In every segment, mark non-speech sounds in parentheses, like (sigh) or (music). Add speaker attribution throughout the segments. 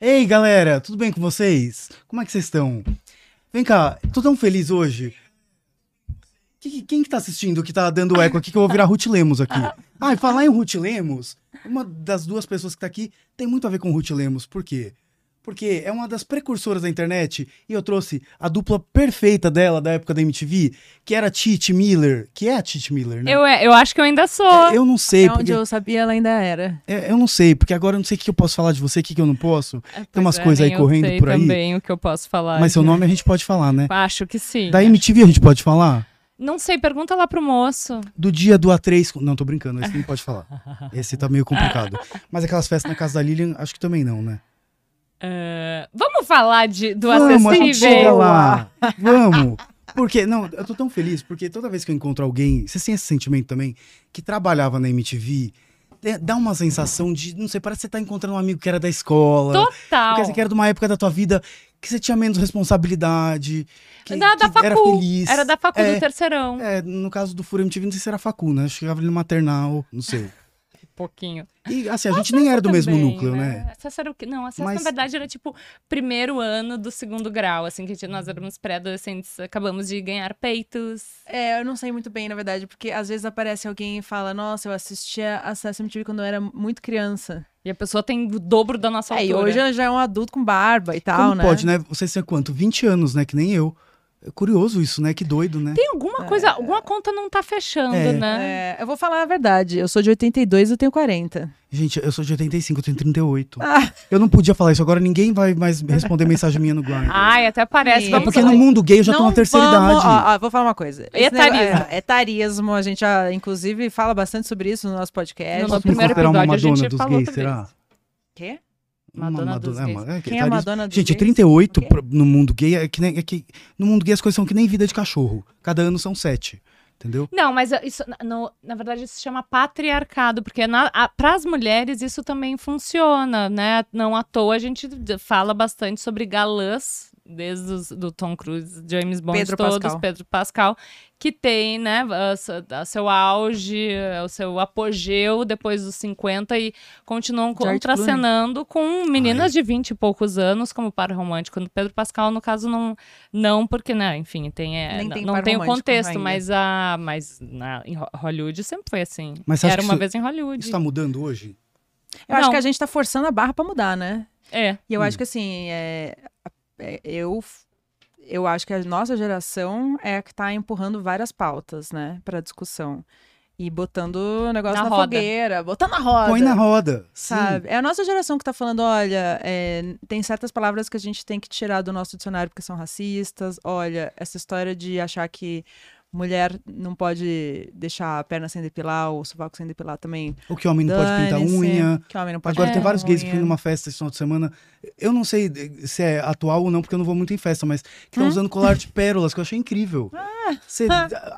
Speaker 1: Ei, galera, tudo bem com vocês? Como é que vocês estão? Vem cá, tô tão feliz hoje. Que- que- Quem que tá assistindo que tá dando eco aqui que eu vou virar Ruth Lemos aqui? Ah, e falar em Ruth Lemos, uma das duas pessoas que tá aqui tem muito a ver com Ruth Lemos. Por quê? Porque é uma das precursoras da internet e eu trouxe a dupla perfeita dela da época da MTV, que era a Titi Miller, que é a Titi Miller, né?
Speaker 2: Eu, é, eu acho que eu ainda sou.
Speaker 1: Eu não sei,
Speaker 3: É
Speaker 1: porque é,
Speaker 3: onde eu sabia, ela ainda era.
Speaker 1: eu... eu não sei, porque agora eu não sei o que eu posso falar de você, o que que eu não posso.
Speaker 2: Pois
Speaker 1: umas
Speaker 2: é,
Speaker 1: coisas aí
Speaker 2: nem
Speaker 1: correndo
Speaker 2: eu sei
Speaker 1: por aí.
Speaker 2: também o que eu posso falar.
Speaker 1: Mas seu nome a gente pode falar, né?
Speaker 2: Acho que sim.
Speaker 1: Da MTV a gente pode falar?
Speaker 2: Não sei, pergunta lá pro moço.
Speaker 1: Do dia do A3. com- Não, tô brincando, esse não pode falar.
Speaker 2: (laughs)
Speaker 1: Esse tá meio complicado. Mas aquelas festas na casa da Lilian, acho que também não, né?
Speaker 2: É, vamos falar de, do
Speaker 1: Vamos, a gente chega
Speaker 2: acessível.
Speaker 1: lá. Vamos. Porque, não, eu tô tão feliz, porque toda vez que eu encontro alguém, vocês têm esse sentimento também, que trabalhava na MTV, é, dá uma sensação de, não sei, parece que você tá encontrando um amigo que era da escola.
Speaker 2: Total.
Speaker 1: Porque você que era de uma época da tua vida que você tinha menos responsabilidade. Que,
Speaker 2: da, da
Speaker 1: que
Speaker 2: facu.
Speaker 1: era feliz.
Speaker 2: Era da facu
Speaker 1: É,
Speaker 2: do terceirão.
Speaker 1: É, no caso do Fura MTV, não sei se era facu, né? Eu chegava ali no maternal, não sei.
Speaker 2: Um Pouquinho.
Speaker 1: E assim, a gente nem era do mesmo
Speaker 2: Também,
Speaker 1: núcleo, né?
Speaker 2: Acesso era o quê? Não, acesso
Speaker 1: Mas-
Speaker 2: na verdade era tipo primeiro ano do segundo grau, assim, que nós
Speaker 1: Hum.
Speaker 2: éramos pré-adolescentes, acabamos de ganhar peitos.
Speaker 3: É, eu não sei muito bem, na verdade, porque às vezes aparece alguém e fala, nossa, eu assistia Acesso MTV quando eu era muito criança.
Speaker 2: E a pessoa tem o dobro da nossa
Speaker 3: É, e
Speaker 2: altura.
Speaker 3: É, hoje ela já é um adulto com barba e tal,
Speaker 1: Como
Speaker 3: né?
Speaker 1: pode, né? Vocês tinham quanto? 20 anos, né? Que nem eu. É curioso isso, né? Que doido, né?
Speaker 2: Tem alguma coisa, alguma conta não tá fechando,
Speaker 1: É.
Speaker 2: né?
Speaker 3: É, eu vou falar a verdade, eu sou de 82 eu tenho 40.
Speaker 1: Gente, eu sou de 85, eu tenho 38.
Speaker 3: Ah.
Speaker 1: Eu não podia falar isso, agora ninguém vai mais responder mensagem minha no Grindr.
Speaker 2: Ai, até parece.
Speaker 3: Ah, Sim.
Speaker 1: Não,
Speaker 2: vamos
Speaker 1: É porque
Speaker 2: lá.
Speaker 1: no mundo gay eu já tô
Speaker 3: Não
Speaker 1: na terceira
Speaker 3: vamos-
Speaker 1: idade.
Speaker 3: ó, ó, vou falar uma coisa. Esse
Speaker 2: Etarismo.
Speaker 3: negócio- é, etarismo, a gente, já, inclusive, fala bastante sobre isso no nosso podcast.
Speaker 2: No
Speaker 1: Posso
Speaker 2: nosso
Speaker 1: me
Speaker 2: primeiro
Speaker 1: considerar um uma
Speaker 2: episódio a
Speaker 1: Madonna
Speaker 2: gente
Speaker 1: dos
Speaker 2: falou
Speaker 1: gays,
Speaker 2: sobre
Speaker 1: será?
Speaker 2: isso.
Speaker 3: Quê?
Speaker 1: Uma
Speaker 2: Madonna dos
Speaker 1: é,
Speaker 2: gays.
Speaker 1: uma- é, que
Speaker 3: Quem é
Speaker 1: tá
Speaker 3: a
Speaker 1: ali-
Speaker 3: Madonna dos
Speaker 1: Gente,
Speaker 3: gays?
Speaker 1: 38
Speaker 3: O quê?
Speaker 1: pro- no mundo gay é que nem. é que- no mundo gay as coisas são que nem vida de cachorro. Cada ano são sete. Entendeu?
Speaker 2: Não, mas isso, na- no- na verdade, isso se chama patriarcado, porque para as mulheres isso também funciona, né? Não à toa a gente d- fala bastante sobre galãs, desde os, do Tom Cruise, James Bond,
Speaker 3: Pedro
Speaker 2: todos,
Speaker 3: Pascal.
Speaker 2: Pedro Pascal, que tem, né, a s- a seu auge, a- o seu apogeu depois dos 50 e continuam
Speaker 3: George
Speaker 2: contracenando com meninas de 20 e poucos anos como par romântico. No Pedro Pascal, no caso, não, não porque, né, enfim, tem, é,
Speaker 3: Nem
Speaker 2: n-
Speaker 3: tem
Speaker 2: não
Speaker 3: par
Speaker 2: tem o
Speaker 3: romântico
Speaker 2: contexto,
Speaker 3: ainda.
Speaker 2: mas a, mas na, em Ho- Hollywood sempre foi assim.
Speaker 1: Mas você acha
Speaker 2: Era
Speaker 1: que
Speaker 2: uma
Speaker 1: isso-
Speaker 2: vez em Hollywood.
Speaker 1: Isso tá mudando hoje?
Speaker 3: Eu acho
Speaker 2: Não.
Speaker 3: que a gente tá forçando a barra pra mudar, né?
Speaker 2: É.
Speaker 3: E eu
Speaker 1: Hum.
Speaker 3: acho que assim, é, é, eu, eu acho que a nossa geração é a que tá empurrando várias pautas, né, pra discussão. E botando o negócio
Speaker 2: Na
Speaker 3: na,
Speaker 2: roda.
Speaker 3: fogueira, botando na roda.
Speaker 1: Põe na roda. sim.
Speaker 3: Sabe? É a nossa geração que tá falando, olha, é, tem certas palavras que a gente tem que tirar do nosso dicionário porque são racistas. Olha, essa história de achar que mulher não pode deixar a perna sem depilar ou o sovaco sem depilar também.
Speaker 1: O que homem não pode pintar
Speaker 3: Dane-se,
Speaker 1: unha.
Speaker 3: Que homem não pode
Speaker 1: Agora
Speaker 2: É,
Speaker 1: tem vários gays que
Speaker 3: unha.
Speaker 1: foram numa festa esse final de semana. Eu não sei eh, se é atual ou não, porque eu não vou muito em festa, mas que
Speaker 3: Hum?
Speaker 1: estão usando colar de pérolas, que eu achei incrível.
Speaker 3: Ah.
Speaker 1: Você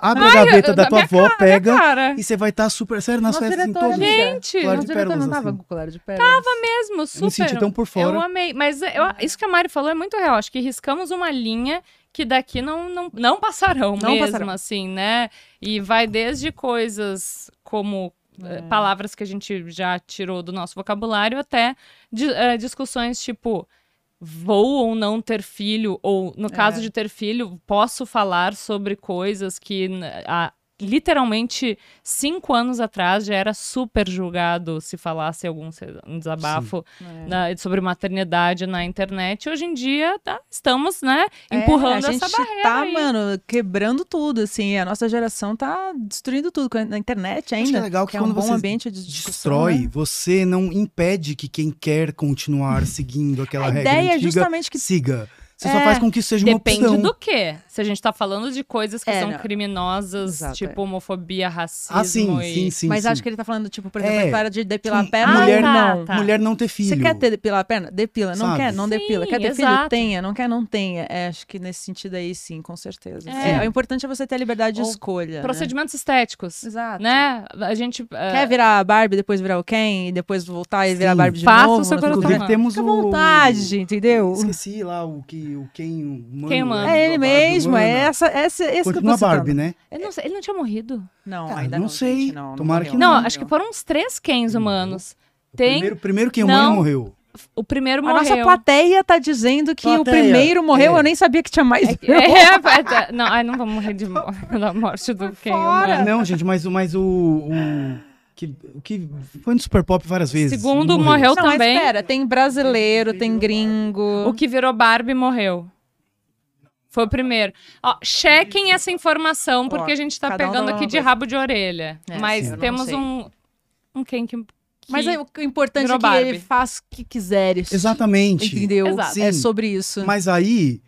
Speaker 1: abre a gaveta
Speaker 2: eu-
Speaker 1: da
Speaker 2: na
Speaker 1: tua
Speaker 2: minha
Speaker 1: avó, pega
Speaker 2: É, Cara,
Speaker 1: e você vai estar super sério nas
Speaker 3: Nossa
Speaker 1: festas em
Speaker 3: diretora,
Speaker 1: todos.
Speaker 3: amiga.
Speaker 2: gente,
Speaker 1: Colar
Speaker 3: Nossa
Speaker 1: de
Speaker 3: diretora
Speaker 1: pérolas,
Speaker 3: não tava
Speaker 1: assim.
Speaker 3: com colar de pérolas. Tava
Speaker 2: mesmo,
Speaker 1: Eu me senti
Speaker 2: super.
Speaker 1: tão por fora.
Speaker 2: Eu amei, mas eu- isso que a Mari falou é muito real. Acho que riscamos uma linha que daqui não, não, não passarão
Speaker 3: Não
Speaker 2: mesmo,
Speaker 3: passarão.
Speaker 2: assim, né? E vai desde coisas como eh,
Speaker 3: É.
Speaker 2: palavras que a gente já tirou do nosso vocabulário até di- eh, discussões tipo vou ou não ter filho ou
Speaker 3: É.
Speaker 2: no caso de ter filho posso falar sobre coisas que n- há literalmente cinco anos atrás já era super julgado se falasse algum se- um desabafo na- sobre maternidade na internet. Hoje em dia, tá, estamos, né, empurrando
Speaker 3: É, a gente
Speaker 2: essa barreira.
Speaker 3: tá,
Speaker 2: aí.
Speaker 3: mano, quebrando tudo, assim. A nossa geração tá destruindo tudo com a- na internet
Speaker 1: Acho que
Speaker 3: ainda.
Speaker 1: é legal que,
Speaker 3: um
Speaker 1: quando
Speaker 3: bom
Speaker 1: você
Speaker 3: ambiente de discussão,
Speaker 1: destrói,
Speaker 3: né?
Speaker 1: você não impede que quem quer continuar seguindo aquela
Speaker 3: A
Speaker 1: regra
Speaker 3: ideia é
Speaker 1: antiga
Speaker 3: justamente que
Speaker 1: siga. Você só
Speaker 3: É,
Speaker 1: faz com que isso seja uma
Speaker 2: Depende
Speaker 1: opção.
Speaker 2: do que. Se a gente tá falando de coisas que
Speaker 3: É,
Speaker 2: são
Speaker 3: não.
Speaker 2: criminosas,
Speaker 3: Exato, é.
Speaker 2: tipo homofobia, racismo
Speaker 1: Ah, sim,
Speaker 2: e...
Speaker 1: sim, sim.
Speaker 3: Mas
Speaker 1: sim.
Speaker 3: acho que ele tá falando, tipo, por exemplo,
Speaker 1: É.
Speaker 3: a história de depilar
Speaker 1: Sim,
Speaker 3: a perna.
Speaker 1: mulher
Speaker 3: não.
Speaker 2: não. tá.
Speaker 1: mulher não ter filho.
Speaker 3: Você quer ter depilar a perna? Depila. Não
Speaker 1: Sabe?
Speaker 3: quer? Não
Speaker 2: Sim,
Speaker 3: depila. Quer ter filho?
Speaker 2: exato.
Speaker 3: Tenha. Não quer? Não tenha. É, acho que nesse sentido aí, sim, com certeza.
Speaker 2: É.
Speaker 3: É, o importante é você ter a liberdade de
Speaker 2: Ou
Speaker 3: escolha. né?
Speaker 2: Procedimentos estéticos.
Speaker 3: Exato.
Speaker 2: Né? A gente. eh,
Speaker 3: Quer virar a Barbie, depois virar o Ken, e depois voltar e virar a
Speaker 1: Sim.
Speaker 3: Barbie de
Speaker 2: Faça o seu
Speaker 3: novo? não sei o quê.
Speaker 2: coração.
Speaker 1: Inclusive
Speaker 2: Tá.
Speaker 1: temos
Speaker 3: Fica à
Speaker 1: o...
Speaker 3: vontade, entendeu?
Speaker 1: Esqueci lá o que o quem humano.
Speaker 2: Quem humano.
Speaker 1: né?
Speaker 3: É ele
Speaker 1: A Barbie
Speaker 3: mesmo,
Speaker 1: humana.
Speaker 3: é essa, essa, esse
Speaker 1: Continua a
Speaker 3: que eu tô
Speaker 1: Barbie,
Speaker 3: citando.
Speaker 1: né?
Speaker 2: eu não sei, ele não tinha morrido?
Speaker 3: Não,
Speaker 1: Ah,
Speaker 3: ainda
Speaker 1: não
Speaker 3: não,
Speaker 1: sei.
Speaker 3: gente, não,
Speaker 1: Tomara que Uhum.
Speaker 3: morreu,
Speaker 2: Não,
Speaker 3: morreu.
Speaker 2: acho que foram uns três Kens humanos.
Speaker 1: O
Speaker 2: Tem.
Speaker 1: Primeiro, primeiro quem
Speaker 2: Não.
Speaker 1: humano morreu.
Speaker 2: o primeiro
Speaker 3: A nossa
Speaker 2: morreu.
Speaker 3: plateia tá dizendo que o
Speaker 1: Plateia.
Speaker 3: primeiro morreu,
Speaker 1: É.
Speaker 3: (laughs) eu nem sabia que tinha mais.
Speaker 2: (laughs) É que- é, vai- tá- não, ai, não vamos morrer de (laughs) mo- da morte do Ken.
Speaker 3: fora.
Speaker 2: humano.
Speaker 1: Não, gente, mas, o- mas o. o que, o que foi no Super Pop várias vezes.
Speaker 2: Segundo
Speaker 1: não
Speaker 2: morreu. Eu
Speaker 3: não, mas
Speaker 2: também.
Speaker 3: espera, tem brasileiro,
Speaker 1: é.
Speaker 3: tem gringo.
Speaker 2: O que virou Barbie morreu. Foi o primeiro. Ó, chequem essa informação, porque
Speaker 3: Ó,
Speaker 2: a gente tá
Speaker 3: cada um
Speaker 2: pegando
Speaker 3: dá uma
Speaker 2: aqui de
Speaker 3: coisa.
Speaker 2: rabo de orelha.
Speaker 3: É,
Speaker 2: Mas
Speaker 3: sim, eu não
Speaker 2: temos
Speaker 3: sei.
Speaker 2: um, um Ken que. que-
Speaker 3: Mas aí, o o importante
Speaker 2: virou
Speaker 3: é que ele
Speaker 2: Barbie.
Speaker 3: faz o que quiser. isso.
Speaker 1: Exatamente.
Speaker 3: Entendeu?
Speaker 2: Exato.
Speaker 3: É
Speaker 1: Sim.
Speaker 3: sobre isso.
Speaker 1: Mas aí,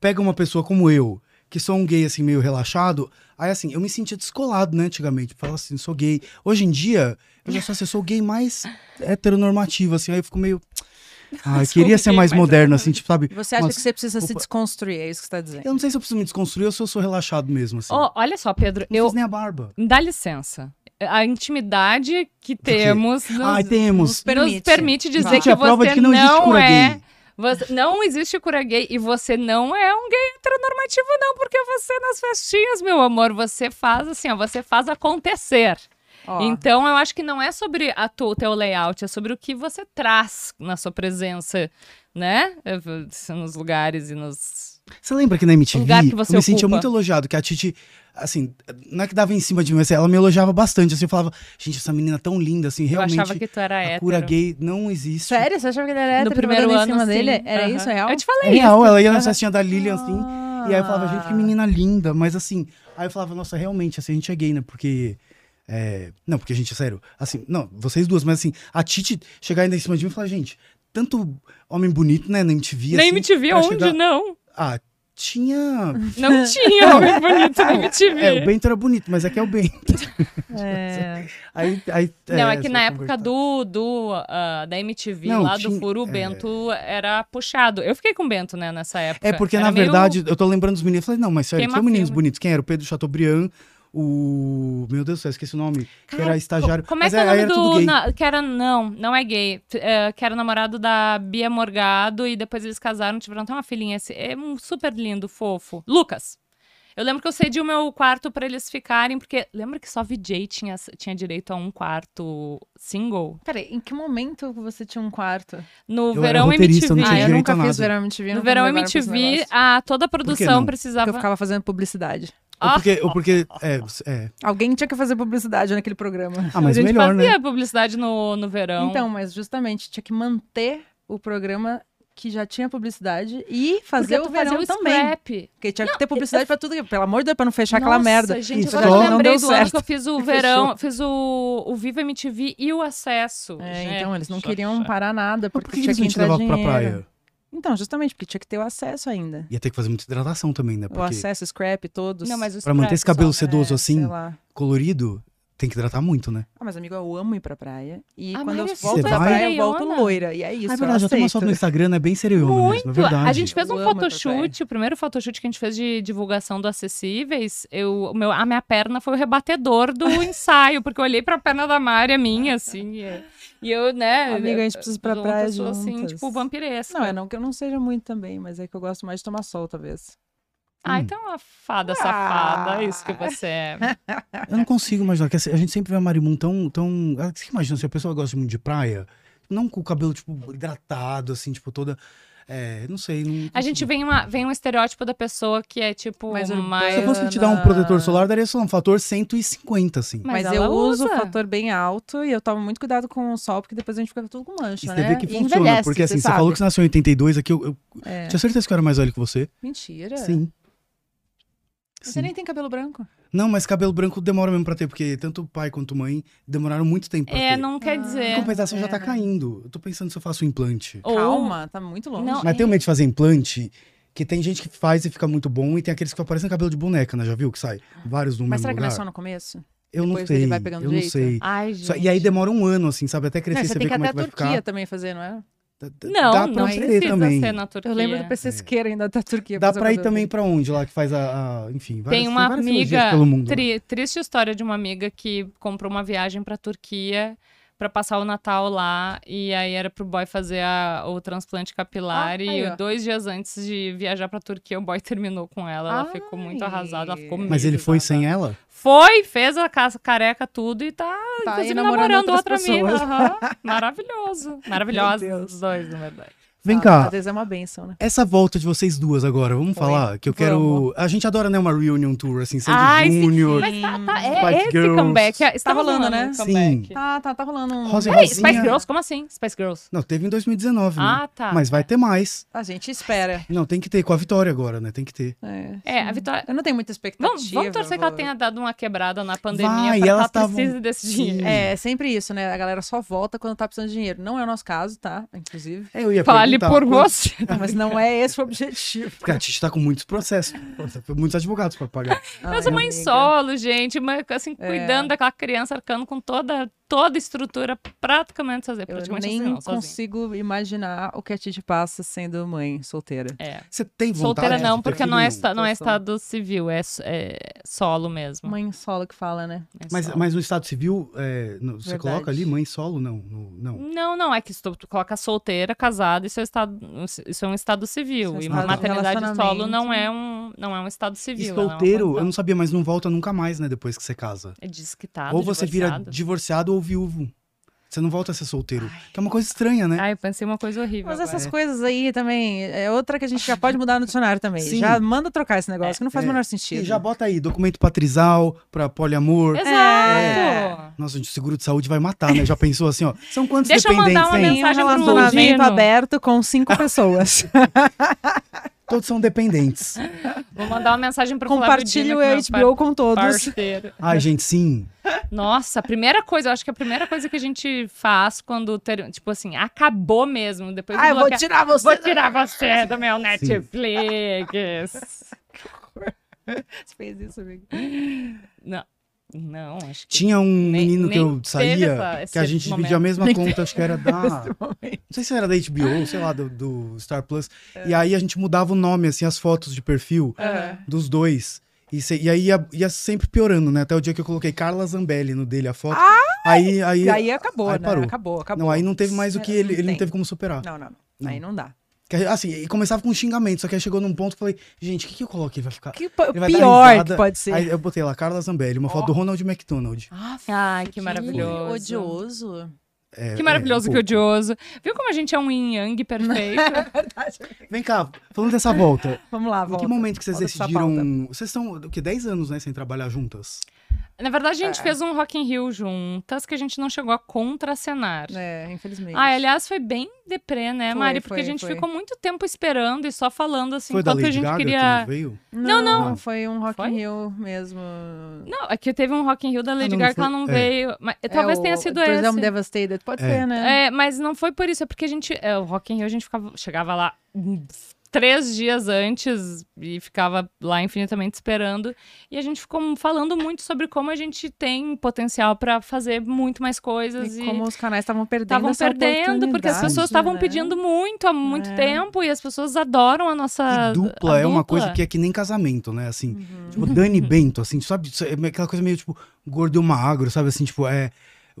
Speaker 1: pega uma pessoa como eu, que sou um gay, assim, meio relaxado. Aí, assim, eu me sentia descolado, né, antigamente. Falava assim, sou gay. Hoje em dia, eu já sou assim, eu sou gay mais heteronormativo, assim. Aí eu fico
Speaker 2: (laughs)
Speaker 1: meio... Ah, eu queria ser
Speaker 2: gay
Speaker 1: mais
Speaker 2: mais
Speaker 1: moderno,
Speaker 2: (laughs)
Speaker 1: assim, tipo, sabe?
Speaker 3: Você acha
Speaker 1: Mas-
Speaker 3: que você precisa se
Speaker 1: Opa.
Speaker 3: desconstruir, é isso que você tá dizendo.
Speaker 1: Eu não sei se eu preciso me desconstruir ou se eu sou relaxado mesmo, assim.
Speaker 2: Ó, olha só, Pedro,
Speaker 1: não
Speaker 2: eu.
Speaker 1: fiz nem a barba.
Speaker 2: Dá licença. A intimidade que
Speaker 1: quê?
Speaker 2: temos nos,
Speaker 1: Ai, temos.
Speaker 2: nos permite dizer
Speaker 1: Gente,
Speaker 2: que
Speaker 1: a prova
Speaker 2: você
Speaker 1: de que não existe cura
Speaker 2: é.
Speaker 1: gay.
Speaker 2: Você- não existe cura gay e você não é um gay heteronormativo, não, porque você nas festinhas, meu amor, você faz assim, ó, você faz acontecer.
Speaker 3: Ó,
Speaker 2: Então, eu acho que não é sobre a tu- o teu layout, é sobre o que você traz na sua presença, né? Eh, v- Nos lugares e nos.
Speaker 1: Você lembra que na MTV
Speaker 2: Um Lugar que você
Speaker 1: eu me sentia
Speaker 2: ocupa.
Speaker 1: muito elogiado, que a Titi, assim, não é que dava em cima de mim, mas ela me elogiava bastante, assim, eu falava, gente, essa menina tão linda, assim, realmente
Speaker 2: eu achava que tu era
Speaker 1: a
Speaker 2: hétero.
Speaker 1: cura gay não existe.
Speaker 3: Sério? Você achava que ele era hétero?
Speaker 2: No É, primeiro
Speaker 3: morando
Speaker 2: ano,
Speaker 3: em cima
Speaker 2: sim.
Speaker 3: dele? Era
Speaker 2: Aham.
Speaker 3: isso, real?
Speaker 2: Eu te
Speaker 1: É
Speaker 2: falei.
Speaker 1: real, ela ia na
Speaker 2: Aham. Ah.
Speaker 1: festinha
Speaker 3: É tipo
Speaker 1: da Lilian, assim, e aí eu falava, gente, que menina linda, mas assim, aí eu falava, nossa, realmente, assim, a gente é gay, né, porque... é, Não, porque, gente, é sério, assim, não, vocês duas, mas assim, a Titi chegar ainda em cima de mim e falar, gente, tanto homem bonito, né, na MTV,
Speaker 2: Nem
Speaker 1: assim,
Speaker 2: me te vi
Speaker 1: pra
Speaker 2: onde,
Speaker 1: chegar-
Speaker 2: não.
Speaker 1: Ah, tinha... (laughs)
Speaker 2: Não tinha homem bonito, nem me te vi.
Speaker 1: É, o Bento era bonito, mas é que é o Bento.
Speaker 2: (laughs)
Speaker 3: É.
Speaker 1: Aí, aí,
Speaker 2: Não, é, que
Speaker 1: você
Speaker 2: na
Speaker 1: vai
Speaker 2: época
Speaker 1: conversar.
Speaker 2: do, do ah, da MTV,
Speaker 1: Não,
Speaker 2: lá do
Speaker 1: tinha-
Speaker 2: Furo, o
Speaker 1: é.
Speaker 2: Bento era puxado. Eu fiquei com o Bento, né, nessa época.
Speaker 1: É porque,
Speaker 2: Era
Speaker 1: na
Speaker 2: meio-
Speaker 1: verdade, eu tô lembrando dos meninos. Eu falei, não, mas sério,
Speaker 2: Queima
Speaker 1: tinha meninos
Speaker 2: filme.
Speaker 1: bonitos. Quem era? O Pedro Chateaubriand, o. Meu Deus do céu, esqueci o nome. que era estagiário.
Speaker 2: Como é
Speaker 1: mas
Speaker 2: que é o
Speaker 1: aí
Speaker 2: nome
Speaker 1: era tudo
Speaker 2: do.
Speaker 1: gay.
Speaker 2: na- que era. Não, não é gay. T- é, que era namorado da Bia Morgado e depois eles casaram, tiveram até uma filhinha. Esse, é um super lindo, fofo. Lucas. Eu lembro que eu cedi o meu quarto pra eles ficarem, porque lembra que só VJ tinha, tinha direito a um quarto single?
Speaker 3: Peraí, em que momento você tinha um quarto?
Speaker 2: No
Speaker 1: Eu era
Speaker 2: verão
Speaker 1: roteirista,
Speaker 2: MTV.
Speaker 1: não tinha
Speaker 3: ah, eu
Speaker 1: direito
Speaker 3: nunca
Speaker 1: a
Speaker 3: fiz
Speaker 1: nada.
Speaker 3: verão MTV.
Speaker 2: No
Speaker 3: nunca
Speaker 2: verão
Speaker 3: me levaram pra esse
Speaker 2: MTV,
Speaker 3: negócio.
Speaker 2: a ah, toda a produção
Speaker 1: não?
Speaker 3: Porque eu
Speaker 2: precisava.
Speaker 3: ficava fazendo publicidade.
Speaker 1: Ou
Speaker 2: Ah.
Speaker 1: porque. Ou porque é, é.
Speaker 3: Alguém tinha que fazer publicidade
Speaker 2: (laughs)
Speaker 3: naquele programa.
Speaker 1: Ah, mas
Speaker 2: Então a gente
Speaker 1: melhor,
Speaker 2: fazia
Speaker 1: né?
Speaker 2: publicidade no, no verão.
Speaker 3: Então, mas justamente tinha que manter o programa que já tinha publicidade e fazer
Speaker 2: Porque
Speaker 3: o
Speaker 2: tu fazia
Speaker 3: verão também.
Speaker 2: scrap.
Speaker 3: Porque tinha que ter publicidade pra tudo. Pelo amor de Deus, pra não fechar aquela
Speaker 2: Nossa,
Speaker 3: merda.
Speaker 2: Gente,
Speaker 1: Isso.
Speaker 2: agora eu
Speaker 1: Só
Speaker 2: lembrei
Speaker 3: não deu
Speaker 2: do ano
Speaker 3: certo.
Speaker 2: que eu fiz o
Speaker 3: Fechou.
Speaker 2: verão, fiz o, o Viva MTV e o Acesso.
Speaker 3: É,
Speaker 2: gente.
Speaker 3: então, eles não
Speaker 2: Chá,
Speaker 3: queriam
Speaker 2: chá.
Speaker 3: parar nada,
Speaker 1: Mas
Speaker 3: porque
Speaker 1: por que, que
Speaker 3: tinha
Speaker 1: eles
Speaker 3: que
Speaker 1: não te levavam
Speaker 3: entrar
Speaker 1: pra
Speaker 3: dinheiro.
Speaker 1: praia?
Speaker 3: Então, justamente, porque tinha que ter o acesso ainda.
Speaker 1: Ia ter que fazer muita hidratação também, né?
Speaker 3: O
Speaker 1: Porque
Speaker 3: acesso, scrap, todos.
Speaker 2: Não, mas os
Speaker 1: pra manter esse
Speaker 2: scraps,
Speaker 1: cabelo
Speaker 2: ó.
Speaker 1: sedoso
Speaker 3: É,
Speaker 1: assim,
Speaker 3: Sei lá.
Speaker 1: colorido, tem que hidratar muito, né?
Speaker 3: Ah, mas amigo, eu amo ir pra praia. E
Speaker 2: Ah,
Speaker 3: quando
Speaker 2: Maria,
Speaker 3: eu
Speaker 2: você
Speaker 3: volto da
Speaker 1: vai?
Speaker 3: praia, eu volto
Speaker 2: Feiona.
Speaker 3: loira. E é isso,
Speaker 1: ah, é verdade,
Speaker 3: eu
Speaker 1: já tem uma
Speaker 3: aceito.
Speaker 1: foto no Instagram, né? Bem seriona
Speaker 2: Muito!
Speaker 1: mesmo, é verdade.
Speaker 2: A gente fez
Speaker 3: Eu
Speaker 2: um
Speaker 3: amo ir pra
Speaker 2: photoshoot, o primeiro photoshoot que a gente fez de divulgação do Acessíveis, eu, o meu, a minha perna foi o rebatedor
Speaker 3: (laughs)
Speaker 2: do ensaio, porque eu olhei pra perna da Mari, a minha, assim, e, e eu, né...
Speaker 3: Amiga, a gente precisa ir pra
Speaker 2: juntas,
Speaker 3: praia
Speaker 2: sou assim,
Speaker 3: juntas.
Speaker 2: tipo, vampiresca.
Speaker 3: Não, é não que eu não seja muito também, mas é que eu gosto mais de tomar sol, talvez.
Speaker 2: Ah,
Speaker 1: Hum.
Speaker 2: então é uma fada safada, é isso que
Speaker 3: Ah.
Speaker 2: você é.
Speaker 1: Eu não consigo imaginar, que a gente sempre vê a Marimun tão, tão... ah, Você imagina, se a pessoa gosta muito de praia, não com o cabelo, tipo, hidratado, assim, tipo, toda... É, não sei, não...
Speaker 2: A gente vem, uma, vem um estereótipo da pessoa que é, tipo, mais...
Speaker 3: Mais
Speaker 1: Se eu
Speaker 3: urbana.
Speaker 1: fosse te dar um protetor solar, daria, sei lá, um fator 150, assim.
Speaker 2: Mas
Speaker 3: Mas,
Speaker 2: ela
Speaker 3: eu uso o
Speaker 2: usa.
Speaker 3: fator bem alto e eu tomo muito cuidado com o sol, porque depois a gente fica tudo com mancha,
Speaker 1: E você
Speaker 3: né?
Speaker 1: vê que
Speaker 3: E
Speaker 1: funciona,
Speaker 3: envelhece,
Speaker 1: porque assim, você
Speaker 3: sabe.
Speaker 1: falou que você nasceu em 82, aqui eu, eu
Speaker 3: É.
Speaker 1: tinha certeza que eu era mais velho que você.
Speaker 3: Mentira.
Speaker 1: Sim.
Speaker 3: Você
Speaker 1: Sim.
Speaker 3: nem tem cabelo branco.
Speaker 1: Não, mas cabelo branco demora mesmo pra ter, porque tanto o pai quanto a mãe demoraram muito tempo pra
Speaker 2: É,
Speaker 1: ter.
Speaker 2: não quer
Speaker 3: Ah.
Speaker 1: Em
Speaker 2: dizer...
Speaker 1: compensação já
Speaker 3: é,
Speaker 1: tá
Speaker 3: né?
Speaker 1: caindo. Eu tô pensando se eu faço um implante.
Speaker 2: Ou-
Speaker 3: Calma, tá muito longe.
Speaker 2: Não,
Speaker 1: Mas
Speaker 2: é.
Speaker 1: tem um o medo de fazer implante, que tem gente que faz e fica muito bom, e tem aqueles que ficam parecendo cabelo de boneca, né? Já viu? Que sai vários no mesmo
Speaker 3: Mas será que não
Speaker 1: lugar.
Speaker 3: é só no começo?
Speaker 1: eu não
Speaker 3: depois
Speaker 1: sei.
Speaker 3: ele vai pegando
Speaker 1: eu
Speaker 3: jeito?
Speaker 1: não sei.
Speaker 2: Ai,
Speaker 1: Só-
Speaker 2: gente.
Speaker 1: e aí demora um ano, assim, sabe? Até crescer,
Speaker 3: Não,
Speaker 1: você
Speaker 3: você
Speaker 1: vê
Speaker 3: tem que ir
Speaker 1: como é
Speaker 3: até a
Speaker 1: que vai
Speaker 3: Turquia
Speaker 1: ficar.
Speaker 3: também fazer, não é?
Speaker 1: D- d-
Speaker 2: Não,
Speaker 1: Dá
Speaker 2: não
Speaker 1: pra
Speaker 2: precisa
Speaker 1: ser também.
Speaker 2: ser na Turquia.
Speaker 3: Eu lembro do PC
Speaker 1: É.
Speaker 3: Siqueira ainda da Turquia.
Speaker 1: Dá
Speaker 3: fazer o
Speaker 1: pra ir
Speaker 3: cabelo.
Speaker 1: também pra onde lá que faz a. a- enfim, várias,
Speaker 2: Tem uma
Speaker 1: várias cirurgias
Speaker 2: amiga
Speaker 1: pelo mundo. né?
Speaker 2: Tri- triste história de uma amiga que comprou uma viagem pra Turquia pra passar o Natal lá. E aí era pro boy fazer a- o transplante capilar.
Speaker 3: Ah,
Speaker 2: e
Speaker 3: aí, ó.
Speaker 2: dois dias antes de viajar pra Turquia, o boy terminou com ela. Ela ficou muito
Speaker 3: Ai.
Speaker 2: arrasada, ela ficou
Speaker 1: Mas ele foi sem ela?
Speaker 2: Foi, fez a casa careca, tudo e tá,
Speaker 3: Tá aí
Speaker 2: inclusive,
Speaker 3: namorando
Speaker 2: namorando, outra
Speaker 3: outras
Speaker 2: amiga.
Speaker 3: pessoas. (laughs)
Speaker 2: aham. Maravilhoso. Maravilhosa,
Speaker 3: Deus.
Speaker 2: os dois, na verdade.
Speaker 1: Vem
Speaker 3: Ah,
Speaker 1: cá,
Speaker 3: Às vezes é uma benção, né?
Speaker 1: essa volta de vocês duas agora, vamos
Speaker 3: Foi.
Speaker 1: falar? Que eu quero.
Speaker 3: Vamos.
Speaker 1: A gente adora, né, uma reunion tour, assim, Sandy
Speaker 2: Ai, sim.
Speaker 1: Júnior.
Speaker 2: Mas tá, tá,
Speaker 1: Spice
Speaker 2: é esse
Speaker 1: Girls.
Speaker 2: comeback. é- Está
Speaker 3: Tá rolando,
Speaker 2: rolando,
Speaker 3: né?
Speaker 2: né?
Speaker 1: Sim.
Speaker 3: Tá, tá, tá rolando um.
Speaker 1: Rosa e
Speaker 2: Peraí,
Speaker 1: Rosinha.
Speaker 2: Spice Girls? Como assim? Spice Girls?
Speaker 1: Não, teve em 2019. né?
Speaker 2: Ah, tá.
Speaker 1: Mas vai ter mais.
Speaker 3: A gente espera.
Speaker 1: Não, tem que ter, com a vitória agora, né? Tem que ter.
Speaker 3: É.
Speaker 2: É, a Vitória...
Speaker 3: Eu não tenho muita expectativa.
Speaker 2: Vamos, vamos torcer que ela
Speaker 3: vou-
Speaker 2: tenha dado uma quebrada na pandemia
Speaker 1: Vai,
Speaker 2: pra que
Speaker 1: elas
Speaker 2: ela
Speaker 1: tavam-
Speaker 2: precise desse
Speaker 1: Sim.
Speaker 2: dinheiro.
Speaker 3: É, é sempre isso, né? A galera só volta quando tá precisando de dinheiro. Não é o nosso caso, tá? Inclusive.
Speaker 2: (laughs)
Speaker 1: É, Eu ia perguntar,
Speaker 2: Fale por
Speaker 1: quantos-
Speaker 2: você.
Speaker 3: Mas não é esse o objetivo.
Speaker 1: Porque a Titi tá com muitos processos, muitos advogados pra
Speaker 2: (laughs)
Speaker 1: pagar.
Speaker 2: (laughs) Eu sou
Speaker 3: Ai,
Speaker 2: mãe
Speaker 3: amiga.
Speaker 2: solo, gente, mas assim,
Speaker 3: É.
Speaker 2: cuidando daquela criança, arcando com toda, toda a estrutura, praticamente sozinha.
Speaker 3: Eu
Speaker 2: Praticamente
Speaker 3: nem
Speaker 2: sozinha, não, sozinha.
Speaker 3: consigo imaginar o que a Titi passa sendo mãe solteira.
Speaker 2: É.
Speaker 1: Você tem vontade
Speaker 2: Solteira
Speaker 1: de
Speaker 2: não,
Speaker 1: ter
Speaker 2: porque
Speaker 1: filho?
Speaker 2: não é, esta- não é
Speaker 3: Tô solo.
Speaker 2: estado civil, é, s- é solo mesmo.
Speaker 3: Mãe solo que fala, né?
Speaker 2: É
Speaker 1: Mas,
Speaker 2: solo.
Speaker 1: mas no Estado Civil, é, no- você
Speaker 3: Verdade.
Speaker 1: coloca ali mãe solo? Não, no- não.
Speaker 2: Não, não, é que se tu, tu coloca solteira, casada, isso é, estado, isso é um estado civil.
Speaker 3: Isso é
Speaker 2: e
Speaker 3: um
Speaker 1: estado
Speaker 2: uma
Speaker 1: de
Speaker 2: maternidade
Speaker 3: relacionamento.
Speaker 2: solo não é um, não é um estado civil.
Speaker 1: E
Speaker 2: ela é uma
Speaker 1: solteiro, eu
Speaker 2: condição.
Speaker 1: não sabia, mas não volta nunca mais, né? Depois que você casa.
Speaker 2: É desquitado,
Speaker 1: ou você vira
Speaker 2: divorciado.
Speaker 1: divorciado ou viúvo. Você não volta a ser solteiro. Que é uma coisa estranha, né?
Speaker 2: Ai, eu pensei uma coisa horrível
Speaker 3: Mas
Speaker 2: agora.
Speaker 3: essas coisas aí também, é outra que a gente já pode mudar no dicionário também.
Speaker 1: Sim.
Speaker 3: Já manda trocar esse negócio, que não faz
Speaker 1: É.
Speaker 3: o menor sentido.
Speaker 1: E já bota aí, documento patrizal pra poliamor.
Speaker 3: é
Speaker 2: Exato!
Speaker 1: Nossa, gente, o seguro de saúde vai matar, né? Já pensou assim, ó. São quantos
Speaker 2: Deixa eu mandar
Speaker 1: dependentes
Speaker 2: uma
Speaker 1: hein?
Speaker 2: mensagem.
Speaker 3: Tem
Speaker 2: Mensagem
Speaker 3: um
Speaker 2: pro
Speaker 3: relacionamento
Speaker 2: Gino.
Speaker 3: aberto com (laughs) cinco pessoas.
Speaker 1: Todos são dependentes.
Speaker 2: Vou mandar uma mensagem pro
Speaker 3: Compartilhe
Speaker 2: Flávio
Speaker 3: o
Speaker 2: Dino, que é
Speaker 3: HBO
Speaker 2: meu
Speaker 3: com todos.
Speaker 2: par- parceiro.
Speaker 1: Ai, gente, sim.
Speaker 2: Nossa, a primeira coisa, eu acho que a primeira coisa que a gente faz quando, ter, tipo assim, acabou mesmo, depois
Speaker 3: (laughs) Ah,
Speaker 2: de
Speaker 3: eu vou
Speaker 2: bloquear,
Speaker 3: tirar você.
Speaker 2: (laughs) vou tirar você do meu Netflix.
Speaker 3: Você fez isso, amigo.
Speaker 1: Ah.
Speaker 2: Não, não, acho que...
Speaker 1: Tinha um
Speaker 2: Nem-
Speaker 1: menino que
Speaker 2: nem
Speaker 1: eu
Speaker 2: teve
Speaker 1: saía,
Speaker 2: essa- esse
Speaker 1: que a gente dividia a
Speaker 2: momento.
Speaker 1: mesma
Speaker 3: Nem
Speaker 1: conta, acho que era da. Não
Speaker 3: momento.
Speaker 1: sei se era da HBO, sei lá, do, do Star Plus. E aí a gente mudava o nome, assim, as fotos de perfil
Speaker 3: Aham.
Speaker 1: dos dois. E, se- e aí ia, ia sempre piorando, né? Até o dia que eu coloquei Carla Zambelli no dele a foto. aí, aí,
Speaker 3: E aí acabou,
Speaker 1: Aí
Speaker 3: né?
Speaker 1: parou.
Speaker 3: Acabou, acabou. É,
Speaker 1: Não, aí não teve mais o que ele, ele não
Speaker 3: Tem.
Speaker 1: teve como superar.
Speaker 3: Não, não, não. Aí não dá.
Speaker 1: Que, assim, e começava com xingamento, só que aí chegou num ponto que eu falei, gente, o que, que eu coloco? Ele vai ficar.
Speaker 3: Que p-
Speaker 1: Ele vai dar
Speaker 3: pior
Speaker 1: risada,
Speaker 3: que pode ser.
Speaker 1: Aí eu botei lá, Carla Zambelli, uma foto do Ronald McDonald.
Speaker 3: Ah, f-
Speaker 2: Ai, que
Speaker 3: que
Speaker 2: maravilhoso.
Speaker 3: Odioso.
Speaker 1: É,
Speaker 2: Que
Speaker 1: é,
Speaker 2: maravilhoso,
Speaker 1: um
Speaker 2: que
Speaker 1: pouco.
Speaker 2: odioso. Viu como a gente é um yin yang
Speaker 3: (laughs)
Speaker 2: perfeito?
Speaker 3: Verdade.
Speaker 1: Vem cá, falando dessa volta.
Speaker 3: Vamos lá,
Speaker 1: Em
Speaker 3: volta.
Speaker 1: que momento que vocês
Speaker 3: Volta pra pauta.
Speaker 1: decidiram. Vocês estão, o que, 10 anos, né, sem trabalhar juntas?
Speaker 2: Na verdade, a gente
Speaker 3: É.
Speaker 2: fez um Rock in Rio juntas, que a gente não chegou a contracenar.
Speaker 3: É, infelizmente.
Speaker 2: Ah, aliás, foi bem deprê, né,
Speaker 3: Foi,
Speaker 2: Mari? Porque
Speaker 3: foi,
Speaker 2: a gente
Speaker 3: foi.
Speaker 2: ficou muito tempo esperando e só falando assim,
Speaker 1: Foi da
Speaker 2: quanto a
Speaker 1: Lady
Speaker 2: gente
Speaker 1: Gaga que
Speaker 2: queria.
Speaker 1: não veio?
Speaker 3: Não, não,
Speaker 1: não.
Speaker 3: Foi um Rock
Speaker 2: Foi?
Speaker 3: in Rio mesmo.
Speaker 2: Não, é que teve um Rock in Rio da Lady
Speaker 1: não, não
Speaker 2: Gaga que
Speaker 1: foi-
Speaker 2: ela não
Speaker 1: é.
Speaker 2: veio. Mas, talvez
Speaker 3: é
Speaker 2: tenha
Speaker 3: o
Speaker 2: sido
Speaker 3: Tourism
Speaker 2: esse.
Speaker 3: Devastated. Pode
Speaker 1: É.
Speaker 3: ser, né?
Speaker 2: É, mas não foi por isso, é porque a gente. é, o Rock in Rio a gente ficava- chegava lá hum, três dias antes e ficava lá infinitamente esperando. E a gente ficou falando muito sobre como a gente tem potencial pra fazer muito mais coisas.
Speaker 3: E como os canais estavam perdendo
Speaker 2: Estavam
Speaker 3: essa
Speaker 2: perdendo, porque as pessoas
Speaker 3: oportunidade,
Speaker 2: estavam
Speaker 3: né?
Speaker 2: pedindo muito há muito
Speaker 3: É.
Speaker 2: tempo e as pessoas adoram a nossa.
Speaker 1: E dupla
Speaker 2: a
Speaker 1: é uma
Speaker 2: dupla.
Speaker 1: coisa que é que nem casamento, né? Assim,
Speaker 3: Uhum.
Speaker 1: tipo, Dani Bento, assim, sabe? Isso É aquela coisa meio tipo gordo e uma agro, sabe? Assim, tipo, é.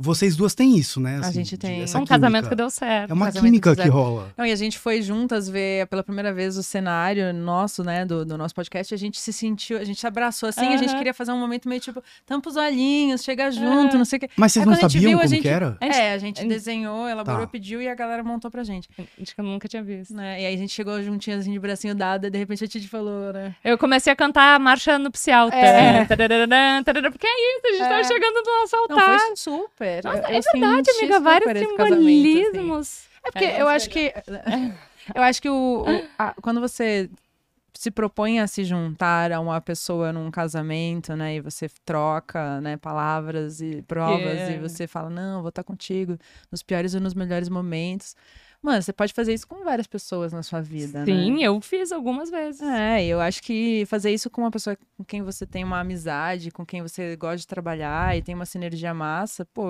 Speaker 1: Vocês duas têm isso, né?
Speaker 3: A
Speaker 1: assim,
Speaker 3: gente
Speaker 1: de-
Speaker 3: tem.
Speaker 1: essa
Speaker 2: É um casamento que
Speaker 1: química.
Speaker 2: deu certo.
Speaker 1: É uma
Speaker 3: casamento
Speaker 1: química
Speaker 3: que
Speaker 1: que
Speaker 3: deu
Speaker 1: rola.
Speaker 3: Não, e a gente foi juntas ver pela primeira vez o cenário nosso, né, do, do nosso podcast. e A gente se sentiu, a gente se abraçou assim, a gente
Speaker 2: Aham.
Speaker 3: queria fazer um momento meio tipo, tampa os olhinhos, chega junto, não sei o quê.
Speaker 1: Mas vocês
Speaker 3: Aí
Speaker 1: não
Speaker 3: quando a gente
Speaker 1: sabiam
Speaker 3: viu, a
Speaker 1: como
Speaker 3: gente-
Speaker 1: que era?
Speaker 2: A gente-
Speaker 3: É, a gente
Speaker 2: a-
Speaker 3: desenhou, elaborou,
Speaker 1: Tá.
Speaker 3: pediu e a galera montou pra gente.
Speaker 1: É um
Speaker 2: Acho que eu nunca tinha visto.
Speaker 3: Né? E aí a gente chegou juntinho assim de bracinho dado, e de repente a Titi falou, né?
Speaker 2: Eu comecei a cantar a marcha nupcial.
Speaker 3: É.
Speaker 2: Tararã, tararã, tararã, Porque é isso, a gente
Speaker 3: É.
Speaker 2: tava chegando no nosso
Speaker 3: Não,
Speaker 2: altar.
Speaker 3: foi Tá, super.
Speaker 2: Nossa,
Speaker 3: Eu-
Speaker 2: é
Speaker 3: eu senti
Speaker 2: Verdade, amiga, vários
Speaker 3: super esse casamento, assim.
Speaker 2: simbolismos.
Speaker 3: É porque
Speaker 2: É,
Speaker 3: eu
Speaker 2: é
Speaker 3: acho que. Eu acho que (laughs) o, o- a- quando você se propõe a se juntar a uma pessoa num casamento, né? E você troca, né, palavras e provas, e
Speaker 2: Yeah.
Speaker 3: você fala, não, vou estar contigo nos piores e nos melhores momentos. Mano, você pode fazer isso com várias pessoas na sua vida, né?
Speaker 2: Sim, eu fiz algumas vezes.
Speaker 3: É, eu acho que fazer isso com uma pessoa com quem você tem uma amizade, com quem você gosta de trabalhar e tem uma sinergia massa, pô,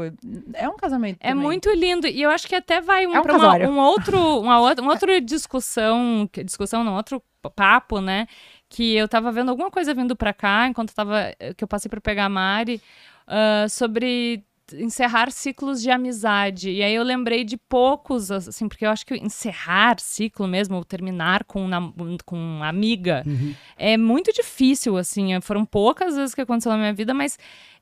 Speaker 3: é um casamento.
Speaker 2: É
Speaker 3: também.
Speaker 2: muito lindo. E eu acho que até vai um,
Speaker 3: É um
Speaker 2: pra uma-
Speaker 3: casório.
Speaker 2: um outro, uma, outra- uma outra discussão, que- discussão não, outro papo, né? Que eu tava vendo eh, alguma coisa vindo pra cá, enquanto eu tava, que eu passei pra pegar a Mari, ah, sobre encerrar ciclos de amizade. E aí eu lembrei de poucos, assim, porque eu acho que encerrar ciclo mesmo, ou terminar com, nam- com uma amiga,
Speaker 1: Uhum.
Speaker 2: é muito difícil, assim. é- Foram poucas vezes que aconteceu na minha vida, mas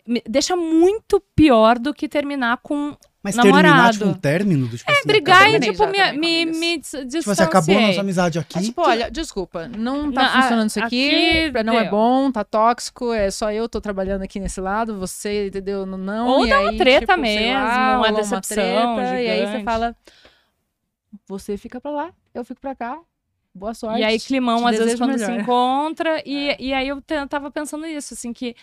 Speaker 2: me deixa muito pior do que terminar com.
Speaker 1: Mas terminar,
Speaker 2: Namorado.
Speaker 1: tipo, um término? Do, tipo, é, assim,
Speaker 2: Brigar e,
Speaker 1: acabou-
Speaker 3: terminei
Speaker 2: tipo,
Speaker 3: já
Speaker 2: me,
Speaker 3: também com
Speaker 2: me,
Speaker 3: amigas.
Speaker 2: me dis- distanciei.
Speaker 1: Tipo, você acabou a nossa amizade aqui.
Speaker 3: É tipo, olha, desculpa, não tá
Speaker 2: Não, a-
Speaker 3: funcionando isso aqui,
Speaker 2: aqui
Speaker 3: pra- não é
Speaker 2: deu.
Speaker 3: bom, tá tóxico, é só eu tô trabalhando aqui nesse lado, você, entendeu? Não, não.
Speaker 2: Ou
Speaker 3: e
Speaker 2: dá uma
Speaker 3: aí,
Speaker 2: treta
Speaker 3: tipo, sei
Speaker 2: mesmo,
Speaker 3: lá,
Speaker 2: uma
Speaker 3: rola
Speaker 2: decepção
Speaker 3: treta, E aí você
Speaker 2: gigante.
Speaker 3: fala, você fica pra lá, eu fico pra cá, boa sorte.
Speaker 2: E aí,
Speaker 3: te
Speaker 2: climão, às vezes,
Speaker 3: desejo
Speaker 2: quando
Speaker 3: melhor. É.
Speaker 2: se encontra. E, e aí eu te- tava pensando nisso, assim, que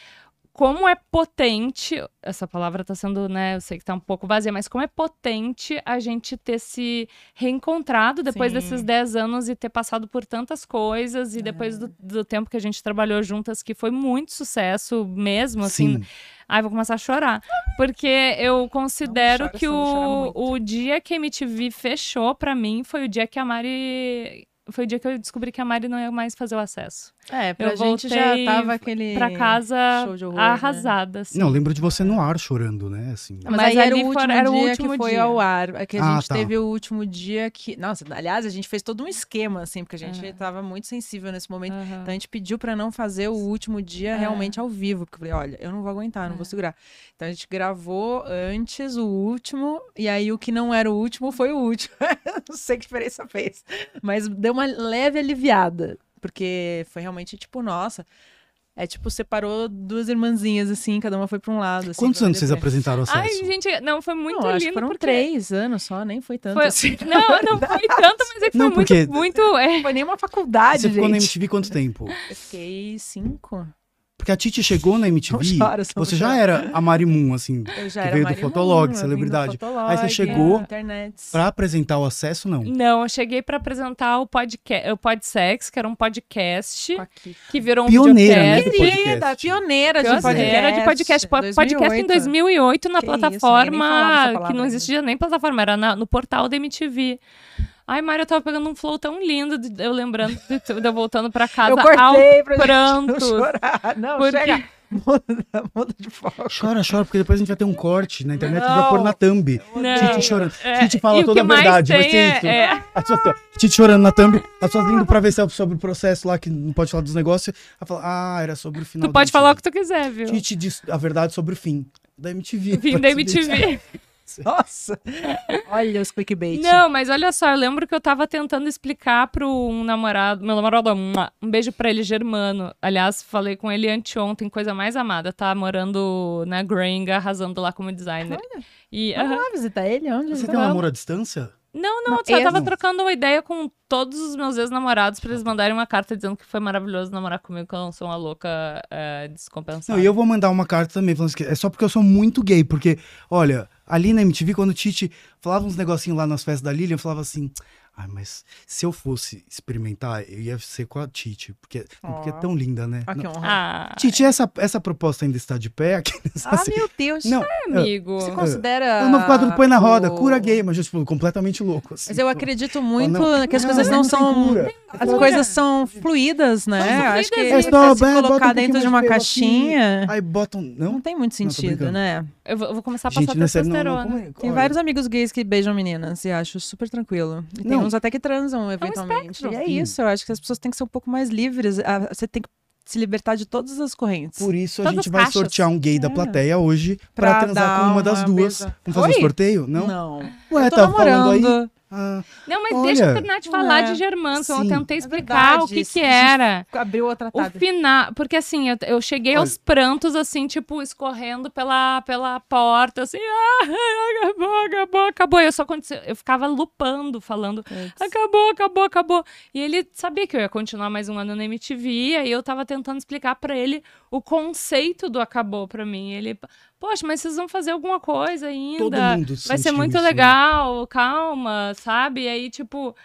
Speaker 2: como é potente. Essa palavra tá sendo, né? Eu sei que tá um pouco vazia, mas como é potente a gente ter se reencontrado depois
Speaker 3: Sim.
Speaker 2: desses 10 anos e ter passado por tantas coisas. E depois
Speaker 3: É.
Speaker 2: do, do tempo que a gente trabalhou juntas, que foi muito sucesso mesmo, assim.
Speaker 1: Sim.
Speaker 2: Ai, vou começar a chorar. Porque eu considero
Speaker 3: Não chora,
Speaker 2: que
Speaker 3: senão
Speaker 2: o,
Speaker 3: vou chorar
Speaker 2: o dia que a MTV fechou pra mim foi o dia que a Mari. Foi o dia que eu descobri que a Mari não ia mais fazer o acesso.
Speaker 3: É, pra
Speaker 2: Eu
Speaker 3: gente já
Speaker 2: voltei
Speaker 3: tava aquele.
Speaker 2: Pra casa
Speaker 3: É, show de horror, né?
Speaker 2: arrasada. assim.
Speaker 1: Não, eu lembro de você no ar chorando, né? Assim.
Speaker 3: Mas,
Speaker 2: Mas
Speaker 3: aí era o
Speaker 2: ali
Speaker 3: último
Speaker 2: fora- era o
Speaker 3: dia
Speaker 2: último
Speaker 3: que foi
Speaker 2: dia.
Speaker 3: ao ar. É que a
Speaker 1: Ah,
Speaker 3: gente
Speaker 1: tá.
Speaker 3: teve o último dia que. Nossa, aliás, a gente fez todo um esquema, assim, porque a
Speaker 2: É.
Speaker 3: gente tava muito sensível nesse momento.
Speaker 2: Aham.
Speaker 1: tá
Speaker 3: Então a gente pediu pra não fazer o último dia
Speaker 2: É.
Speaker 3: realmente ao vivo, porque eu falei, olha, eu não vou aguentar, não vou segurar. Então a gente gravou antes o último, e aí o que não era o último foi o último. (laughs) não sei que diferença fez, mas deu uma leve aliviada, porque foi realmente tipo, nossa, é tipo separou duas irmãzinhas assim, cada uma foi pra um lado. assim,
Speaker 1: Quantos
Speaker 3: pra
Speaker 1: anos vocês
Speaker 3: poder-
Speaker 1: apresentaram o acesso?
Speaker 2: Ai, gente, não, foi muito
Speaker 3: não,
Speaker 2: lindo.
Speaker 3: acho que foram
Speaker 2: porque
Speaker 3: três anos só, nem foi tanto.
Speaker 2: foi-
Speaker 3: assim. (laughs)
Speaker 2: Não, não foi tanto, mas é que
Speaker 1: Não,
Speaker 2: foi
Speaker 1: porque-
Speaker 2: muito, muito. é,
Speaker 3: Não foi nem uma faculdade,
Speaker 1: Você ficou na
Speaker 3: gente.
Speaker 1: MTV quanto tempo?
Speaker 3: Eu fiquei cinco.
Speaker 1: Porque a Titi chegou na MTV,
Speaker 3: Não chora, só
Speaker 1: você
Speaker 3: não
Speaker 1: já
Speaker 3: chora.
Speaker 1: era a Mari Moon, assim,
Speaker 3: Eu já
Speaker 1: Que
Speaker 3: era
Speaker 1: veio do
Speaker 3: Marimum,
Speaker 1: Fotolog,
Speaker 3: eu vim do
Speaker 1: celebridade.
Speaker 3: Fotolog, é,
Speaker 1: Aí você chegou
Speaker 3: internet.
Speaker 1: pra apresentar o acesso, não.
Speaker 2: Não, eu cheguei pra apresentar o, podca... o Podsex, que era um podcast
Speaker 3: Com a Kika.
Speaker 2: que virou um
Speaker 1: Pioneira, né?
Speaker 2: videocast.
Speaker 1: do
Speaker 3: Querida,
Speaker 1: podcast.
Speaker 3: pioneira de
Speaker 2: Pioneira
Speaker 3: podcast.
Speaker 2: Era de podcast. Po- Podcast em 2008 na
Speaker 3: Que isso, ninguém nem falava essa
Speaker 2: plataforma
Speaker 3: palavra
Speaker 2: que não
Speaker 3: ainda.
Speaker 2: existia nem plataforma, era na- no portal da MTV. Ai, Mário, eu tava pegando um flow tão lindo, de- eu lembrando, de, tu- de eu voltando pra casa
Speaker 3: Eu
Speaker 2: ao
Speaker 3: cortei pra
Speaker 2: pranto.
Speaker 3: gente não chorar. Não,
Speaker 2: Porque-
Speaker 3: chega. (laughs) Muda, muda de foco.
Speaker 1: Chora, chora, porque depois a gente vai ter um corte na internet e vai
Speaker 3: Não.
Speaker 1: pôr na thumb.
Speaker 2: Não.
Speaker 1: Titi chorando.
Speaker 2: É,
Speaker 1: Titi
Speaker 2: e
Speaker 1: fala
Speaker 2: o
Speaker 1: toda a
Speaker 2: que mais
Speaker 1: verdade, vai
Speaker 2: tem
Speaker 1: ser
Speaker 2: é-
Speaker 1: isso.
Speaker 2: é-
Speaker 1: As pessoas- Titi chorando na thumb, as pessoas indo pra ver se é sobre o processo lá, que não pode falar dos negócios. Ela fala, ah, era sobre o final
Speaker 2: tu
Speaker 1: da
Speaker 2: pode
Speaker 1: MTV.
Speaker 2: falar o que tu quiser, viu?
Speaker 1: Titi diz a verdade sobre o fim da MTV.
Speaker 2: Fim da MTV.
Speaker 3: Nossa. Olha os clickbait.
Speaker 2: Não, mas olha só, eu lembro que eu tava tentando explicar pro um namorado, meu namorado, mua, um beijo pra ele, Germano. Aliás, falei com ele anteontem, coisa mais amada, tá morando na Gringa, arrasando lá como designer. E,
Speaker 1: Ah.
Speaker 3: Vamos
Speaker 2: aham.
Speaker 3: lá visitar ele? Onde?
Speaker 1: Você
Speaker 3: ele
Speaker 1: tem um
Speaker 3: tá?
Speaker 1: namoro à distância?
Speaker 2: Não, não,
Speaker 3: Não,
Speaker 2: eu só tava
Speaker 1: eu-
Speaker 2: trocando uma ideia com todos os meus ex-namorados pra eles mandarem uma carta dizendo que foi maravilhoso namorar comigo, que eu não sou uma louca eh,
Speaker 1: Não,
Speaker 2: descompensada.
Speaker 1: e eu vou mandar uma carta também, falando que é só porque eu sou muito gay, porque, olha, ali na MTV, quando o Titi falava uns negocinhos lá nas festas da Lilian, eu falava assim, ai, mas se eu fosse experimentar, eu ia ser com a Titi, porque, não, porque é
Speaker 3: Ó.
Speaker 1: tão linda, né?
Speaker 3: Ah, que
Speaker 1: Não.
Speaker 3: honra.
Speaker 2: Ah,
Speaker 1: Titi, essa, essa proposta ainda está de pé? (laughs) Aqui,
Speaker 3: Ah,
Speaker 1: assim.
Speaker 3: meu Deus.
Speaker 1: Não,
Speaker 2: amigo.
Speaker 3: Você considera.
Speaker 1: é o novo quadro do Põe na Roda,
Speaker 3: o-
Speaker 1: cura gay, mas tipo, completamente louco. assim.
Speaker 3: Mas eu acredito muito
Speaker 1: não.
Speaker 3: que as coisas
Speaker 1: Não, não
Speaker 3: não
Speaker 1: tem
Speaker 3: são
Speaker 1: cura.
Speaker 3: As coisas são fluídas, né?
Speaker 2: São
Speaker 3: Acho que
Speaker 2: fluídas,
Speaker 3: se
Speaker 2: né?
Speaker 1: Só, vai, bota um
Speaker 3: colocar
Speaker 1: pouquinho mais
Speaker 3: dentro de
Speaker 1: de
Speaker 3: uma
Speaker 1: pelo aqui.
Speaker 3: caixinha,
Speaker 1: Aí botam,
Speaker 3: não
Speaker 1: não?
Speaker 3: tem muito
Speaker 1: Não, tô
Speaker 3: sentido,
Speaker 1: brincando.
Speaker 3: né?
Speaker 2: Eu vou, eu vou começar a passar
Speaker 1: Gente, não é sério, não, não,
Speaker 2: testosterona.
Speaker 1: como é-
Speaker 3: Tem
Speaker 1: olha.
Speaker 3: vários amigos gays que beijam meninas e acho super tranquilo. E tem
Speaker 1: Não. um
Speaker 3: uns até que transam, eventualmente.
Speaker 2: espectro.
Speaker 3: e é
Speaker 1: Sim.
Speaker 3: isso, eu acho que as pessoas têm que ser um pouco mais livres. a- Você tem que se libertar de todas as correntes.
Speaker 1: Por isso a
Speaker 2: Todas
Speaker 1: gente
Speaker 2: as
Speaker 1: vai
Speaker 2: caixas.
Speaker 1: sortear um gay da
Speaker 3: É.
Speaker 1: plateia hoje
Speaker 3: Pra
Speaker 1: pra
Speaker 3: dar
Speaker 1: transar com uma das
Speaker 3: uma
Speaker 1: duas.
Speaker 3: beija-
Speaker 1: Vamos fazer
Speaker 3: Oi?
Speaker 1: um sorteio? Não?
Speaker 3: Não.
Speaker 1: Ué,
Speaker 3: eu tô
Speaker 1: tá falando aí.
Speaker 3: namorando.
Speaker 1: Ah,
Speaker 2: Não, mas
Speaker 1: Olha.
Speaker 2: deixa eu terminar de
Speaker 3: Não
Speaker 2: falar
Speaker 3: é.
Speaker 2: de Germanson.
Speaker 1: Sim.
Speaker 2: Eu tentei
Speaker 3: É
Speaker 2: explicar o
Speaker 3: verdade,
Speaker 2: que,
Speaker 3: isso
Speaker 2: que
Speaker 3: a gente
Speaker 2: era.
Speaker 3: Abriu a tratada.
Speaker 2: O final, porque assim, eu, eu cheguei
Speaker 1: Olha.
Speaker 2: aos prantos, assim, tipo, escorrendo pela, pela porta, assim, ah, acabou, acabou, acabou. E Eu só aconteceu, eu ficava lupando, falando, acabou, acabou, acabou. E ele sabia que eu ia continuar mais um ano na MTV, aí eu tava tentando explicar pra ele o conceito do acabou pra mim. E ele, poxa, mas vocês vão fazer alguma coisa ainda?
Speaker 1: todo mundo
Speaker 2: Vai ser
Speaker 1: sentiu
Speaker 2: muito
Speaker 1: isso, né?
Speaker 2: legal, calma, sabe? E aí, tipo.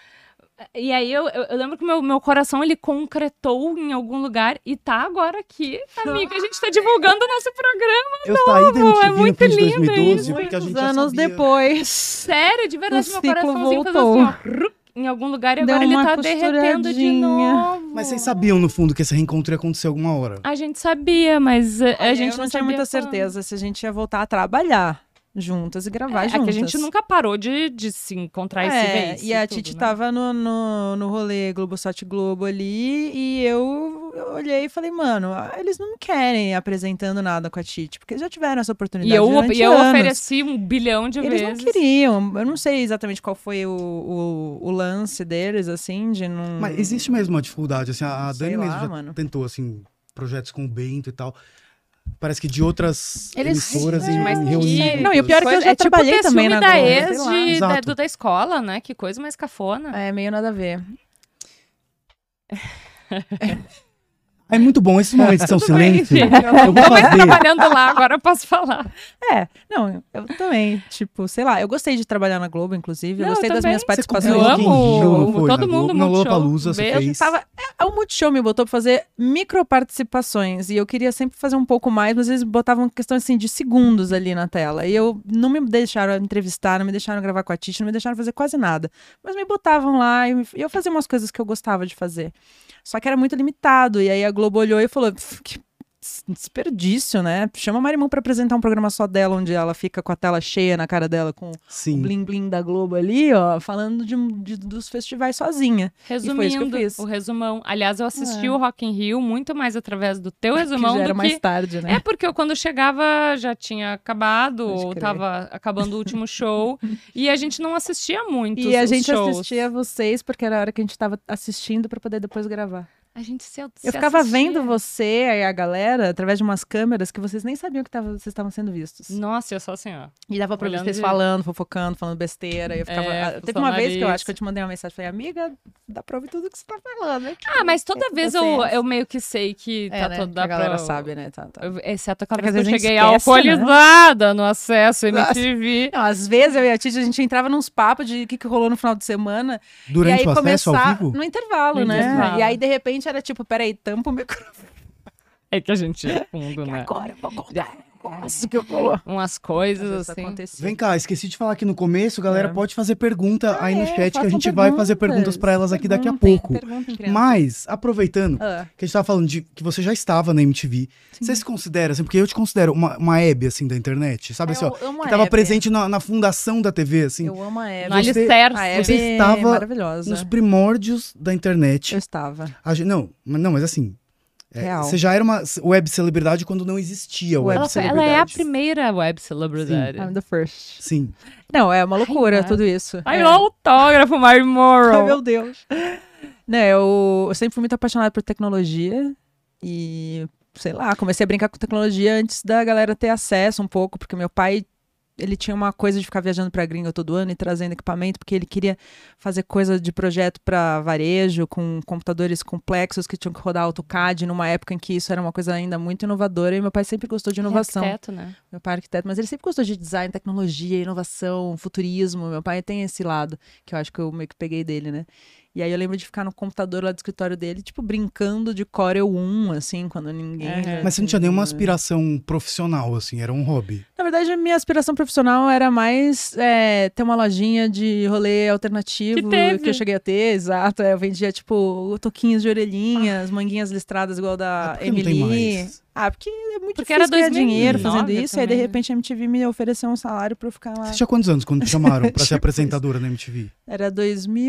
Speaker 2: E aí eu, eu- eu lembro que meu, meu coração ele concretou em algum lugar e tá agora aqui, amiga. A gente tá divulgando o nosso programa.
Speaker 1: Eu saí da MTV no
Speaker 2: Novo, é muito
Speaker 1: fim de
Speaker 2: lindo
Speaker 1: 2012,
Speaker 2: isso.
Speaker 1: porque a gente
Speaker 3: Muitos
Speaker 1: já
Speaker 3: anos
Speaker 1: sabia. É,
Speaker 3: depois.
Speaker 2: Sério, de verdade,
Speaker 3: O
Speaker 2: meu
Speaker 3: ciclo
Speaker 2: coraçãozinho fez
Speaker 3: voltou.
Speaker 2: assim, ó, ruc, em algum lugar e
Speaker 3: Deu
Speaker 2: agora ele
Speaker 3: uma
Speaker 2: tá derretendo de
Speaker 3: costuradinha.
Speaker 2: novo.
Speaker 1: Mas vocês sabiam, no fundo, que esse reencontro ia acontecer alguma hora.
Speaker 2: A gente sabia, mas eh, a gente
Speaker 3: eu
Speaker 2: não
Speaker 3: não tinha
Speaker 2: sabia
Speaker 3: muita
Speaker 2: quando.
Speaker 3: certeza se a gente ia voltar a trabalhar. juntas e gravar
Speaker 2: é,
Speaker 3: juntas.
Speaker 2: que a gente nunca parou de, de se encontrar e se ver.
Speaker 3: É,
Speaker 2: isso
Speaker 3: e a
Speaker 2: tudo,
Speaker 3: Titi
Speaker 2: né?
Speaker 3: tava no, no, no rolê Globosat Globo ali e eu olhei e falei, mano, ah, eles não me querem apresentando nada com a Titi, porque eles já tiveram essa oportunidade
Speaker 2: E eu,
Speaker 3: durante
Speaker 2: e eu
Speaker 3: anos.
Speaker 2: ofereci um bilhão de
Speaker 3: Eles não
Speaker 2: vezes.
Speaker 3: queriam, eu não sei exatamente qual foi o, o, o lance deles, assim, de
Speaker 2: Hum.
Speaker 3: não...
Speaker 1: Mas existe mesmo uma dificuldade, assim, a, a
Speaker 3: Sei
Speaker 1: Dani
Speaker 3: lá,
Speaker 1: mesmo já
Speaker 3: mano.
Speaker 1: tentou, assim, projetos com o Bento e tal. Parece que de outras
Speaker 2: Eles-
Speaker 1: emissoras
Speaker 2: Ai,
Speaker 1: e
Speaker 2: mas que-
Speaker 1: reunidas.
Speaker 3: Não, e o pior é que eu
Speaker 2: Coisa-
Speaker 3: já trabalhei
Speaker 2: tipo ter
Speaker 3: também
Speaker 2: ciúme
Speaker 3: na Globo,
Speaker 2: da
Speaker 3: sei
Speaker 2: ex
Speaker 3: lá.
Speaker 2: de- da,
Speaker 1: Exato.
Speaker 2: do- da escola, né? Que coisa mais cafona.
Speaker 3: É, meio nada a ver.
Speaker 1: É muito bom, esses momentos (laughs) são
Speaker 2: Tudo bem,
Speaker 1: silêncio.
Speaker 2: gente, eu
Speaker 1: Eu vou
Speaker 2: tô mais
Speaker 1: fazer.
Speaker 2: trabalhando lá, agora eu posso falar.
Speaker 3: É, não, eu também, tipo, sei lá, eu gostei de trabalhar na Globo, inclusive,
Speaker 2: Não,
Speaker 3: eu
Speaker 2: eu
Speaker 3: gostei das
Speaker 2: também.
Speaker 3: minhas
Speaker 2: Você
Speaker 3: participações.
Speaker 2: Eu
Speaker 1: Não,
Speaker 2: amo
Speaker 1: Rock in Rio, não foi,
Speaker 2: todo
Speaker 1: na
Speaker 2: mundo
Speaker 1: Globo. Não,
Speaker 2: Multishow.
Speaker 1: Lollapalooza, você
Speaker 2: Beijo,
Speaker 1: fez.
Speaker 3: Tava, é, o Multishow me botou pra fazer micro participações e eu queria sempre fazer um pouco mais, mas eles botavam questão assim de segundos ali na tela. E eu não me deixaram entrevistar, não me deixaram gravar com a Titi, não me deixaram fazer quase nada. Mas me botavam lá e me- e eu fazia umas coisas que eu gostava de fazer. Só que era muito limitado. E aí a Globo olhou e falou: "Pff, que desperdício, né? Chama a Marimun pra apresentar um programa só dela, onde ela fica com a tela cheia na cara dela, com o
Speaker 1: Sim.
Speaker 3: bling bling da Globo ali, ó, falando de, um, de- dos festivais sozinha. E foi isso que eu
Speaker 2: Resumindo,
Speaker 3: fiz.
Speaker 2: o resumão. Aliás, eu assisti
Speaker 3: É.
Speaker 2: o Rock in Rio muito mais através do teu
Speaker 3: Que
Speaker 2: resumão
Speaker 3: já era
Speaker 2: do
Speaker 3: mais
Speaker 2: que...
Speaker 3: tarde, né?
Speaker 2: É porque eu, quando chegava já tinha acabado,
Speaker 3: Pode
Speaker 2: ou
Speaker 3: crer.
Speaker 2: tava acabando o último show, e a gente não assistia muito
Speaker 3: E a
Speaker 2: os
Speaker 3: gente
Speaker 2: shows.
Speaker 3: assistia vocês porque era a hora que a gente tava assistindo pra poder depois gravar.
Speaker 2: A gente se, se
Speaker 3: Eu ficava
Speaker 2: assistia.
Speaker 3: vendo você e a galera através de umas câmeras que vocês nem sabiam que tava- vocês estavam sendo vistos.
Speaker 2: Nossa, eu só assim, ó.
Speaker 3: E dava pra ver
Speaker 2: Olhando
Speaker 3: vocês
Speaker 2: de-
Speaker 3: falando, fofocando, falando besteira. E eu ficava.
Speaker 2: É,
Speaker 3: ah, Teve uma vez que eu
Speaker 2: funcionário.
Speaker 3: acho que eu te mandei uma mensagem, falei, amiga, dá pra ouvir tudo que você tá falando. aqui."
Speaker 2: Ah, mas toda vez eu,
Speaker 3: vocês.
Speaker 2: eu meio que sei que
Speaker 3: assim. É,
Speaker 2: tá
Speaker 3: né?
Speaker 2: toda
Speaker 3: que a galera sabe, né? Tá, tá.
Speaker 2: Exceto aquela
Speaker 3: É que
Speaker 2: vez
Speaker 3: às
Speaker 2: que eu
Speaker 3: vezes a gente
Speaker 2: cheguei
Speaker 3: esquece, né?
Speaker 2: alcoolizada no acesso
Speaker 3: Nossa.
Speaker 2: MTV.
Speaker 3: Não, às vezes eu e a Titi, a gente entrava nos papos de o que, que rolou no final de semana. e
Speaker 1: Durante
Speaker 3: aí
Speaker 1: o acesso
Speaker 3: começar
Speaker 1: ao vivo?
Speaker 3: no intervalo,
Speaker 2: No
Speaker 3: né?
Speaker 2: intervalo.
Speaker 3: E aí, de repente, era tipo, peraí, tampa o microfone
Speaker 2: É que a gente ia fundo, né?
Speaker 3: agora, vou contar. Nossa, que eu vou.
Speaker 2: Umas coisas assim.
Speaker 3: acontecia.
Speaker 1: Vem cá, esqueci de falar que no começo, galera,
Speaker 3: É.
Speaker 1: pode fazer pergunta aí no
Speaker 3: É,
Speaker 1: chat, que a
Speaker 3: façam
Speaker 1: gente vai fazer perguntas pra elas aqui daqui a pouco.
Speaker 3: Perguntem, crianças.
Speaker 1: Mas, aproveitando,
Speaker 3: Ah,
Speaker 1: que a gente tava falando de que você já estava na MTV, você se considera, assim, porque eu te considero uma, uma Hebe, assim, da internet, sabe assim, ó,
Speaker 3: eu amo a
Speaker 1: que tava
Speaker 3: Hebe.
Speaker 1: presente na, na fundação da TV, assim,
Speaker 3: Eu amo a Hebe.
Speaker 2: No
Speaker 1: Você-
Speaker 2: alicerce.
Speaker 3: A Hebe
Speaker 1: Você estava
Speaker 3: é maravilhosa.
Speaker 1: nos primórdios da internet.
Speaker 3: Eu estava.
Speaker 1: A gente- não, mas- não, mas assim, é,
Speaker 3: Real.
Speaker 1: você já era uma web celebridade quando não existia web
Speaker 3: Web
Speaker 2: Ela, foi- ela
Speaker 1: celebridade.
Speaker 2: é a primeira web celebridade.
Speaker 3: I'm the first.
Speaker 1: Sim.
Speaker 3: Não, é uma loucura
Speaker 2: mano.
Speaker 3: tudo isso.
Speaker 2: Ai,
Speaker 3: é.
Speaker 2: o autógrafo, Mary
Speaker 3: Ai,
Speaker 2: Morrow.
Speaker 3: meu Deus. Né, eu, eu sempre fui muito apaixonada por tecnologia e, sei lá, comecei a brincar com tecnologia antes da galera ter acesso um pouco, porque meu pai, ele tinha uma coisa de ficar viajando pra gringa todo ano e trazendo equipamento, porque ele queria fazer coisa de projeto para varejo, com computadores complexos que tinham que rodar AutoCAD numa época em que isso era uma coisa ainda muito inovadora e meu pai sempre gostou de inovação.
Speaker 2: Arquiteto,
Speaker 3: (laughs)
Speaker 2: né?
Speaker 3: Meu pai é arquiteto, mas ele sempre gostou de design, tecnologia, inovação, futurismo. Meu pai tem esse lado, que eu acho que eu meio que peguei dele, né? E aí eu lembro de ficar no computador lá do escritório dele, tipo, brincando de Corel 1, assim, quando ninguém.
Speaker 2: Aham.
Speaker 1: Mas você não tinha nenhuma aspiração profissional, assim, era um hobby.
Speaker 3: Na verdade, a minha aspiração profissional era mais é, ter uma lojinha de rolê alternativo
Speaker 2: Que teve.
Speaker 3: eu cheguei a ter, exato. é, eu vendia, tipo, toquinhos de orelhinhas, manguinhas listradas igual
Speaker 1: Ah,
Speaker 3: da
Speaker 1: por que não tem
Speaker 3: Emily.
Speaker 1: mais?
Speaker 3: Ah, porque é muito
Speaker 2: Porque era
Speaker 3: difícil ganhar dinheiro
Speaker 2: 2009
Speaker 3: fazendo isso. e aí, de
Speaker 2: também, né?
Speaker 3: repente, a MTV me ofereceu um salário pra eu ficar lá.
Speaker 1: Você tinha quantos anos quando te
Speaker 3: (laughs)
Speaker 1: chamaram pra
Speaker 3: Tipo
Speaker 1: ser apresentadora na MTV?
Speaker 3: Era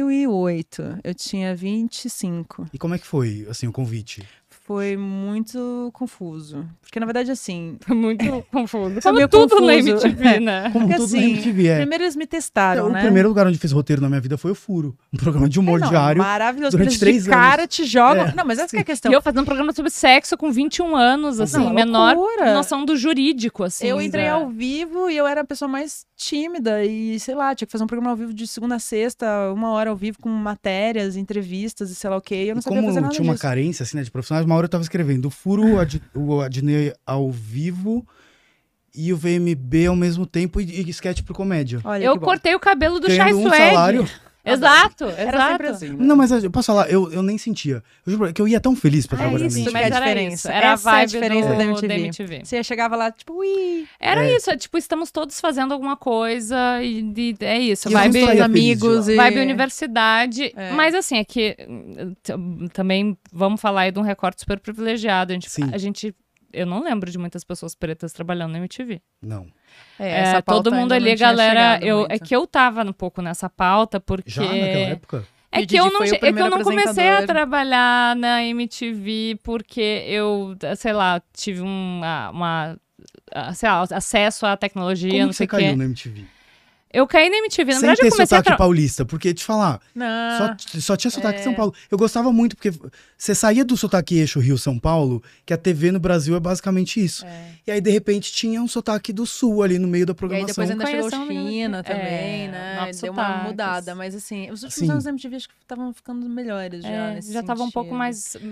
Speaker 3: 2008, eu tinha 25.
Speaker 1: E como é que foi, assim, o convite?
Speaker 3: Foi muito confuso. Porque, na verdade, assim.
Speaker 2: Foi muito confuso. Como
Speaker 3: meio
Speaker 2: tudo na
Speaker 3: confuso.
Speaker 2: MTV, né?
Speaker 1: Como
Speaker 3: Porque
Speaker 1: tudo na
Speaker 3: assim,
Speaker 1: MTV é.
Speaker 3: Primeiro eles me
Speaker 1: Então,
Speaker 3: testaram,
Speaker 1: o
Speaker 3: né? É,
Speaker 1: primeiro lugar onde fiz roteiro na minha vida foi o Furo. Um programa de humor
Speaker 3: Não,
Speaker 1: diário.
Speaker 3: Maravilhoso.
Speaker 1: durante
Speaker 3: eles
Speaker 1: três
Speaker 3: de
Speaker 1: anos.
Speaker 3: cara te jogam.
Speaker 1: É,
Speaker 3: Não, mas essa que é a questão.
Speaker 2: E eu fazendo um programa sobre sexo com 21 anos, assim,
Speaker 3: Não,
Speaker 2: menor
Speaker 3: loucura.
Speaker 2: noção do jurídico, assim.
Speaker 3: eu entrei
Speaker 2: da-
Speaker 3: ao vivo e eu era a pessoa mais tímida e, sei lá, tinha que fazer um programa ao vivo de segunda a sexta, uma hora ao vivo com matérias, entrevistas e sei lá o quê. E eu não
Speaker 1: E
Speaker 3: sabia
Speaker 1: como
Speaker 3: fazer
Speaker 1: tinha
Speaker 3: nada
Speaker 1: uma
Speaker 3: disso.
Speaker 1: carência, assim, né, de profissionais, uma hora eu tava escrevendo o Furo, a Di- o Adnei ao vivo e o VMB ao mesmo tempo e, e sketch pro comédia.
Speaker 3: Olha,
Speaker 2: Eu
Speaker 3: que bom.
Speaker 2: cortei o cabelo do Chai
Speaker 1: Ganhando um
Speaker 2: Suede.
Speaker 1: salário.
Speaker 2: Exato,
Speaker 3: Era
Speaker 2: exato.
Speaker 3: sempre assim. né?
Speaker 1: Não, mas eu posso falar, eu, eu nem sentia. Eu juro que eu ia tão feliz pra
Speaker 3: É
Speaker 1: trabalhar
Speaker 3: isso,
Speaker 1: na
Speaker 2: Sim,
Speaker 1: MTV.
Speaker 2: mas
Speaker 3: Essa é a
Speaker 2: era
Speaker 3: diferença.
Speaker 2: isso. Era a
Speaker 3: Essa é a
Speaker 2: vibe
Speaker 3: diferença
Speaker 2: do,
Speaker 3: da MTV.
Speaker 2: da MTV.
Speaker 3: Você chegava lá, tipo, ui,
Speaker 2: Era
Speaker 1: É.
Speaker 2: isso, é tipo, estamos todos fazendo alguma coisa e, de- é isso.
Speaker 1: E eu não
Speaker 2: Vibe,
Speaker 1: saía feliz
Speaker 3: amigos
Speaker 1: de
Speaker 3: e...
Speaker 2: vibe universidade.
Speaker 3: É.
Speaker 2: Mas assim, é que hum, t- também vamos falar aí de um recorte super privilegiado. A gente,
Speaker 1: Sim.
Speaker 2: a gente eu não lembro de muitas pessoas pretas trabalhando na MTV.
Speaker 1: Não.
Speaker 2: É, todo mundo ali, galera. Eu, é que eu tava um pouco nessa pauta, porque.
Speaker 1: Já naquela época?
Speaker 2: É
Speaker 3: E o
Speaker 2: que, eu
Speaker 3: Didi
Speaker 2: não,
Speaker 3: foi o
Speaker 2: che- é que eu
Speaker 3: primeiro
Speaker 2: não comecei a
Speaker 3: apresentador.
Speaker 2: trabalhar na MTV porque eu, sei lá, tive um, ah, uma, ah, sei lá, acesso à tecnologia,
Speaker 1: Como
Speaker 2: não
Speaker 1: que
Speaker 2: sei
Speaker 1: você
Speaker 2: o quê.
Speaker 1: caiu na MTV?
Speaker 2: Eu caí na MTV, na
Speaker 1: Sem
Speaker 2: verdade eu
Speaker 1: ter
Speaker 2: comecei a
Speaker 1: sotaque
Speaker 2: tra... Ah, é.
Speaker 1: paulista, porque te falar,
Speaker 3: Não.
Speaker 1: só, t- só tinha sotaque de São Paulo. Eu gostava muito, porque você saía do sotaque eixo Rio-São Paulo, que a TV no Brasil é basicamente isso.
Speaker 3: É.
Speaker 1: E aí, de repente, tinha um sotaque do sul ali no meio da
Speaker 3: E aí
Speaker 1: programação.
Speaker 3: depois ainda chegou
Speaker 2: Conheção mesmo.
Speaker 3: China também,
Speaker 2: É,
Speaker 3: né?
Speaker 2: novos
Speaker 3: Deu uma
Speaker 2: sotaques.
Speaker 3: mudada, mas assim, os últimos
Speaker 1: Sim.
Speaker 3: anos da MTV acho que estavam ficando melhores já
Speaker 2: É,
Speaker 3: nesse
Speaker 2: já tava um pouco
Speaker 3: sentido.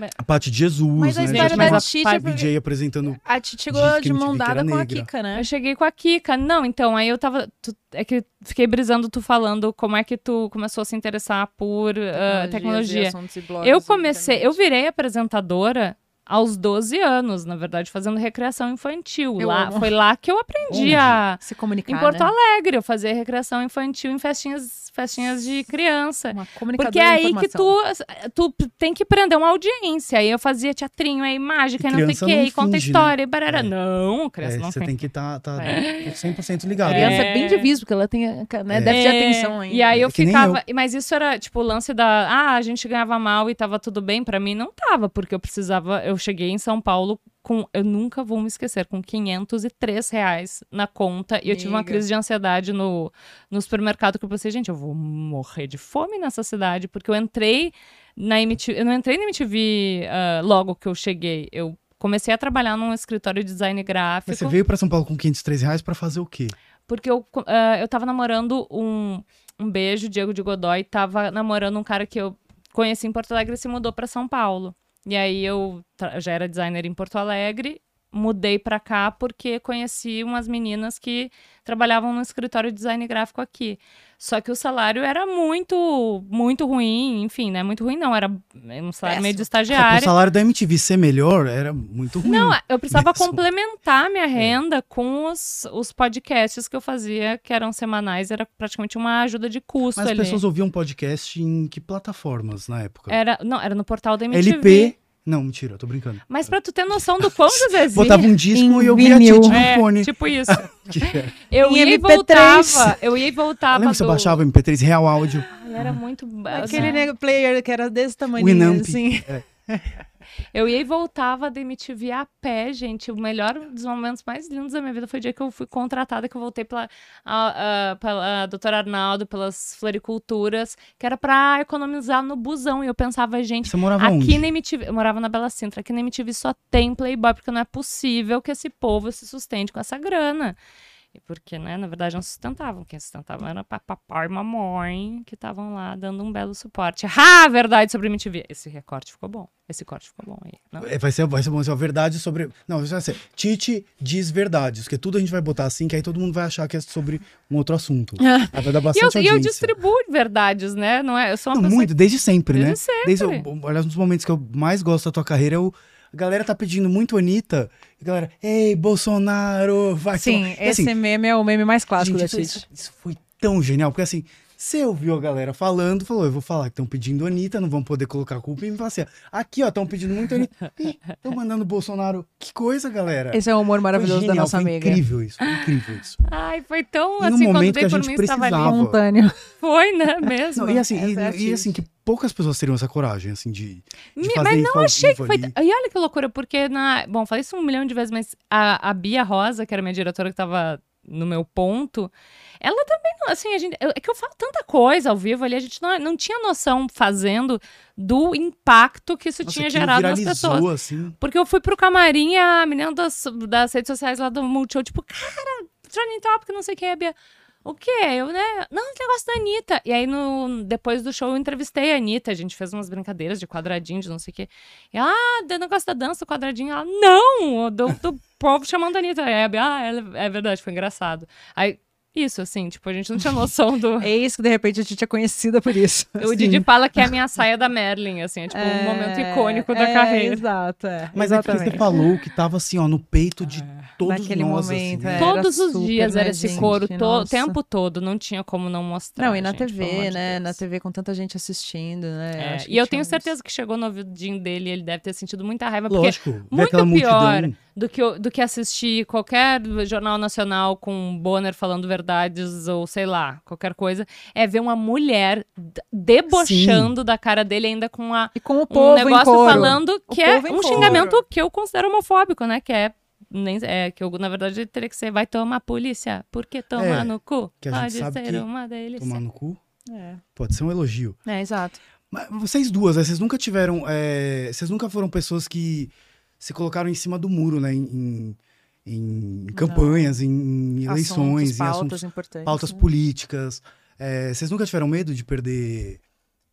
Speaker 3: (laughs)
Speaker 2: mais.
Speaker 1: A parte de Jesus,
Speaker 3: Mas a
Speaker 1: né?
Speaker 3: história
Speaker 1: Já
Speaker 3: da
Speaker 1: tinha uma
Speaker 3: Titi
Speaker 1: parte
Speaker 3: foi-
Speaker 1: DJ apresentando
Speaker 2: É,
Speaker 3: A Titi chegou
Speaker 1: Diz que
Speaker 3: de
Speaker 1: MTV
Speaker 3: mão
Speaker 1: que era
Speaker 3: dada com a
Speaker 1: negra.
Speaker 3: Kika, né?
Speaker 2: Eu cheguei com a Kika. Não, então, aí eu tava. tu- é que fiquei brisando tu falando como é que tu começou a se interessar por ah, tecnologia.
Speaker 3: assim,
Speaker 2: Eu comecei, eu virei apresentadora aos 12 anos, na verdade, fazendo recreação infantil.
Speaker 3: Eu
Speaker 2: Lá,
Speaker 3: amo.
Speaker 2: foi lá que eu aprendi
Speaker 1: Onde?
Speaker 2: a.
Speaker 3: se comunicar,
Speaker 2: Em Porto
Speaker 3: né?
Speaker 2: Alegre, eu fazia recreação infantil em festinhas, festinhas de criança.
Speaker 3: Uma comunicadora
Speaker 2: Porque é
Speaker 3: da
Speaker 2: aí que
Speaker 3: informação.
Speaker 2: tu, tu tem que prender uma audiência. Aí eu fazia teatrinho, aí mágica,
Speaker 1: E
Speaker 2: aí não sei
Speaker 1: criança
Speaker 2: o quê,
Speaker 1: não
Speaker 2: aí conta
Speaker 1: finge,
Speaker 2: história, e barará.
Speaker 1: É.
Speaker 2: Não, criança
Speaker 1: É,
Speaker 2: não
Speaker 1: você
Speaker 2: finge.
Speaker 1: tem que estar tá, tá 100% ligado.
Speaker 2: É.
Speaker 3: Criança é bem difícil, porque ela tem a- né,
Speaker 1: É.
Speaker 3: déficit de
Speaker 2: É,
Speaker 3: atenção ainda.
Speaker 2: E aí eu
Speaker 1: É que nem
Speaker 2: ficava. Mas isso era tipo o lance da. Ah, a gente ganhava mal e tava tudo bem. Pra mim não tava, porque eu precisava. Eu cheguei em São Paulo com. Eu nunca vou me esquecer, com 503 reais na conta. E eu tive uma
Speaker 3: Miga.
Speaker 2: crise de ansiedade no, no supermercado que eu pensei, gente, eu vou morrer de fome nessa cidade, porque eu entrei na MTV. Eu não entrei na MTV ah, logo que eu cheguei. Eu comecei a trabalhar num escritório de design gráfico.
Speaker 1: Mas você veio pra São Paulo com 503 reais pra fazer o quê?
Speaker 2: Porque eu, co- ah, eu tava namorando um, um beijo, Diego de Godoy, tava namorando um cara que eu conheci em Porto Alegre e se mudou pra São Paulo. E aí eu tra- já era designer em Porto Alegre, mudei pra cá porque conheci umas meninas que trabalhavam no escritório de design gráfico aqui. Só que o salário era muito, muito ruim, enfim, né? Muito ruim não, era um salário meio
Speaker 3: Péssimo.
Speaker 2: de
Speaker 1: É, pro
Speaker 2: estagiário.
Speaker 1: salário da MTV ser melhor era muito ruim.
Speaker 2: Não, eu precisava
Speaker 1: Hum. Mesmo. É.
Speaker 2: complementar minha renda com os, os podcasts que eu fazia, que eram semanais, era praticamente uma ajuda de custo
Speaker 1: Mas as
Speaker 2: ali.
Speaker 1: pessoas ouviam podcast em que plataformas na época?
Speaker 2: Era, não, era no portal da MTV.
Speaker 1: LP. Não, mentira, eu tô brincando.
Speaker 2: Mas pra tu ter noção do quão desezinho...
Speaker 1: Botava um disco
Speaker 3: em
Speaker 1: e eu via a Titi
Speaker 3: vinil.
Speaker 1: no
Speaker 2: é,
Speaker 1: fone.
Speaker 2: tipo isso.
Speaker 1: (laughs) Que era-
Speaker 2: Eu
Speaker 3: Em
Speaker 2: ia e
Speaker 3: MP3.
Speaker 2: voltava, eu ia e voltava
Speaker 1: Lembra que você
Speaker 2: do...
Speaker 1: baixava MP3 real áudio?
Speaker 2: Ai, Era muito... é. assim,
Speaker 3: Aquele nego player que era desse tamanho,
Speaker 1: Winamp.
Speaker 3: assim.
Speaker 2: Eu ia e voltava da MTV a pé, gente. O melhor, um dos momentos mais lindos da minha vida foi o dia que eu fui contratada, que eu voltei pela, a, a- pela doutora Arnaldo, pelas floriculturas, que era pra economizar no busão. E eu pensava, gente,
Speaker 1: Você morava
Speaker 2: aqui
Speaker 1: onde?
Speaker 2: na MTV, eu morava na Bela Sintra, aqui na MTV só tem Playboy, porque não é possível que esse povo se sustente com essa grana. E porque, né, na verdade não sustentavam. Quem sustentava era pa- papai e mamãe, que estavam lá dando um belo suporte. Ah, verdade sobre MTV. Esse recorte ficou bom. Esse corte ficou bom aí. Não?
Speaker 1: É, Vai ser, vai ser bom, assim, ó, verdade sobre... Não, isso vai ser... Tite diz verdades, porque tudo a gente vai botar assim, que aí todo mundo vai achar que é sobre um outro
Speaker 2: (laughs)
Speaker 1: assunto. Aí vai dar
Speaker 2: E eu,
Speaker 1: bastante
Speaker 2: e eu
Speaker 1: audiência.
Speaker 2: distribuo verdades, né? Não é, eu sou uma
Speaker 1: Não,
Speaker 2: pessoa
Speaker 1: muito, desde sempre,
Speaker 2: Desde
Speaker 1: né?
Speaker 2: sempre.
Speaker 1: Desde, o- aliás, um dos momentos que eu mais gosto da tua carreira é o. A galera tá pedindo muito Anitta. E a galera, ei, Bolsonaro, vai
Speaker 3: Sim,
Speaker 1: tomar-" E assim,
Speaker 3: esse meme é o meme mais clássico
Speaker 1: gente,
Speaker 3: da
Speaker 1: isso,
Speaker 3: Titi.
Speaker 1: isso, é, isso foi tão genial, porque assim, você ouviu a galera falando, falou, eu vou falar que estão pedindo Anitta, não vão poder colocar a culpa em mim. Fala assim, ó, aqui, ó, estão pedindo muito
Speaker 3: (laughs)
Speaker 1: Anitta. Ih, estão mandando Bolsonaro. Que coisa, galera.
Speaker 3: Esse é o humor
Speaker 1: Foi
Speaker 3: maravilhoso
Speaker 1: genial,
Speaker 3: da nossa
Speaker 1: foi
Speaker 3: amiga.
Speaker 1: incrível isso, foi incrível
Speaker 3: (laughs)
Speaker 1: isso.
Speaker 2: Ai, foi tão
Speaker 1: E no
Speaker 2: assim, quando
Speaker 1: momento que
Speaker 2: dei
Speaker 1: a
Speaker 2: por
Speaker 1: gente
Speaker 2: mim, estava ali.
Speaker 1: precisava.
Speaker 3: Espontâneo.
Speaker 2: Foi, né? (laughs) Mesmo.
Speaker 1: Não, e assim,
Speaker 3: essa é a
Speaker 1: e, e, assim, que poucas pessoas teriam essa coragem, assim, de, de
Speaker 2: Me-
Speaker 1: fazer
Speaker 2: mas
Speaker 1: isso
Speaker 2: não
Speaker 1: ao
Speaker 2: achei que
Speaker 1: vivo
Speaker 2: foi.
Speaker 1: ali.
Speaker 2: E olha que loucura, porque na. Bom, falei isso um milhão de vezes, mas a, a Bia Rosa, que era minha diretora que tava no meu ponto, ela também, não- assim, a gente. eu- é que eu falo tanta coisa ao vivo ali, a gente não, não tinha noção fazendo do impacto que isso
Speaker 1: Nossa,
Speaker 2: tinha
Speaker 1: aquilo
Speaker 2: gerado nas
Speaker 1: viralizou,
Speaker 2: pessoas.
Speaker 1: assim.
Speaker 2: Porque eu fui pro camarim e a menina das, das redes sociais lá do Multishow, tipo, cara, Trending Topic, não sei o que, a Bia. O quê? Eu, né? Não, esse negócio da Anitta. E aí, no, depois do show, eu entrevistei a Anitta. A gente fez umas brincadeiras de quadradinho, de não sei o quê. E ela, ah, do negócio da dança, do quadradinho. Ela, não! Do, do povo chamando a Anitta. Aí a Bia, ah, ela- é verdade, foi engraçado. Aí, isso, assim, tipo, a gente não tinha noção do...
Speaker 3: (laughs) Eis que de repente a Titi é conhecida por isso.
Speaker 1: (laughs) Assim,
Speaker 2: O Didi fala que é a minha saia da Merlin, assim. É, tipo, um momento icônico da
Speaker 3: é,
Speaker 2: carreira.
Speaker 3: Exato, é.
Speaker 1: Mas é porque
Speaker 3: Exatamente. Ah,
Speaker 1: você falou que tava assim, ó, no peito de todos
Speaker 3: Naquele
Speaker 1: nós,
Speaker 3: momento,
Speaker 1: assim. né?
Speaker 3: é. Era
Speaker 2: Todos os
Speaker 3: super,
Speaker 2: dias
Speaker 3: né,
Speaker 2: era esse
Speaker 3: gente?
Speaker 2: couro, to- o
Speaker 3: Nossa.
Speaker 2: tempo todo, não tinha como não mostrar.
Speaker 3: Não, e na
Speaker 2: gente, pelo amor
Speaker 3: TV,
Speaker 2: de
Speaker 3: né?
Speaker 2: Deus.
Speaker 3: Na TV com tanta gente assistindo, né?
Speaker 2: É,
Speaker 3: acho que
Speaker 2: e eu
Speaker 3: tinha
Speaker 2: tenho
Speaker 3: isso.
Speaker 2: certeza que chegou no ouvidinho dele e ele deve ter sentido muita raiva, porque
Speaker 1: Lógico, vê
Speaker 2: muito
Speaker 1: aquela
Speaker 2: pior
Speaker 1: multidão.
Speaker 2: do que, o- do que assistir qualquer jornal nacional com um Bonner falando verdades ou sei lá, qualquer coisa, é ver uma mulher d- debochando da cara dele ainda com a,
Speaker 3: E com o
Speaker 2: um
Speaker 3: povo em
Speaker 2: negócio
Speaker 3: coro.
Speaker 2: falando que é
Speaker 3: povo em
Speaker 2: um
Speaker 3: coro.
Speaker 2: xingamento que eu considero homofóbico, né? Que é. Nem, é que eu, na verdade, teria que ser vai tomar polícia, porque tomar
Speaker 1: É,
Speaker 2: no cu
Speaker 1: que a gente
Speaker 2: pode
Speaker 1: sabe
Speaker 2: ser
Speaker 1: que
Speaker 2: uma delícia.
Speaker 1: Tomar no cu?
Speaker 3: É.
Speaker 1: Pode ser um elogio.
Speaker 3: É, exato.
Speaker 1: Mas vocês duas, né? Vocês nunca tiveram. é, Vocês nunca foram pessoas que se colocaram em cima do muro, né? Em, em- em campanhas, em eleições,
Speaker 3: Assuntos,
Speaker 1: em
Speaker 3: pautas
Speaker 1: assuntos,
Speaker 3: importantes.
Speaker 1: pautas
Speaker 3: né?
Speaker 1: políticas. É, vocês nunca tiveram medo de perder,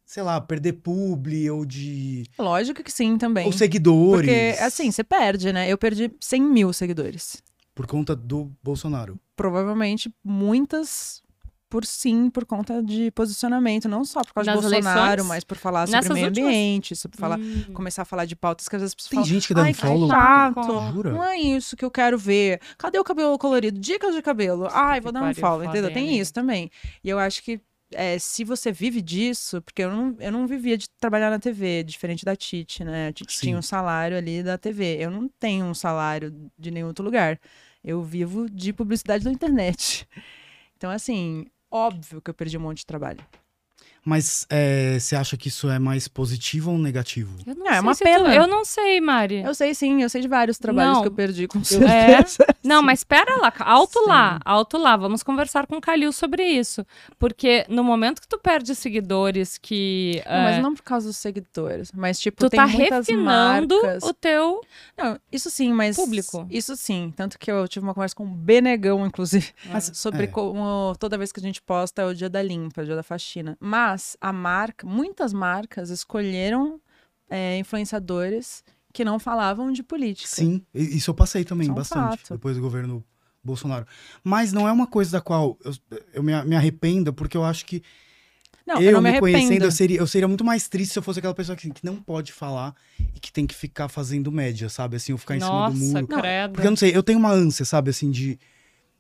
Speaker 1: sei lá, perder publi ou de.
Speaker 3: Lógico que sim também.
Speaker 1: ou seguidores.
Speaker 3: Porque, assim, você perde, né? Eu perdi 100 mil seguidores.
Speaker 1: Por conta do Bolsonaro.
Speaker 3: Provavelmente muitas por sim, por conta de posicionamento, não só por causa
Speaker 2: Nas
Speaker 3: de Bolsonaro,
Speaker 2: eleições?
Speaker 3: mas por falar sobre
Speaker 2: Nessas
Speaker 3: o meio
Speaker 2: últimas?
Speaker 3: ambiente, sobre falar,
Speaker 2: Hum.
Speaker 3: começar a falar de pautas que às vezes as pessoas
Speaker 1: Tem
Speaker 3: falam,
Speaker 1: gente que dá
Speaker 3: ai,
Speaker 1: um
Speaker 3: que
Speaker 1: follow.
Speaker 3: chato.
Speaker 1: Jura?
Speaker 3: Não é isso que eu quero ver. Cadê o cabelo colorido? Dicas de cabelo. Ai,
Speaker 2: que
Speaker 3: vou dar um
Speaker 2: pariu,
Speaker 3: follow,
Speaker 2: foda,
Speaker 3: entendeu?
Speaker 2: hein,
Speaker 3: Tem
Speaker 2: amiga?
Speaker 3: isso também. E eu acho que é, se você vive disso, porque eu não, eu não vivia de trabalhar na TV, diferente da Tite, né? A Tite
Speaker 1: Sim.
Speaker 3: tinha um salário ali da TV. Eu não tenho um salário de nenhum outro lugar. Eu vivo de publicidade na internet. (laughs) Então, assim, óbvio que eu perdi um monte de trabalho.
Speaker 1: Mas é, você acha que isso é mais positivo ou negativo?
Speaker 2: Eu não
Speaker 3: Ah, é
Speaker 2: sei
Speaker 3: uma
Speaker 2: se
Speaker 3: pena.
Speaker 2: Eu não sei, Mari.
Speaker 3: Eu sei sim, eu sei de vários trabalhos
Speaker 2: É. Não.
Speaker 3: que eu perdi, com
Speaker 2: É.
Speaker 3: certeza.
Speaker 2: Não, mas pera lá, alto
Speaker 3: Sim.
Speaker 2: lá, alto lá. Vamos conversar com o Calil sobre isso. Porque no momento que tu perde seguidores que.
Speaker 3: Não, mas
Speaker 2: eh,
Speaker 3: não por causa dos seguidores, mas tipo,
Speaker 2: tu
Speaker 3: tem
Speaker 2: tá
Speaker 3: muitas
Speaker 2: refinando
Speaker 3: marcas.
Speaker 2: o teu.
Speaker 3: Não, isso sim, mas
Speaker 2: Público.
Speaker 3: Isso sim, tanto que eu tive uma conversa com o Benegão inclusive, sobre
Speaker 1: é.
Speaker 3: como toda vez que a gente posta é o dia da limpa, o dia da faxina. Mas a marca, muitas marcas escolheram é, influenciadores que não falavam de política.
Speaker 1: Sim, i- isso eu passei também
Speaker 3: Isso é um
Speaker 1: bastante,
Speaker 3: fato.
Speaker 1: depois do governo Bolsonaro. Mas não é uma coisa da qual eu, eu me, me arrependa, porque eu acho que
Speaker 3: Não,
Speaker 1: eu,
Speaker 3: eu não me,
Speaker 1: me conhecendo,
Speaker 3: arrependo.
Speaker 1: eu seria, eu seria muito mais triste se eu fosse aquela pessoa que, assim, que não pode falar e que tem que ficar fazendo média, sabe? Assim, eu ficar em
Speaker 2: Nossa,
Speaker 1: cima do muro.
Speaker 2: credo.
Speaker 1: Porque eu não sei, eu tenho uma ânsia, sabe, assim, de,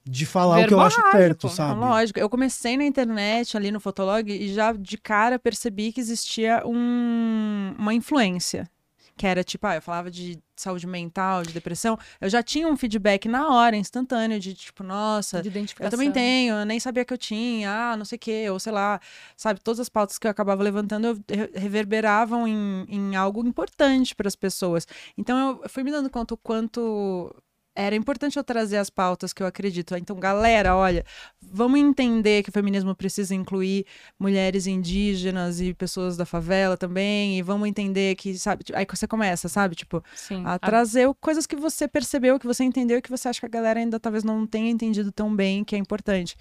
Speaker 1: de falar o que eu acho
Speaker 2: Verborrágico,
Speaker 1: certo,
Speaker 2: é
Speaker 3: Não,
Speaker 1: sabe?
Speaker 3: Lógico, eu comecei na internet ali no Fotolog e já de cara percebi que existia um- uma influência. Que era tipo, ah, eu falava de saúde mental, de depressão. Eu já tinha um feedback na hora, instantâneo, de tipo, nossa,
Speaker 2: De identificação.
Speaker 3: eu também tenho, eu nem sabia que eu tinha, ah, não sei o quê, ou sei lá, sabe, todas as pautas que eu acabava levantando eu re- reverberavam em, em algo importante para as pessoas. Então eu fui me dando conta o quanto era importante eu trazer as pautas que eu acredito. Ah, Então, galera, olha, vamos entender que o feminismo precisa incluir mulheres indígenas e pessoas da favela também, e vamos entender que, sabe, aí você começa, sabe, tipo,
Speaker 2: Sim.
Speaker 3: a trazer o- coisas que você percebeu, que você entendeu, que você acha que a galera ainda talvez não tenha entendido tão bem, que é importante.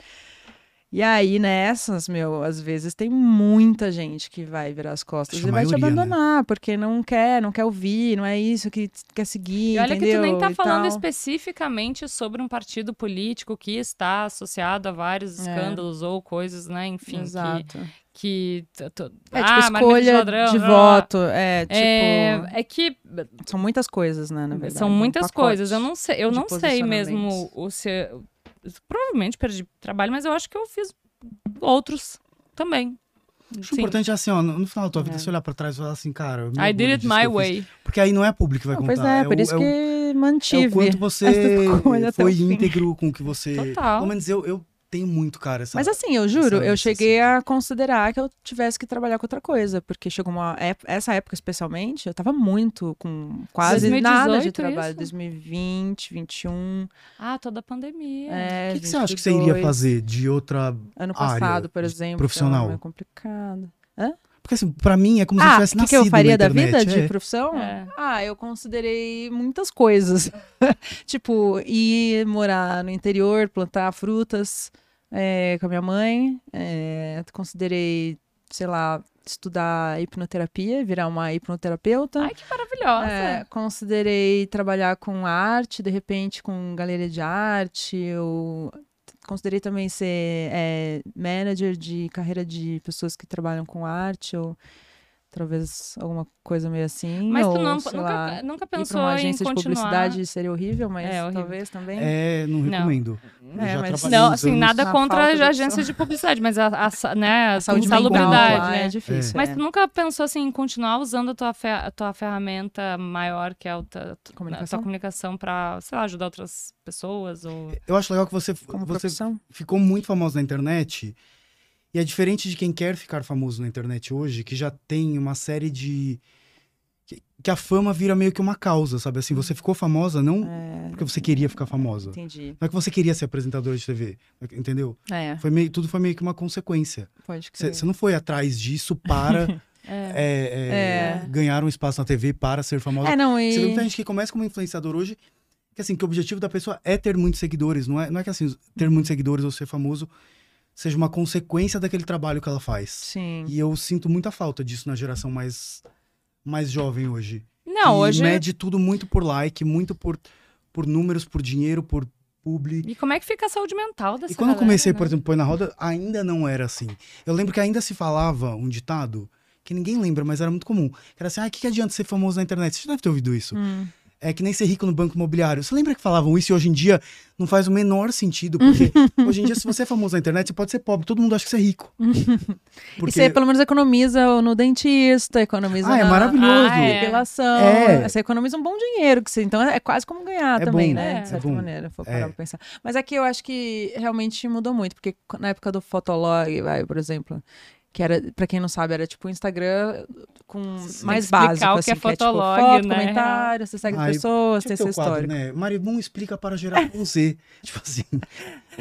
Speaker 3: E aí, nessas, meu, às vezes tem muita gente que vai virar as costas
Speaker 1: Acho
Speaker 3: e
Speaker 1: a
Speaker 3: vai te
Speaker 1: maioria, né?
Speaker 3: abandonar, porque não quer, não quer ouvir, não é isso que t- quer seguir.
Speaker 2: E olha que tu nem
Speaker 3: entendeu? Então
Speaker 2: tá
Speaker 3: E
Speaker 2: falando
Speaker 3: tal.
Speaker 2: especificamente sobre um partido político que está associado a vários
Speaker 3: É.
Speaker 2: escândalos ou coisas, né? Enfim, que.
Speaker 3: Exato.
Speaker 2: que t- t-
Speaker 3: É
Speaker 2: ah,
Speaker 3: tipo
Speaker 2: marmita
Speaker 3: escolha de,
Speaker 2: ladrão, blá, blá, blá.
Speaker 3: voto. É, tipo.
Speaker 2: É, é que
Speaker 3: São muitas coisas, né? Na verdade.
Speaker 2: São
Speaker 3: é um
Speaker 2: muitas
Speaker 3: pacote.
Speaker 2: coisas. Eu não sei, eu
Speaker 3: de
Speaker 2: não sei mesmo
Speaker 3: posicionamentos.
Speaker 2: o se provavelmente perdi trabalho, mas eu acho que eu fiz outros também.
Speaker 1: Acho
Speaker 2: Sim.
Speaker 1: importante é assim, ó, no no final da tua vida,
Speaker 3: É.
Speaker 1: você olhar pra trás e falar assim, cara... eu me
Speaker 2: I
Speaker 1: orgulho
Speaker 2: did it
Speaker 1: disso que
Speaker 2: my
Speaker 1: eu fiz.
Speaker 2: way.
Speaker 1: Porque aí não é público que vai
Speaker 3: Não,
Speaker 1: contar.
Speaker 3: pois é, por
Speaker 1: o-
Speaker 3: isso
Speaker 1: o-
Speaker 3: que
Speaker 1: É
Speaker 3: mantive.
Speaker 1: o quanto
Speaker 3: essa
Speaker 1: você
Speaker 3: escolha até o
Speaker 1: foi
Speaker 3: fim.
Speaker 1: íntegro com o que você.
Speaker 2: Total.
Speaker 1: Pelo menos eu, eu tenho muito, cara. Essa...
Speaker 3: Mas assim, eu juro,
Speaker 1: Sabe,
Speaker 3: eu
Speaker 1: isso,
Speaker 3: cheguei
Speaker 1: assim.
Speaker 3: a considerar que eu tivesse que trabalhar com outra coisa, porque chegou uma ép- essa época especialmente, eu tava muito com quase nada
Speaker 2: 2018
Speaker 3: de trabalho,
Speaker 2: isso?
Speaker 3: 2020, 21
Speaker 2: Ah, toda a pandemia.
Speaker 3: é,
Speaker 1: o que, que você acha que você
Speaker 3: 22.
Speaker 1: iria fazer de outra.
Speaker 3: Ano
Speaker 1: área
Speaker 3: passado, por
Speaker 1: de
Speaker 3: exemplo,
Speaker 1: profissional?
Speaker 3: então, é complicado.
Speaker 1: Porque assim, pra mim é como se eu
Speaker 3: ah, o
Speaker 1: tivesse
Speaker 3: que, que
Speaker 1: nascido.
Speaker 3: eu faria
Speaker 1: na
Speaker 3: da vida tipo,
Speaker 1: internet,
Speaker 3: de
Speaker 1: é.
Speaker 3: profissão?
Speaker 2: É.
Speaker 3: Ah, eu considerei muitas coisas. (laughs) tipo, ir morar no interior, plantar frutas é, com a minha mãe. É, considerei, sei lá, estudar hipnoterapia, virar uma hipnoterapeuta.
Speaker 2: Ai, que maravilhosa.
Speaker 3: É, considerei trabalhar com arte, de repente com galeria de arte. Eu considerei também eh, ser é, manager de carreira de pessoas que trabalham com arte. Ou Talvez alguma coisa meio assim.
Speaker 2: Mas
Speaker 3: ou,
Speaker 2: tu não,
Speaker 3: sei
Speaker 2: nunca,
Speaker 3: lá, ir
Speaker 2: nunca
Speaker 3: pra
Speaker 2: pensou
Speaker 3: uma
Speaker 2: em
Speaker 3: agência de
Speaker 2: continuar...
Speaker 3: publicidade seria horrível, mas
Speaker 2: É, horrível.
Speaker 3: talvez também.
Speaker 1: É, não
Speaker 2: Não.
Speaker 1: recomendo. Eu
Speaker 3: É,
Speaker 1: já
Speaker 3: mas-
Speaker 1: trabalhei
Speaker 2: Não,
Speaker 1: uns
Speaker 2: assim,
Speaker 1: anos-
Speaker 2: nada
Speaker 3: Na
Speaker 2: contra
Speaker 3: falta de
Speaker 2: a agência de publicidade, mas a, a sa- né, a
Speaker 3: saúde mental
Speaker 2: insalubridade,
Speaker 3: lá
Speaker 2: né?
Speaker 3: é difícil.
Speaker 2: Mas
Speaker 3: é.
Speaker 2: tu nunca pensou assim, em continuar usando a tua, fe- a tua ferramenta maior, que é a tua a
Speaker 3: Comunicação?
Speaker 2: tua comunicação, pra, sei lá, ajudar outras pessoas? Ou...
Speaker 1: Eu acho legal que você,
Speaker 3: como
Speaker 1: você
Speaker 3: profissão?
Speaker 1: ficou muito famoso na internet. E é diferente de quem quer ficar famoso na internet hoje, que já tem uma série de. que- Que a fama vira meio que uma causa, sabe? Assim, você ficou famosa não
Speaker 3: É,
Speaker 1: porque você queria ficar famosa.
Speaker 3: entendi.
Speaker 1: Não é que você queria ser apresentadora de TV, entendeu?
Speaker 3: É,
Speaker 1: Foi meio, tudo foi meio que uma consequência.
Speaker 3: pode
Speaker 1: Você
Speaker 3: crer.
Speaker 1: você não foi atrás disso para
Speaker 3: (laughs)
Speaker 2: É.
Speaker 1: é, é, ganhar um espaço na TV para ser famosa.
Speaker 3: É, não,
Speaker 1: Você vê muita
Speaker 3: e...
Speaker 1: gente que começa como influenciador hoje, que assim, que o objetivo da pessoa é ter muitos seguidores, não é, não é que assim, ter muitos seguidores ou ser famoso seja uma consequência daquele trabalho que ela faz.
Speaker 3: Sim.
Speaker 1: E eu sinto muita falta disso na geração mais mais jovem hoje.
Speaker 2: Não,
Speaker 1: Que
Speaker 2: hoje.
Speaker 1: mede tudo muito por like, muito por por números, por dinheiro, por publi.
Speaker 2: E como é que fica a saúde mental dessa
Speaker 1: E quando eu
Speaker 2: galera,
Speaker 1: comecei, por
Speaker 2: né?
Speaker 1: exemplo, Põe na Roda, ainda não era assim. Eu lembro que ainda se falava um ditado, que ninguém lembra, mas era muito comum. Que era assim, ah, o que, que adianta ser famoso na internet? Você já deve ter ouvido isso.
Speaker 3: Hum.
Speaker 1: É que nem ser rico no banco imobiliário. Você lembra que falavam isso e hoje em dia não faz o menor sentido?
Speaker 2: (laughs)
Speaker 1: Porque hoje em dia, se você é famoso na internet, você pode ser pobre. Todo mundo acha que você é
Speaker 2: (laughs)
Speaker 1: rico.
Speaker 3: E você pelo menos economiza no dentista, economiza
Speaker 1: Ah, é
Speaker 3: na-
Speaker 1: maravilhoso.
Speaker 2: Ah, é.
Speaker 3: depilação.
Speaker 1: É.
Speaker 3: Você economiza um bom dinheiro, que você, então é quase como ganhar
Speaker 1: É
Speaker 3: também,
Speaker 1: bom,
Speaker 3: né?
Speaker 2: é
Speaker 3: De certa
Speaker 1: bom.
Speaker 3: maneira, vou
Speaker 1: É.
Speaker 3: parar pra pensar. Mas aqui eu acho que realmente mudou muito, porque na época do Fotolog, vai, por exemplo, que era, pra quem não sabe, era tipo um Instagram com
Speaker 2: que
Speaker 3: mais
Speaker 2: explicar
Speaker 3: básico,
Speaker 2: o que
Speaker 3: assim,
Speaker 2: é
Speaker 3: que é tipo
Speaker 2: Fotolog,
Speaker 3: foto,
Speaker 2: né?
Speaker 3: comentário, você segue as
Speaker 1: Ai,
Speaker 3: pessoas,
Speaker 1: Tinha
Speaker 3: tem
Speaker 1: que ter
Speaker 3: seu
Speaker 1: o quadro,
Speaker 3: histórico.
Speaker 1: né? Maribum explica para gerar com Z. (laughs) Tipo assim,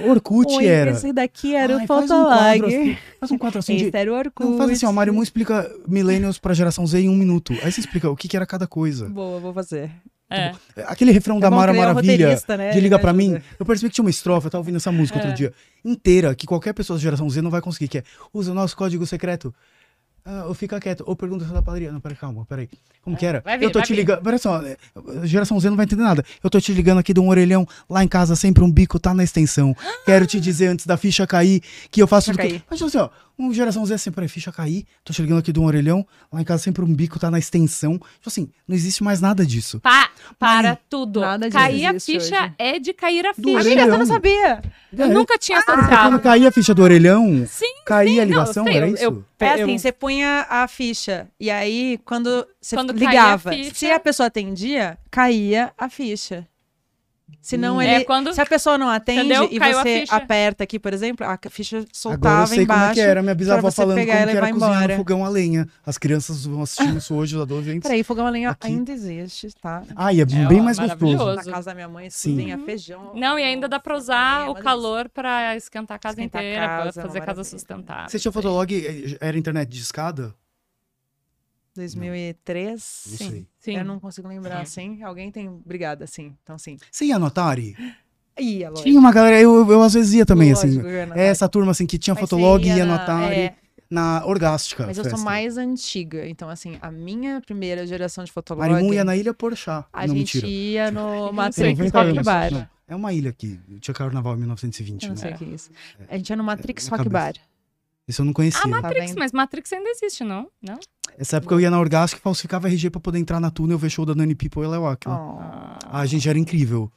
Speaker 1: Orkut
Speaker 3: Oi,
Speaker 1: era.
Speaker 3: esse daqui era
Speaker 1: Ai,
Speaker 3: o
Speaker 1: faz um quadro
Speaker 3: Fotolog.
Speaker 1: assim, Faz um quadro assim de...
Speaker 3: Esse era o Orkut.
Speaker 1: Não, faz assim, ó, Mário Moon explica Millennials pra geração Z em um minuto. Aí você explica o que, que era cada coisa.
Speaker 3: Boa, vou fazer.
Speaker 2: É.
Speaker 1: Aquele refrão da
Speaker 3: bom
Speaker 1: Mara
Speaker 3: que ele é um
Speaker 1: Maravilha,
Speaker 3: roteirista,
Speaker 1: de
Speaker 3: né? Ele É.
Speaker 1: Liga Pra
Speaker 3: ajuda.
Speaker 1: Mim, eu percebi que tinha uma estrofe, eu tava ouvindo essa música outro dia, inteira, que qualquer pessoa da geração Z não vai conseguir, que é, usa o nosso código secreto. Ah, ou fica quieto, ou pergunta se é da padaria. Não, peraí, calma, peraí.
Speaker 3: É,
Speaker 1: Como que era?
Speaker 2: Vai vir,
Speaker 1: eu tô
Speaker 2: vai
Speaker 1: te
Speaker 2: vir.
Speaker 1: ligando. Pera só, é, geração Z não vai entender nada. Eu tô te ligando aqui de um orelhão, lá em casa, sempre um bico, tá na extensão. Quero te dizer antes da ficha cair que eu faço
Speaker 3: Ficha
Speaker 1: tudo. que-
Speaker 3: cair.
Speaker 1: Imagina assim, ó, um geração Z sempre, peraí, ficha cair, tô te ligando aqui de um orelhão, lá em casa sempre um bico, tá na extensão. Tipo assim, não existe mais nada disso.
Speaker 2: Pa- para tudo.
Speaker 3: nada disso
Speaker 2: cair a
Speaker 3: existe
Speaker 2: ficha
Speaker 3: hoje.
Speaker 2: é de cair a
Speaker 1: Do
Speaker 2: ficha.
Speaker 1: orelhão.
Speaker 3: sabia.
Speaker 2: Eu
Speaker 1: É.
Speaker 2: nunca tinha
Speaker 1: Quando
Speaker 3: Tá.
Speaker 2: associado.
Speaker 1: caía a ficha do orelhão,
Speaker 2: Sim,
Speaker 1: caía a
Speaker 2: não, eu
Speaker 1: ligação,
Speaker 2: sei,
Speaker 1: era
Speaker 2: eu-
Speaker 1: isso?
Speaker 2: eu-
Speaker 3: É assim,
Speaker 2: Eu-
Speaker 3: você punha a ficha. E aí, quando você
Speaker 2: Quando caía a
Speaker 3: ligava,
Speaker 2: ficha-
Speaker 3: se a pessoa atendia, caía a ficha. Se não, ele.
Speaker 2: É quando.
Speaker 3: Se a pessoa não atende
Speaker 2: Entendeu?
Speaker 3: e
Speaker 2: Caiu a
Speaker 3: você
Speaker 2: ficha.
Speaker 3: aperta aqui, por exemplo, a ficha
Speaker 1: Agora eu
Speaker 3: soltava
Speaker 1: sei como é
Speaker 3: embaixo.
Speaker 1: que era, minha bisavó
Speaker 3: pra você
Speaker 1: falando como que
Speaker 3: pegar ela e
Speaker 1: era
Speaker 3: vai
Speaker 1: cozinhar no
Speaker 3: embora.
Speaker 1: fogão a lenha. As crianças vão assistindo isso hoje, os adolescentes.
Speaker 3: (laughs) Peraí, fogão a lenha
Speaker 1: Aqui.
Speaker 3: ainda existe, tá?
Speaker 1: Ai, é,
Speaker 2: É,
Speaker 1: bem
Speaker 2: ó,
Speaker 1: mais gostoso.
Speaker 2: maravilhoso.
Speaker 3: Na casa da minha mãe,
Speaker 1: Sim.
Speaker 3: cozinha feijão.
Speaker 2: Uhum.
Speaker 3: é
Speaker 2: Não, e ainda dá pra usar o calor pra esquentar a casa
Speaker 3: Esquentar a
Speaker 2: inteira, pra
Speaker 3: casa, é uma
Speaker 2: fazer a casa
Speaker 3: maravilha.
Speaker 2: sustentável.
Speaker 1: Você tinha Fotolog, eh, era internet de escada?
Speaker 3: 2003?
Speaker 1: Não
Speaker 3: Sim.
Speaker 1: sei.
Speaker 2: Sim.
Speaker 3: Eu não consigo lembrar, assim. Alguém tem. Obrigada, sim. Então, sim.
Speaker 1: Você ia Notari?
Speaker 3: Ih, a lógica.
Speaker 1: Tinha uma galera, eu, eu, eu às vezes ia também, assim.
Speaker 3: Lógico, Ana,
Speaker 1: É essa turma, assim, que tinha
Speaker 3: Mas
Speaker 1: Fotolog,
Speaker 3: você
Speaker 1: ia
Speaker 3: na-
Speaker 1: Notari,
Speaker 3: é,
Speaker 1: na Orgástica.
Speaker 3: mas eu
Speaker 1: festa.
Speaker 3: sou mais antiga. Então, assim, a minha primeira geração de fotolog.
Speaker 1: Marimun ia na Ilha Porchá.
Speaker 3: A
Speaker 1: não,
Speaker 3: gente
Speaker 1: mentira.
Speaker 3: ia no
Speaker 2: sei
Speaker 3: Matrix
Speaker 2: que
Speaker 1: Tem 90
Speaker 3: Rock
Speaker 1: anos.
Speaker 3: Bar.
Speaker 1: Não, É uma ilha aqui. Tinha carnaval em 1920,
Speaker 3: Eu não
Speaker 1: né?
Speaker 3: sei o que é isso. A gente ia no Matrix
Speaker 1: na
Speaker 3: Rock Bar.
Speaker 1: cabeça. Isso eu não conhecia.
Speaker 2: Ah,
Speaker 3: Tá
Speaker 2: Matrix,
Speaker 3: vendo?
Speaker 2: mas Matrix ainda existe, não? Não?
Speaker 1: Essa época eu ia na Orgasco e falsificava RG pra poder entrar na túnel, ver show da Nani People e Léo Aquila.
Speaker 3: Oh,
Speaker 2: Ah,
Speaker 1: A gente era incrível.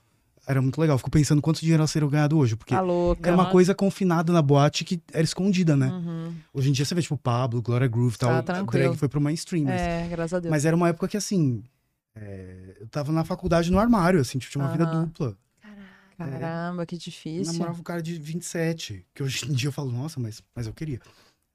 Speaker 1: Era muito legal. Fico pensando quanto dinheiro ela seria ganhado hoje, porque
Speaker 3: tá louca.
Speaker 1: era é uma
Speaker 2: nossa.
Speaker 1: coisa confinada na boate que era escondida, né?
Speaker 3: Uhum.
Speaker 1: Hoje em dia você vê, tipo, Pablo, Gloria Groove e tal.
Speaker 3: Tá,
Speaker 1: a
Speaker 3: tranquilo.
Speaker 1: drag foi pro mainstream. Mas,
Speaker 3: É, graças a Deus.
Speaker 1: mas era uma época que, assim, é, eu tava na faculdade no armário, assim, tipo, tinha uma vida
Speaker 3: Aham.
Speaker 1: dupla.
Speaker 3: Caramba, que
Speaker 1: Eu
Speaker 3: difícil.
Speaker 1: é, namorava um cara de 27, que hoje em dia eu falo, nossa, mas, mas eu queria.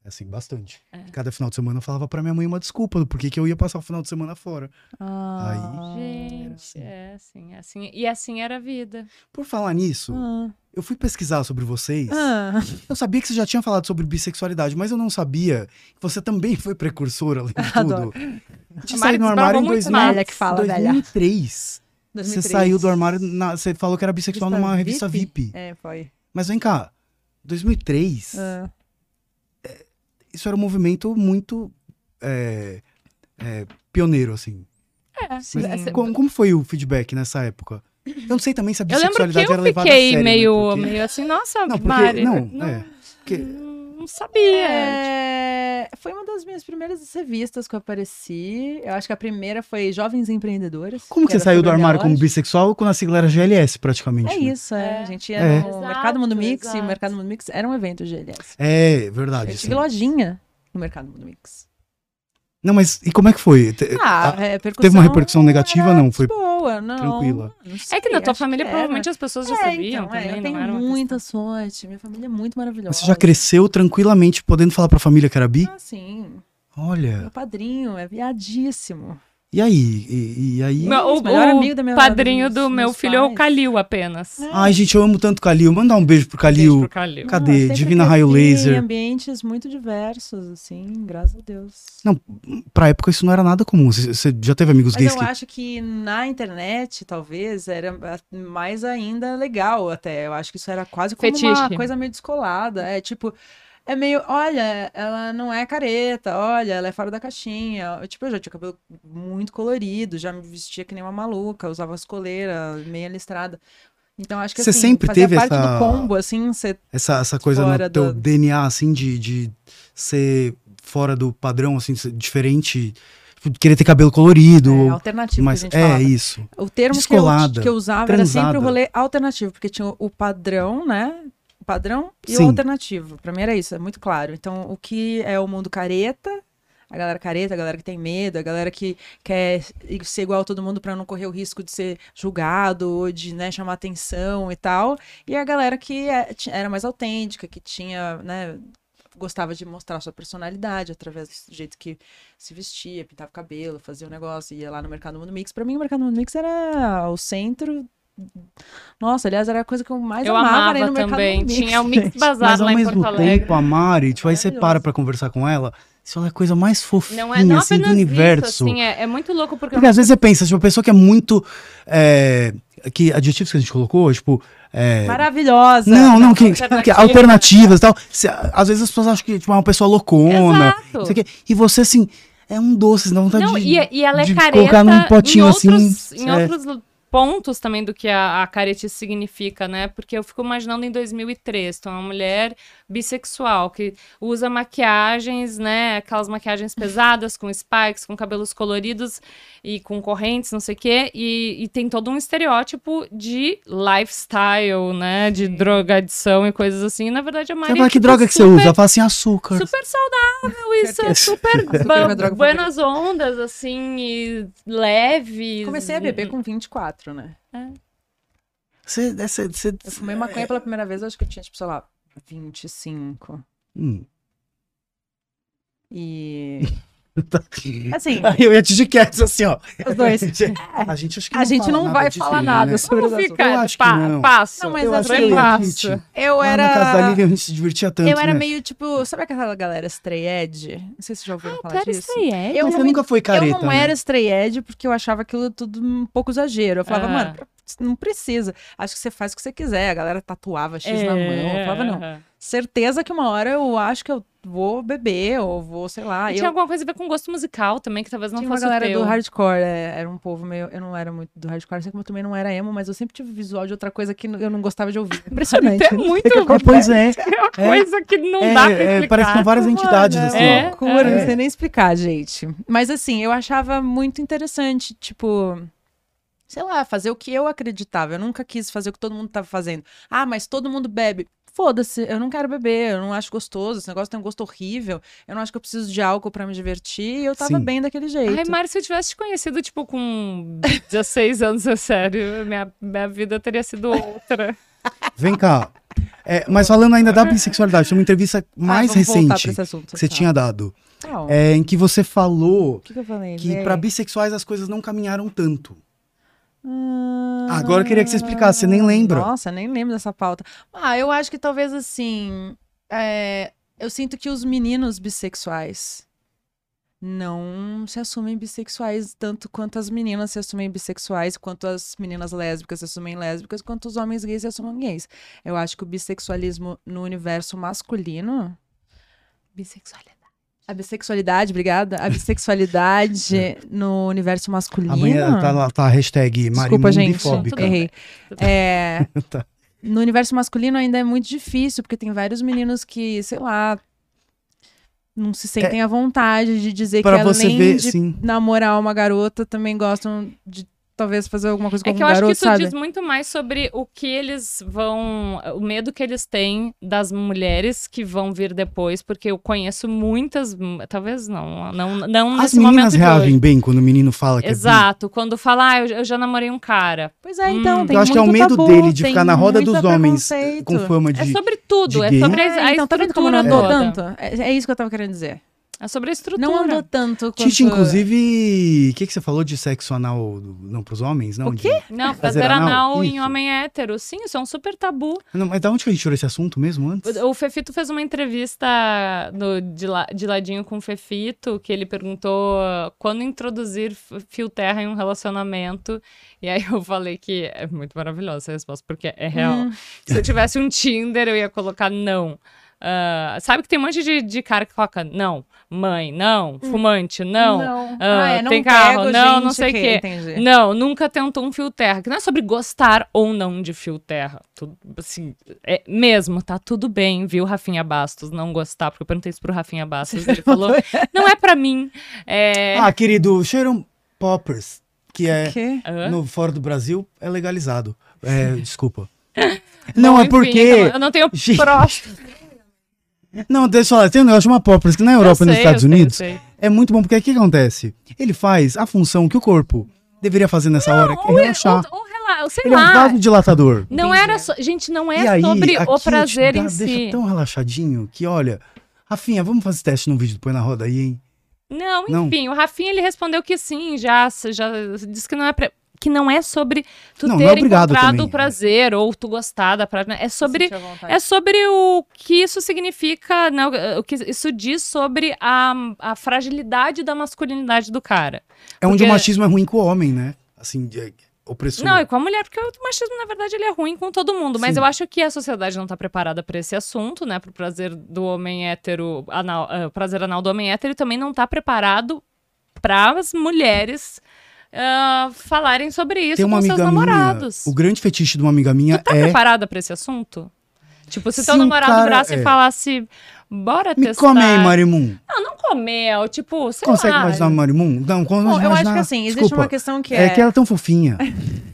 Speaker 1: Assim, bastante.
Speaker 3: É.
Speaker 1: Cada final de semana eu falava pra minha mãe uma desculpa do porquê que eu ia passar o final de semana fora.
Speaker 3: Ah.
Speaker 2: Gente, é assim, é assim. E assim era a vida.
Speaker 1: Por falar nisso,
Speaker 3: Ah.
Speaker 1: eu fui pesquisar sobre vocês.
Speaker 3: Ah.
Speaker 1: Eu sabia que você já tinha falado sobre bissexualidade, mas eu não sabia que você também foi precursora, além de
Speaker 3: Adoro.
Speaker 1: tudo. Te
Speaker 2: A
Speaker 1: saiu
Speaker 2: Mari
Speaker 1: do armário em
Speaker 2: desbravou muito
Speaker 1: 2000,
Speaker 2: mais.
Speaker 3: Velha que fala, velha.
Speaker 1: 2003. Você
Speaker 3: 2003.
Speaker 1: saiu do armário, na- você falou que era bissexual
Speaker 3: Revista
Speaker 1: numa revista VIP.
Speaker 3: É, foi.
Speaker 1: Mas vem cá, 2003,
Speaker 3: Ah.
Speaker 1: isso era um movimento muito é, é, pioneiro, assim.
Speaker 2: É,
Speaker 1: Mas
Speaker 3: Sim.
Speaker 2: assim,
Speaker 1: como, como foi o feedback nessa época? Eu não sei também se a
Speaker 2: Eu lembro que
Speaker 1: bissexualidade
Speaker 2: eu
Speaker 1: era levada a sério. né,
Speaker 2: fiquei meio,
Speaker 1: porque-
Speaker 2: meio assim, nossa,
Speaker 1: Não, é, porque...
Speaker 2: Mari.
Speaker 1: não,
Speaker 2: não,
Speaker 1: é. Porque
Speaker 2: não sabia.
Speaker 3: É, foi uma das minhas primeiras revistas que eu apareci. Eu acho que a primeira foi Jovens Empreendedoras.
Speaker 1: Como que você
Speaker 3: era
Speaker 1: saiu do
Speaker 3: sobre a
Speaker 1: armário
Speaker 3: minha
Speaker 1: como
Speaker 3: loja.
Speaker 1: bissexual quando a sigla era GLS, praticamente?
Speaker 3: É
Speaker 1: né?
Speaker 3: isso, é.
Speaker 2: É.
Speaker 3: A gente ia
Speaker 1: É.
Speaker 3: no
Speaker 2: Exato,
Speaker 3: Mercado Mundo Mix e
Speaker 2: exato.
Speaker 3: o Mercado Mundo Mix era um evento GLS.
Speaker 1: É, verdade.
Speaker 3: Eu
Speaker 1: sim.
Speaker 3: tive lojinha no Mercado Mundo Mix.
Speaker 1: Não, mas e como é que foi? Te-
Speaker 3: Ah,
Speaker 1: a-
Speaker 3: é,
Speaker 1: teve uma repercussão negativa?
Speaker 3: era
Speaker 1: Não, foi
Speaker 3: boa, não,
Speaker 1: tranquila.
Speaker 3: não
Speaker 2: É que na
Speaker 3: sei,
Speaker 2: tua
Speaker 3: acho
Speaker 2: família
Speaker 3: que era.
Speaker 2: provavelmente as pessoas já
Speaker 3: É,
Speaker 2: sabiam
Speaker 3: então, é,
Speaker 2: também,
Speaker 3: eu
Speaker 2: não
Speaker 3: tenho
Speaker 2: era uma
Speaker 3: muita sorte. Minha família é muito maravilhosa.
Speaker 1: Você já cresceu tranquilamente podendo falar pra família que era bi?
Speaker 3: Ah, sim.
Speaker 1: Olha.
Speaker 3: Meu padrinho é viadíssimo.
Speaker 1: E aí? E, e aí?
Speaker 2: Meu- o
Speaker 3: Isso, melhor
Speaker 2: o
Speaker 3: amigo da minha-
Speaker 2: padrinho
Speaker 3: dos
Speaker 2: do meu
Speaker 3: meus
Speaker 2: filho é o
Speaker 3: pais.
Speaker 2: Calil apenas.
Speaker 1: Ai, gente, eu amo tanto o Calil. Mandar um beijo pro
Speaker 2: Beijo
Speaker 1: Calil.
Speaker 2: pro Calil.
Speaker 1: Cadê?
Speaker 3: eu sempre
Speaker 1: Divina
Speaker 3: cresci
Speaker 1: Raio
Speaker 3: Em
Speaker 1: Laser.
Speaker 3: ambientes muito diversos, assim, graças a Deus.
Speaker 1: Não, pra época isso não era nada comum. Você você já teve amigos
Speaker 3: Mas
Speaker 1: gays
Speaker 3: eu
Speaker 1: que.
Speaker 3: acho que na internet, talvez, era a- mais ainda legal até. Eu acho que isso era quase como uma
Speaker 2: Fetiche.
Speaker 3: coisa meio descolada. É tipo, é meio, olha, ela não é careta, olha, ela é fora da caixinha. Eu, tipo, eu já tinha cabelo muito colorido, já me vestia que nem uma maluca, usava as coleiras, meia listrada. Então acho que
Speaker 1: Você
Speaker 3: assim,
Speaker 1: sempre
Speaker 3: fazia
Speaker 1: teve
Speaker 3: parte
Speaker 1: essa-
Speaker 3: do combo, assim, você
Speaker 1: Essa, essa coisa no
Speaker 3: Fora
Speaker 1: teu
Speaker 3: do-
Speaker 1: DNA, assim, de, de ser fora do padrão, assim, ser diferente. Tipo, de Querer ter cabelo colorido.
Speaker 3: é,
Speaker 1: ou-
Speaker 3: alternativo
Speaker 1: mas
Speaker 3: que a gente
Speaker 1: é
Speaker 3: falava.
Speaker 1: isso.
Speaker 3: O termo que
Speaker 1: Descolada,
Speaker 3: eu, que eu usava era sempre
Speaker 1: transada.
Speaker 3: o rolê alternativo, porque tinha o- o padrão, né? O padrão e
Speaker 1: Sim.
Speaker 3: o alternativo. Pra mim era isso, é muito claro. Então, o que é o mundo careta, a galera careta, a galera que tem medo, a galera que quer i- ser igual a todo mundo pra não correr o risco de ser julgado ou de né, chamar atenção e tal. E a galera que é- ti- era mais autêntica, que tinha, né? Gostava de mostrar sua personalidade através do jeito que se vestia, pintava o cabelo, fazia o negócio, ia lá no Mercado Mundo Mix. Pra mim, o Mercado Mundo Mix era o centro. Nossa, aliás, era a coisa que eu mais
Speaker 2: Eu
Speaker 3: amava, era ir
Speaker 2: amava
Speaker 3: no Mercado
Speaker 2: também.
Speaker 3: Mundo Mix.
Speaker 2: Tinha o
Speaker 3: (laughs)
Speaker 2: Mix Bazar
Speaker 1: Mas ao
Speaker 2: lá em
Speaker 1: mesmo
Speaker 2: Porto
Speaker 1: tempo,
Speaker 2: Alegre.
Speaker 1: a Mari, tipo, aí você
Speaker 3: Maravilhoso.
Speaker 1: para pra conversar com ela, se ela é a coisa mais fofinha,
Speaker 2: Não é não
Speaker 1: assim, do
Speaker 2: apenas
Speaker 1: universo.
Speaker 2: isso, assim, é, é muito louco porque,
Speaker 1: Porque às vezes você pensa, tipo, a pessoa que é muito. É, que adjetivos que a gente colocou, tipo. é,
Speaker 3: Maravilhosa.
Speaker 1: não, não, que,
Speaker 2: alternativa.
Speaker 1: que alternativas e tal. Cê- às vezes as pessoas acham que tipo, é uma pessoa loucona.
Speaker 2: Exato.
Speaker 1: não sei o quê. E você, assim, é um doce, não vontade
Speaker 2: Não,
Speaker 1: de.
Speaker 2: e, e ela é
Speaker 1: de
Speaker 2: careta
Speaker 1: colocar num potinho
Speaker 2: em
Speaker 1: assim,
Speaker 2: outros, em
Speaker 1: é.
Speaker 2: outros pontos também do que a, a caretice significa, né? Porque eu fico imaginando em 2003, então uma mulher bissexual que usa maquiagens, né?
Speaker 1: (laughs)
Speaker 2: Aquelas maquiagens pesadas, com spikes, com cabelos coloridos e com correntes, não sei o quê. E, e tem todo um estereótipo de lifestyle, né? De drogadição e coisas assim. E, na verdade, a
Speaker 1: Você
Speaker 2: Maria...
Speaker 1: fala, que droga que você usa? Ela fala assim, açúcar.
Speaker 2: Super saudável, isso é super
Speaker 3: minha
Speaker 2: bu-
Speaker 3: droga
Speaker 2: buenas ondas, assim, e leve.
Speaker 3: Comecei a beber com 24, né?
Speaker 1: Você, é, você, você-
Speaker 3: Eu fumei maconha pela primeira vez, eu acho que eu tinha, tipo, sei lá, 25.
Speaker 1: Hum.
Speaker 3: E.
Speaker 1: Tá.
Speaker 3: Assim,
Speaker 1: (laughs)
Speaker 3: (laughs)
Speaker 1: Aí eu ia te de quietos, assim, ó.
Speaker 3: os dois.
Speaker 1: A (laughs) gente acho que não
Speaker 3: A gente
Speaker 1: fala
Speaker 3: não
Speaker 1: nada
Speaker 3: vai
Speaker 1: disso, né?
Speaker 3: falar nada sobre
Speaker 2: Vamos
Speaker 3: isso.
Speaker 1: Eu
Speaker 2: ficar,
Speaker 1: acho que
Speaker 2: pa-
Speaker 1: não.
Speaker 2: passo.
Speaker 3: Não, mas
Speaker 1: Eu
Speaker 3: é
Speaker 1: acho que
Speaker 2: bem
Speaker 1: eu e a
Speaker 2: fácil.
Speaker 1: Kitty,
Speaker 3: Eu
Speaker 1: lá na casa Ah, da
Speaker 3: era.
Speaker 1: Lívia a gente se divertia tanto,
Speaker 3: Eu era
Speaker 1: né?
Speaker 3: meio tipo. Sabe aquela galera stray edge? Não sei se vocês já ouviram falar
Speaker 2: Ah, Claro,
Speaker 3: disso.
Speaker 2: isso aí é.
Speaker 1: Mas
Speaker 3: Eu
Speaker 1: você
Speaker 3: não me-
Speaker 1: nunca foi careta,
Speaker 3: eu não
Speaker 1: né?
Speaker 3: era stray edge porque eu achava aquilo tudo um pouco exagero. Eu falava,
Speaker 2: Ah.
Speaker 3: mano, pra- não precisa. Acho que você faz o que você quiser. A galera tatuava X na mão. Eu
Speaker 2: É.
Speaker 3: falava, não. Certeza que uma hora eu acho que eu vou beber ou vou, sei lá.
Speaker 2: E
Speaker 3: Ah, Eu
Speaker 2: tinha alguma coisa a ver com gosto musical também, que talvez não
Speaker 3: tinha uma
Speaker 2: fosse
Speaker 3: galera
Speaker 2: o teu.
Speaker 3: do hardcore, é, era um povo meio. Eu não era muito do hardcore, assim como eu também não era emo, mas eu sempre tive visual de outra coisa que eu não gostava de ouvir. Impressionante.
Speaker 2: É muito
Speaker 1: É, pois é.
Speaker 2: uma
Speaker 1: É.
Speaker 2: coisa que não
Speaker 1: É,
Speaker 2: dá pra
Speaker 1: é,
Speaker 2: explicar.
Speaker 1: parece que são várias entidades,
Speaker 3: Mano,
Speaker 1: assim,
Speaker 3: é uma
Speaker 2: ó.
Speaker 3: loucura,
Speaker 1: É.
Speaker 3: não sei nem explicar, gente. Mas assim, eu achava muito interessante, tipo, sei lá, fazer o que eu acreditava. Eu nunca quis fazer o que todo mundo tava fazendo. Ah, mas todo mundo bebe. Foda-se, eu não quero beber, eu não acho gostoso, esse negócio tem um gosto horrível, eu não acho que eu preciso de álcool pra me divertir, e eu tava
Speaker 1: Sim.
Speaker 3: bem daquele jeito.
Speaker 2: Ai, Mário, se eu tivesse te conhecido, tipo, com 16 anos, é sério, minha, minha vida teria sido outra.
Speaker 1: Vem cá. É, mas falando ainda
Speaker 3: (laughs)
Speaker 1: da bissexualidade, tem uma entrevista
Speaker 3: Ah,
Speaker 1: mais
Speaker 3: vamos voltar pra
Speaker 1: recente
Speaker 3: esse assunto.
Speaker 1: que você
Speaker 3: tá.
Speaker 1: tinha dado,
Speaker 3: Não,
Speaker 1: é, em que você falou
Speaker 3: O que, que eu falei? É.
Speaker 1: que
Speaker 3: Lê
Speaker 1: pra
Speaker 3: aí.
Speaker 1: bissexuais as coisas não caminharam tanto.
Speaker 3: Ah,
Speaker 1: Agora eu queria que você explicasse, você nem lembra.
Speaker 3: Nossa, nem lembro dessa pauta. Ah, eu acho que talvez assim. é, eu sinto que os meninos bissexuais não se assumem bissexuais tanto quanto as meninas se assumem bissexuais, quanto as meninas lésbicas se assumem lésbicas, quanto os homens gays se assumem gays. Eu acho que o bissexualismo no universo masculino.
Speaker 2: Bissexualidade.
Speaker 3: A bissexualidade, obrigada.
Speaker 1: (laughs)
Speaker 3: A bissexualidade no universo masculino.
Speaker 1: É. Amanhã tá lá, tá a hashtag
Speaker 3: Desculpa, gente.
Speaker 1: marimundifóbica.
Speaker 3: Errei. É,
Speaker 1: (laughs) Tá.
Speaker 3: No universo masculino ainda é muito difícil, porque tem vários meninos que, sei lá, não se sentem à vontade de dizer É que
Speaker 1: Pra você
Speaker 3: além
Speaker 1: ver,
Speaker 3: de
Speaker 1: sim.
Speaker 3: namorar uma garota, também gostam de talvez fazer alguma coisa
Speaker 2: É
Speaker 3: com algum
Speaker 2: que eu acho que
Speaker 3: garoto,
Speaker 2: isso
Speaker 3: sabe?
Speaker 2: diz muito mais sobre o que eles vão. O medo que eles têm das mulheres que vão vir depois, porque eu conheço muitas. Talvez não, não, não
Speaker 1: As
Speaker 2: nesse momento
Speaker 1: meninas
Speaker 2: de
Speaker 1: reagem
Speaker 2: hoje.
Speaker 1: bem quando o menino fala que é bi.
Speaker 2: Exato, quando fala, ah, eu, eu já namorei um cara.
Speaker 3: Pois é,
Speaker 2: Hum.
Speaker 3: então, tem
Speaker 1: Eu acho que é o
Speaker 3: muito
Speaker 1: medo
Speaker 3: tabu,
Speaker 1: dele de
Speaker 3: tem
Speaker 1: ficar na roda
Speaker 3: muito
Speaker 1: dos homens eh,
Speaker 3: preconceito.
Speaker 1: com fama de.
Speaker 2: É sobre tudo,
Speaker 1: de
Speaker 2: é
Speaker 1: gay?
Speaker 2: sobre a, a
Speaker 3: É, então, tá vendo como não
Speaker 2: estrutura
Speaker 3: andou
Speaker 2: toda.
Speaker 3: tanto? É, é isso que eu tava querendo dizer.
Speaker 2: É sobre a estrutura.
Speaker 3: Não andou tanto quanto...
Speaker 1: Tite, inclusive, o que, que você falou de sexo anal não pros homens? Não,
Speaker 3: O
Speaker 1: de-
Speaker 3: quê?
Speaker 2: Não,
Speaker 1: Fazer
Speaker 2: fazer
Speaker 1: anal?
Speaker 2: anal em
Speaker 1: Isso.
Speaker 2: homem hétero. Sim, isso é um super tabu.
Speaker 1: Não, mas da onde que a gente tirou esse assunto mesmo antes?
Speaker 2: O- O Fefito fez uma entrevista no, de, la- de ladinho com o Fefito, que ele perguntou ah, quando introduzir f- fio terra em um relacionamento. E aí eu falei que é muito maravilhosa essa resposta, porque é real.
Speaker 3: Hum.
Speaker 2: Se eu tivesse um Tinder, eu ia colocar não. Ah, sabe que tem um monte de, de cara que coloca não, mãe, não, fumante, não. Ah,
Speaker 3: Ah, é, não
Speaker 2: tem carro,
Speaker 3: pego,
Speaker 2: não,
Speaker 3: gente
Speaker 2: não sei o quê.
Speaker 3: Entendi.
Speaker 2: Não, nunca tentou um fio terra. Que não é sobre gostar ou não de fio terra. Tudo, assim, é mesmo, tá tudo bem, viu, Rafinha Bastos? Não gostar, porque eu perguntei isso pro Rafinha Bastos.
Speaker 1: (laughs)
Speaker 2: Ele falou, não é pra mim. É...
Speaker 1: Ah, querido, Sharon Poppers, que é
Speaker 3: Quê?
Speaker 2: Hã?
Speaker 1: no fora do Brasil, é legalizado. É, desculpa. Não,
Speaker 2: Bom,
Speaker 1: é
Speaker 2: enfim,
Speaker 1: porque.
Speaker 2: então, eu não tenho
Speaker 1: (laughs) Gente,
Speaker 2: próstata.
Speaker 1: Não, deixa eu falar, tem um negócio de uma Poppers que na Europa e nos Estados Unidos é muito bom, porque o que acontece? Ele faz a função que o corpo deveria fazer nessa hora, que é
Speaker 2: Ou, é-
Speaker 1: relaxar.
Speaker 2: ou, ou rela- sei
Speaker 1: Ele é um
Speaker 2: lá.
Speaker 1: vasodilatador.
Speaker 2: Não
Speaker 3: Entendi.
Speaker 2: era só. Gente, não
Speaker 1: né? e
Speaker 2: é
Speaker 1: aí,
Speaker 2: sobre
Speaker 1: aquilo
Speaker 2: o
Speaker 1: te
Speaker 2: prazer
Speaker 1: dá-
Speaker 2: em
Speaker 1: deixa
Speaker 2: si.
Speaker 1: tão relaxadinho que, olha, Rafinha, vamos fazer esse teste no vídeo do Põe na Roda aí, hein?
Speaker 2: Não,
Speaker 1: Não.
Speaker 2: enfim, o Rafinha ele respondeu que sim, já, já disse que não é pra- que não é sobre tu
Speaker 1: Não, não é
Speaker 2: ter
Speaker 1: obrigado
Speaker 2: encontrado
Speaker 1: também.
Speaker 2: o prazer ou tu gostar da prática, é sobre
Speaker 3: Senti a vontade.
Speaker 2: é sobre o que isso significa, né, o- o que isso diz sobre a, a fragilidade da masculinidade do cara.
Speaker 1: É onde
Speaker 2: Porque-
Speaker 1: o machismo é ruim com o homem, né? Assim, é, opressor.
Speaker 2: Não, e com a mulher, porque o machismo, na verdade, ele é ruim com todo mundo. Mas
Speaker 1: Sim.
Speaker 2: eu acho que a sociedade não tá preparada para esse assunto, né? Pro prazer do homem hétero, anal, ah, prazer anal do homem hétero, e também não tá preparado para as mulheres ah, falarem sobre isso
Speaker 1: Tem uma
Speaker 2: com seus
Speaker 1: amiga minha.
Speaker 2: namorados.
Speaker 1: O grande fetiche de uma amiga minha
Speaker 2: Tu tá
Speaker 1: é.
Speaker 2: preparada para esse assunto? Tipo, se,
Speaker 1: Se
Speaker 2: teu
Speaker 1: um
Speaker 2: namorado
Speaker 1: cara-
Speaker 2: virasse
Speaker 1: é.
Speaker 2: e falasse, bora
Speaker 1: Me
Speaker 2: testar.
Speaker 1: come aí, Marimun.
Speaker 2: Não, não comeu. Tipo, sei
Speaker 1: Consegue
Speaker 2: lá.
Speaker 1: imaginar o Marimun? Não, consegue
Speaker 3: Bom,
Speaker 1: imaginar.
Speaker 3: eu acho que assim, existe
Speaker 1: Desculpa.
Speaker 3: uma questão que
Speaker 1: É
Speaker 3: é...
Speaker 1: que ela é tão fofinha.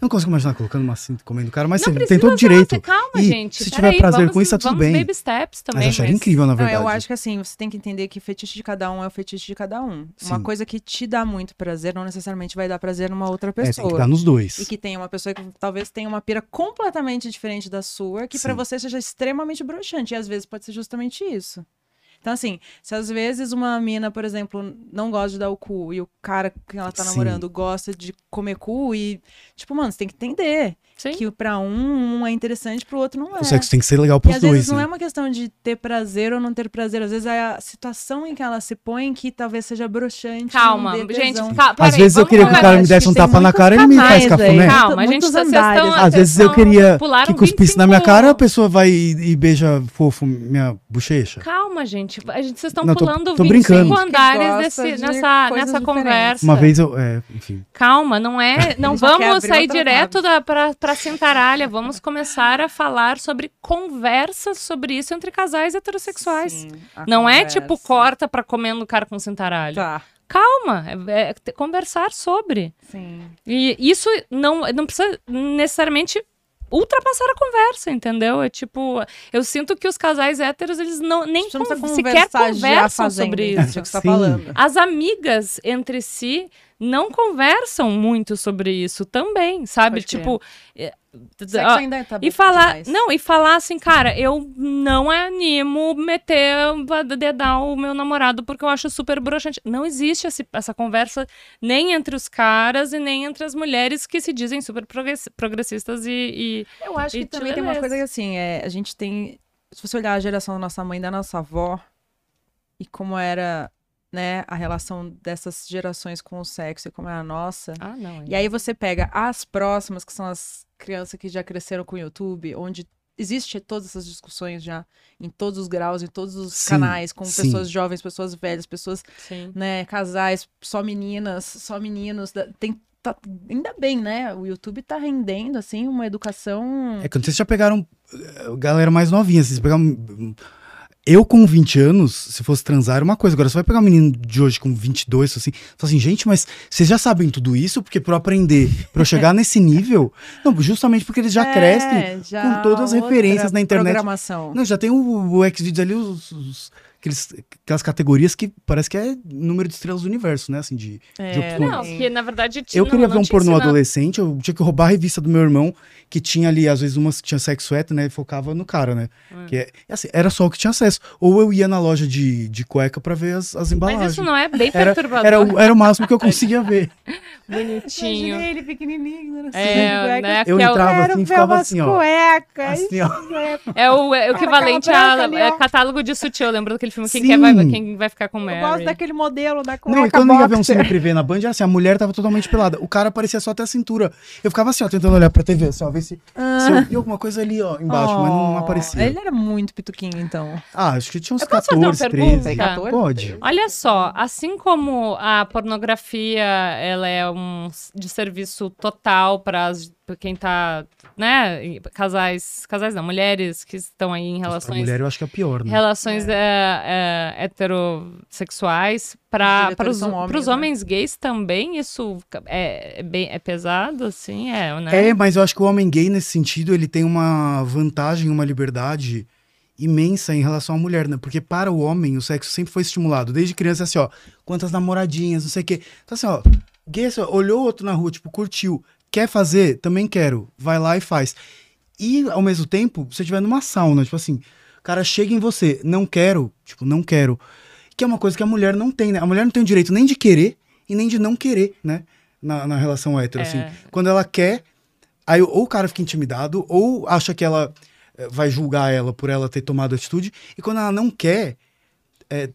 Speaker 1: Não consigo imaginar colocando uma cinta comendo o cara, mas
Speaker 2: Não
Speaker 1: você tem
Speaker 2: precisa
Speaker 1: todo o direito.
Speaker 2: ter- Calma,
Speaker 1: E
Speaker 2: gente.
Speaker 1: se
Speaker 2: peraí,
Speaker 1: tiver prazer
Speaker 2: vamos-
Speaker 1: com isso, tá tudo
Speaker 2: vamos
Speaker 1: bem.
Speaker 2: baby steps também.
Speaker 1: Mas eu acharia
Speaker 2: mas-
Speaker 1: incrível, na
Speaker 3: Não,
Speaker 1: verdade.
Speaker 3: eu acho que assim, você tem que entender que fetiche de cada um é o fetiche de cada um. Uma
Speaker 1: Sim.
Speaker 3: coisa que te dá muito prazer não necessariamente vai dar prazer numa outra
Speaker 1: é, tem que
Speaker 3: pessoa.
Speaker 1: dar nos dois.
Speaker 3: e que tem uma pessoa que talvez tenha uma pira completamente diferente da sua, que pra
Speaker 1: Sim.
Speaker 3: você seja extremamente broxante. E às vezes pode ser justamente isso. Então, assim, se às vezes uma mina, por exemplo, não gosta de dar o cu e o cara que ela tá
Speaker 1: Sim.
Speaker 3: namorando gosta de comer cu e. Tipo, mano, você tem que entender
Speaker 2: Sim.
Speaker 3: que pra um, um é interessante, pro outro não é.
Speaker 1: O sexo tem que ser legal
Speaker 3: E
Speaker 1: pros
Speaker 3: às
Speaker 1: dois.
Speaker 3: vezes não
Speaker 1: né?
Speaker 3: é uma questão de ter prazer ou não ter prazer, às vezes é a situação em que ela se põe que talvez seja broxante. não
Speaker 2: Calma,
Speaker 3: dê
Speaker 2: gente,
Speaker 3: tesão.
Speaker 2: calma.
Speaker 1: Às vezes eu queria que o
Speaker 3: lá,
Speaker 1: cara me
Speaker 3: acho
Speaker 1: desse
Speaker 3: que
Speaker 1: um
Speaker 3: tem
Speaker 1: tapa na
Speaker 3: muitos
Speaker 1: cara e ele me faz
Speaker 3: canais
Speaker 1: cafuné.
Speaker 3: aí.
Speaker 2: Calma,
Speaker 3: Muitos
Speaker 2: gente, vocês
Speaker 3: andares.
Speaker 2: estão.
Speaker 1: Às vezes eu queria que cuspisse na minha cara, a pessoa vai e, e beija fofo minha bochecha.
Speaker 2: Calma, gente. A gente, vocês estão
Speaker 1: Não, tô-
Speaker 2: pulando
Speaker 1: tô
Speaker 2: 25
Speaker 1: brincando.
Speaker 2: andares
Speaker 3: Que gosta
Speaker 2: desse,
Speaker 3: de
Speaker 2: nessa,
Speaker 3: coisas
Speaker 2: nessa
Speaker 3: diferentes.
Speaker 2: conversa.
Speaker 1: Uma vez eu. É, enfim.
Speaker 2: Calma, não
Speaker 1: (laughs)
Speaker 2: é. Não
Speaker 3: Ele só quer
Speaker 2: vamos
Speaker 3: abrir
Speaker 2: sair
Speaker 3: outra
Speaker 2: direto da, pra, pra Santaralha. Vamos começar a falar sobre conversas sobre isso entre casais heterossexuais.
Speaker 3: Sim, a
Speaker 2: Não é
Speaker 3: conversa.
Speaker 2: tipo corta pra comendo o cara com cintaralho.
Speaker 3: Tá,
Speaker 2: Calma, é- é te- conversar sobre.
Speaker 3: sim.
Speaker 2: E isso não, não precisa necessariamente ultrapassar a conversa, entendeu? É tipo, eu sinto que os casais héteros, eles não nem
Speaker 3: Você não
Speaker 2: con-
Speaker 3: precisa
Speaker 2: sequer
Speaker 3: conversar de A
Speaker 2: conversam
Speaker 3: Fazenda,
Speaker 2: sobre
Speaker 3: isso
Speaker 2: isso.
Speaker 3: que você tá
Speaker 1: Sim.
Speaker 3: falando.
Speaker 2: As amigas entre si não conversam muito sobre isso também, sabe?
Speaker 3: Pode crer.
Speaker 2: tipo, é,
Speaker 3: Sexo
Speaker 2: ó,
Speaker 3: ainda é tabu
Speaker 2: e falar,
Speaker 3: demais.
Speaker 2: não, e falar assim, cara, eu não animo meter, dedar o meu namorado porque eu acho super broxante. Não existe esse- essa conversa nem entre os caras e nem entre as mulheres que se dizem super progressi- progressistas e. e-
Speaker 3: Eu acho
Speaker 2: E
Speaker 3: que também tem uma
Speaker 2: beleza.
Speaker 3: coisa que assim, é, a gente tem. Se você olhar a geração da nossa mãe, da nossa avó, e como era, né, a relação dessas gerações com o sexo e como era a nossa.
Speaker 2: Ah, não.
Speaker 3: E aí você pega as próximas, que são as crianças que já cresceram com o YouTube, onde existe todas essas discussões já, em todos os graus, em todos os
Speaker 1: Sim,
Speaker 3: canais, com
Speaker 1: sim.
Speaker 3: pessoas jovens, pessoas velhas, pessoas,
Speaker 2: Sim.
Speaker 3: né, casais, só meninas, só meninos. da- Tem, tá- ainda bem, né? O YouTube tá rendendo, assim, uma educação.
Speaker 1: É que eu não sei se já pegaram eh, galera mais novinha, assim, se pegar. um- Eu com 20 anos, se fosse transar, era uma coisa. Agora, você vai pegar um menino de hoje com 22, assim, fala assim, gente, mas vocês já sabem tudo isso? Porque pra eu aprender, pra eu chegar nesse nível... Não, justamente porque eles já
Speaker 3: É.
Speaker 1: crescem. com todas as referências na internet.
Speaker 3: Programação.
Speaker 1: Não, já tem o, o Xvideos ali, os... os- aqueles- aquelas categorias que parece que é número de estrelas do universo, né? Assim, de, de
Speaker 3: É,
Speaker 1: opções.
Speaker 2: Não, que na verdade tinha
Speaker 1: Eu queria
Speaker 2: não
Speaker 1: ver um
Speaker 2: te
Speaker 1: pornô
Speaker 2: ensinava.
Speaker 1: adolescente, eu tinha que roubar a revista do meu irmão, que tinha ali, às vezes, umas que tinha sexo hétero, né? E focava no cara, né?
Speaker 2: Hum.
Speaker 1: Que é- assim, era só o que tinha acesso. Ou eu ia na loja de, de cueca pra ver as, as embalagens.
Speaker 2: Mas isso não é bem
Speaker 1: Era-
Speaker 2: perturbador.
Speaker 1: era, o, era o máximo que eu conseguia
Speaker 2: (laughs)
Speaker 1: ver.
Speaker 2: Bonitinho.
Speaker 3: Imaginei ele pequenininho, né?
Speaker 2: É, né,
Speaker 1: Eu
Speaker 2: que é o-
Speaker 1: entrava assim
Speaker 3: Quero
Speaker 1: e
Speaker 3: ver
Speaker 1: ficava
Speaker 3: umas
Speaker 1: assim, ó.
Speaker 3: cuecas.
Speaker 1: Assim, ó.
Speaker 2: É o, é o equivalente
Speaker 3: aquela branca
Speaker 2: a
Speaker 3: ali,
Speaker 2: é
Speaker 3: ó.
Speaker 2: catálogo de sutiã. Eu lembro daquele filme Quem,
Speaker 1: Sim.
Speaker 2: quer vai, quem vai ficar com Mary.
Speaker 3: Eu gosto daquele modelo da cueca
Speaker 2: é
Speaker 1: Não, e quando eu ia ver um
Speaker 3: boxer.
Speaker 1: cinema privê na Band, era assim, a mulher tava totalmente pelada. O cara parecia só até a cintura. Eu ficava assim, ó, tentando olhar pra TV, assim, ó, ver se, se
Speaker 2: Ah.
Speaker 1: eu vi alguma coisa ali, ó, embaixo, mas não, não
Speaker 3: Oh,
Speaker 1: aparecia.
Speaker 3: Ah. Ele era muito pituquinho, então.
Speaker 1: Ah, acho que tinha uns
Speaker 2: Eu posso fazer uma
Speaker 1: 14, 13.
Speaker 2: pergunta?
Speaker 1: Pode.
Speaker 2: Olha só, assim como a pornografia ela é um s- de serviço total para quem tá, né, em- casais, casais não, mulheres que estão aí em
Speaker 1: Mas Pra
Speaker 2: relações
Speaker 1: mulher eu acho que é pior, né?
Speaker 2: relações
Speaker 3: É.
Speaker 2: eh, eh, heterossexuais
Speaker 3: Os
Speaker 2: para
Speaker 3: diretores
Speaker 2: para os
Speaker 3: são homens,
Speaker 2: homens,
Speaker 3: né?
Speaker 2: gays também isso é, é bem é pesado assim é né
Speaker 1: É, mas eu acho que o homem gay, nesse sentido, ele tem uma vantagem, uma liberdade imensa em relação à mulher, né? Porque para o homem, o sexo sempre foi estimulado. Desde criança, assim, ó, quantas namoradinhas, não sei o quê. Então, assim, ó, gay, assim, ó, olhou outro na rua, tipo, curtiu. Quer fazer? Também quero. Vai lá e faz. E, ao mesmo tempo, se você estiver numa sauna, tipo assim, o cara chega em você, não quero, tipo, não quero. Que é uma coisa que a mulher não tem, né? A mulher não tem o direito nem de querer e nem de não querer, né? Na, na relação hétero,
Speaker 2: É.
Speaker 1: assim. Quando ela quer, aí ou o cara fica intimidado, ou acha que ela eh, vai julgar ela por ela ter tomado atitude. E quando ela não quer, é,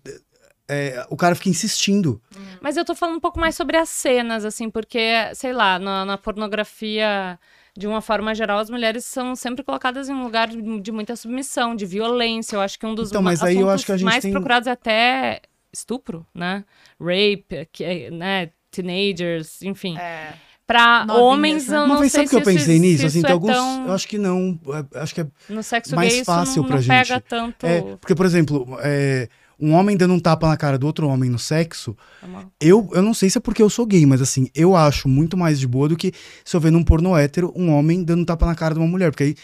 Speaker 1: é, o cara fica insistindo.
Speaker 2: mas eu tô falando um pouco mais sobre as cenas assim porque sei lá na, na pornografia de uma forma geral as mulheres são sempre colocadas em um lugar de de muita submissão de violência eu acho que um dos
Speaker 1: Então,
Speaker 2: ma-
Speaker 1: mas aí eu
Speaker 2: assuntos
Speaker 1: acho que a gente
Speaker 2: mais
Speaker 1: tem-
Speaker 2: procurados é até estupro né rape que é, né teenagers enfim
Speaker 3: É.
Speaker 2: Pra
Speaker 3: Novinhas,
Speaker 2: homens,
Speaker 3: né?
Speaker 2: eu
Speaker 1: uma
Speaker 2: não
Speaker 1: vez, sabe
Speaker 2: sei
Speaker 1: que
Speaker 2: se
Speaker 1: eu pensei
Speaker 2: isso, se
Speaker 1: nisso? Assim,
Speaker 2: isso
Speaker 1: tem
Speaker 2: é
Speaker 1: alguns.
Speaker 2: tão...
Speaker 1: Eu acho que não. é, Acho que é,
Speaker 2: No sexo
Speaker 1: mais
Speaker 2: gay isso
Speaker 1: fácil
Speaker 2: não,
Speaker 1: pra
Speaker 2: não
Speaker 1: gente.
Speaker 2: pega tanto...
Speaker 1: é, Porque, por exemplo, é, um homem dando um tapa na cara do outro homem no sexo.
Speaker 2: É uma-
Speaker 1: Eu, eu não sei se é porque eu sou gay, mas assim, eu acho muito mais de boa do que se eu ver num pornô hétero um homem dando um tapa na cara de uma mulher, porque aí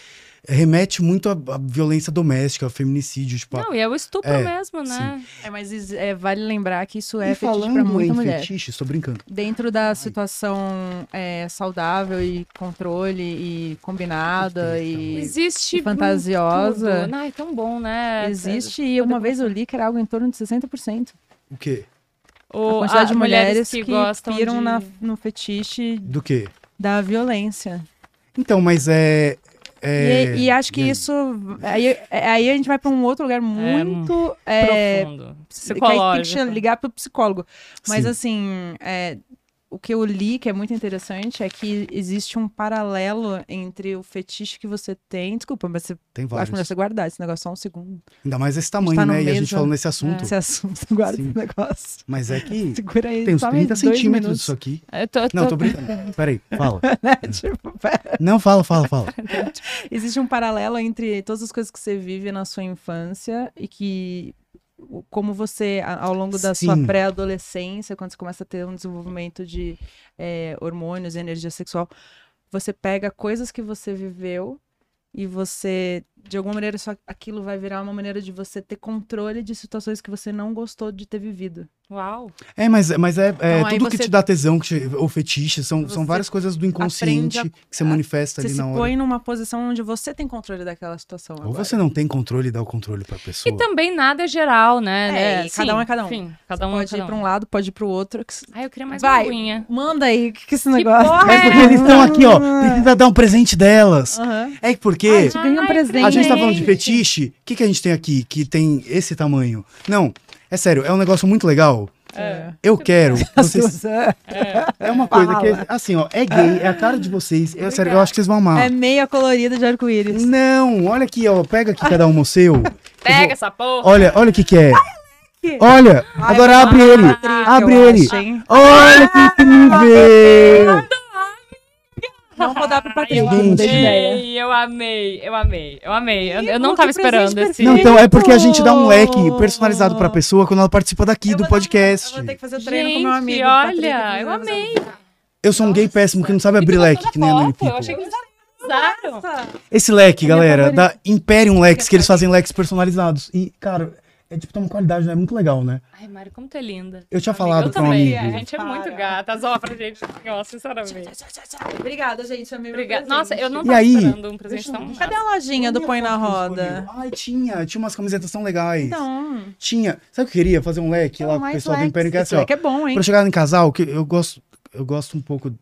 Speaker 1: remete muito à, à violência doméstica, ao feminicídio, tipo. a-
Speaker 2: Não, e é o estupro
Speaker 1: É,
Speaker 2: mesmo, né?
Speaker 3: É, mas is- é, vale lembrar que isso é
Speaker 1: e
Speaker 3: fetiche pra
Speaker 1: falando
Speaker 3: muita
Speaker 1: em
Speaker 3: mulher.
Speaker 1: fetiche, estou brincando.
Speaker 3: Dentro da situação é, saudável e controle e combinada
Speaker 1: então.
Speaker 3: e
Speaker 2: Existe um
Speaker 3: e fantasiosa.
Speaker 2: tudo. Não, é tão bom, né?
Speaker 3: existe, e uma vez eu li que era algo em torno de 60%.
Speaker 1: O quê?
Speaker 2: O,
Speaker 3: a quantidade de
Speaker 2: a-
Speaker 3: mulheres que,
Speaker 2: gostam
Speaker 3: piram
Speaker 2: de...
Speaker 3: na- no fetiche
Speaker 1: Do quê?
Speaker 3: da violência.
Speaker 1: Então, mas é. é-
Speaker 3: E, e acho que
Speaker 1: e aí?
Speaker 3: isso. Aí, aí a gente vai pra um outro lugar muito. é,
Speaker 2: Profundo,
Speaker 3: que aí tem que
Speaker 2: hum, psicológico.
Speaker 3: te ligar pro psicólogo. Mas
Speaker 1: Sim.
Speaker 3: assim, é, o que eu li que é muito interessante é que existe um paralelo entre o fetiche que você tem. Desculpa, mas você,
Speaker 1: Tem
Speaker 3: acho melhor
Speaker 1: vários.
Speaker 3: você guardar esse negócio só um segundo.
Speaker 1: Ainda mais esse
Speaker 3: gente
Speaker 1: tamanho,
Speaker 3: tá no
Speaker 1: né? E a
Speaker 3: meio
Speaker 1: gente
Speaker 3: da-
Speaker 1: falando nesse assunto.
Speaker 3: Esse assunto, (laughs) guarda
Speaker 1: Sim.
Speaker 3: esse negócio.
Speaker 1: Mas é que.
Speaker 3: Segura aí.
Speaker 1: Tem uns
Speaker 3: só mais
Speaker 1: 30
Speaker 3: dois
Speaker 1: centímetros
Speaker 3: minutos.
Speaker 1: disso aqui.
Speaker 2: Eu tô, eu
Speaker 1: Não,
Speaker 2: tô-
Speaker 1: tô
Speaker 3: (laughs)
Speaker 1: brincando. Peraí, fala.
Speaker 3: né?
Speaker 1: (laughs)
Speaker 3: Tipo, pera.
Speaker 1: Não, fala, fala, fala.
Speaker 3: existe um paralelo entre todas as coisas que você vive na sua infância e que o- como você, a- ao longo da sua
Speaker 1: Sim.
Speaker 3: pré-adolescência, quando você começa a ter um desenvolvimento de eh, hormônios, energia sexual, você pega coisas que você viveu e você, de alguma maneira, só aquilo vai virar uma maneira de você ter controle de situações que você não gostou de ter vivido.
Speaker 2: Uau.
Speaker 1: É, mas, mas é, é
Speaker 3: Então, aí
Speaker 1: tudo que
Speaker 3: você-
Speaker 1: te dá tesão, que te- ou fetiche, são, são
Speaker 3: Você
Speaker 1: várias coisas do inconsciente
Speaker 3: aprende
Speaker 1: que você manifesta Tá
Speaker 3: você
Speaker 1: ali
Speaker 3: se
Speaker 1: na hora.
Speaker 3: põe numa posição onde você tem controle daquela situação.
Speaker 1: Ou
Speaker 3: agora. Então,
Speaker 1: você não tem controle e dá o controle pra pessoa.
Speaker 2: E também nada é geral, né?
Speaker 3: É,
Speaker 2: né?
Speaker 3: e cada um é cada um.
Speaker 2: Enfim, cada um é
Speaker 3: pode
Speaker 2: cada
Speaker 3: ir para
Speaker 2: um.
Speaker 3: um lado, pode ir para o outro. que-
Speaker 2: Ah, eu queria mais
Speaker 3: Vai.
Speaker 2: uma aguinha.
Speaker 3: Manda aí, o que,
Speaker 4: é
Speaker 3: que esse
Speaker 2: Que
Speaker 4: (laughs)
Speaker 3: negócio?
Speaker 2: porra
Speaker 1: Mas porque
Speaker 2: é
Speaker 1: eles
Speaker 3: Ah.
Speaker 1: estão aqui, ó, precisa dar um presente delas.
Speaker 3: Aham.
Speaker 1: É porque
Speaker 3: Ai, gente ganha um
Speaker 2: Ai,
Speaker 3: presente.
Speaker 1: a gente tá falando de
Speaker 2: gente.
Speaker 1: fetiche, o que, que a gente tem aqui que tem esse tamanho? Não, é sério, é um negócio muito legal.
Speaker 2: É.
Speaker 1: Eu quero. Vocês,
Speaker 3: Suzana.
Speaker 1: é uma coisa que,
Speaker 3: Fala.
Speaker 1: assim, ó, é gay, é a cara de vocês. É sério, eu acho que vocês vão
Speaker 3: É
Speaker 1: amar.
Speaker 3: meia colorida de arco-íris.
Speaker 1: Não, olha aqui, ó, pega aqui cada um o seu. Eu
Speaker 2: Pega
Speaker 1: vou-
Speaker 2: essa porra.
Speaker 1: Olha, olha o que que é. Olha, agora abre ele. Abre
Speaker 3: eu
Speaker 2: é
Speaker 1: ele.
Speaker 3: acho, hein?
Speaker 1: Olha que incrível.
Speaker 3: Não vou dar pro Eu
Speaker 1: Gente.
Speaker 3: mudei de ideia.
Speaker 2: Ei, eu amei, eu amei, eu amei. Eu, eu não
Speaker 3: que
Speaker 2: tava
Speaker 3: presente
Speaker 2: esperando esse.
Speaker 3: perfeito.
Speaker 1: Não, então é porque a gente dá um leque personalizado pra pessoa quando ela participa daqui do
Speaker 3: Eu vou dar- um
Speaker 1: podcast.
Speaker 3: Eu vou ter que fazer treino com
Speaker 2: Gente,
Speaker 3: meu amigo.
Speaker 2: olha,
Speaker 3: é
Speaker 2: eu amei.
Speaker 1: Eu sou um gay péssimo que não sabe abrir leque, que nem a Nani
Speaker 2: Foto, Então, eu
Speaker 1: People.
Speaker 2: achei que eles usaram.
Speaker 1: Esse leque, galera, da Imperium Lex, que eles fazem leques personalizados. E, cara, é tipo, tem uma qualidade, né? Muito legal, né?
Speaker 2: Ai, Mari, como tu é linda.
Speaker 1: Eu tinha
Speaker 2: Amiga,
Speaker 1: falado
Speaker 2: eu
Speaker 1: pra um
Speaker 2: também,
Speaker 1: amigo.
Speaker 2: A gente é muito
Speaker 3: Para.
Speaker 2: gata. As obras, gente. assim, Ó, sinceramente.
Speaker 3: Obrigada, gente. Amei meu
Speaker 2: Obrigada.
Speaker 3: presente.
Speaker 2: Nossa, eu não
Speaker 1: E
Speaker 2: tava
Speaker 1: aí?
Speaker 2: esperando um presente tão.
Speaker 4: Cadê a lojinha do
Speaker 1: Minha
Speaker 4: Põe na
Speaker 1: foto que eu
Speaker 4: Roda?
Speaker 1: escolhi. Ai, tinha. Tinha umas camisetas tão legais.
Speaker 4: Então,
Speaker 1: Tinha. Sabe o que eu queria? Fazer um leque lá com o
Speaker 4: mais
Speaker 1: pessoal do
Speaker 4: leques.
Speaker 1: Império que é
Speaker 4: Esse
Speaker 1: assim, ó.
Speaker 4: leque é bom, hein?
Speaker 1: Pra chegar em casal, que eu gosto. Eu gosto um pouco. De...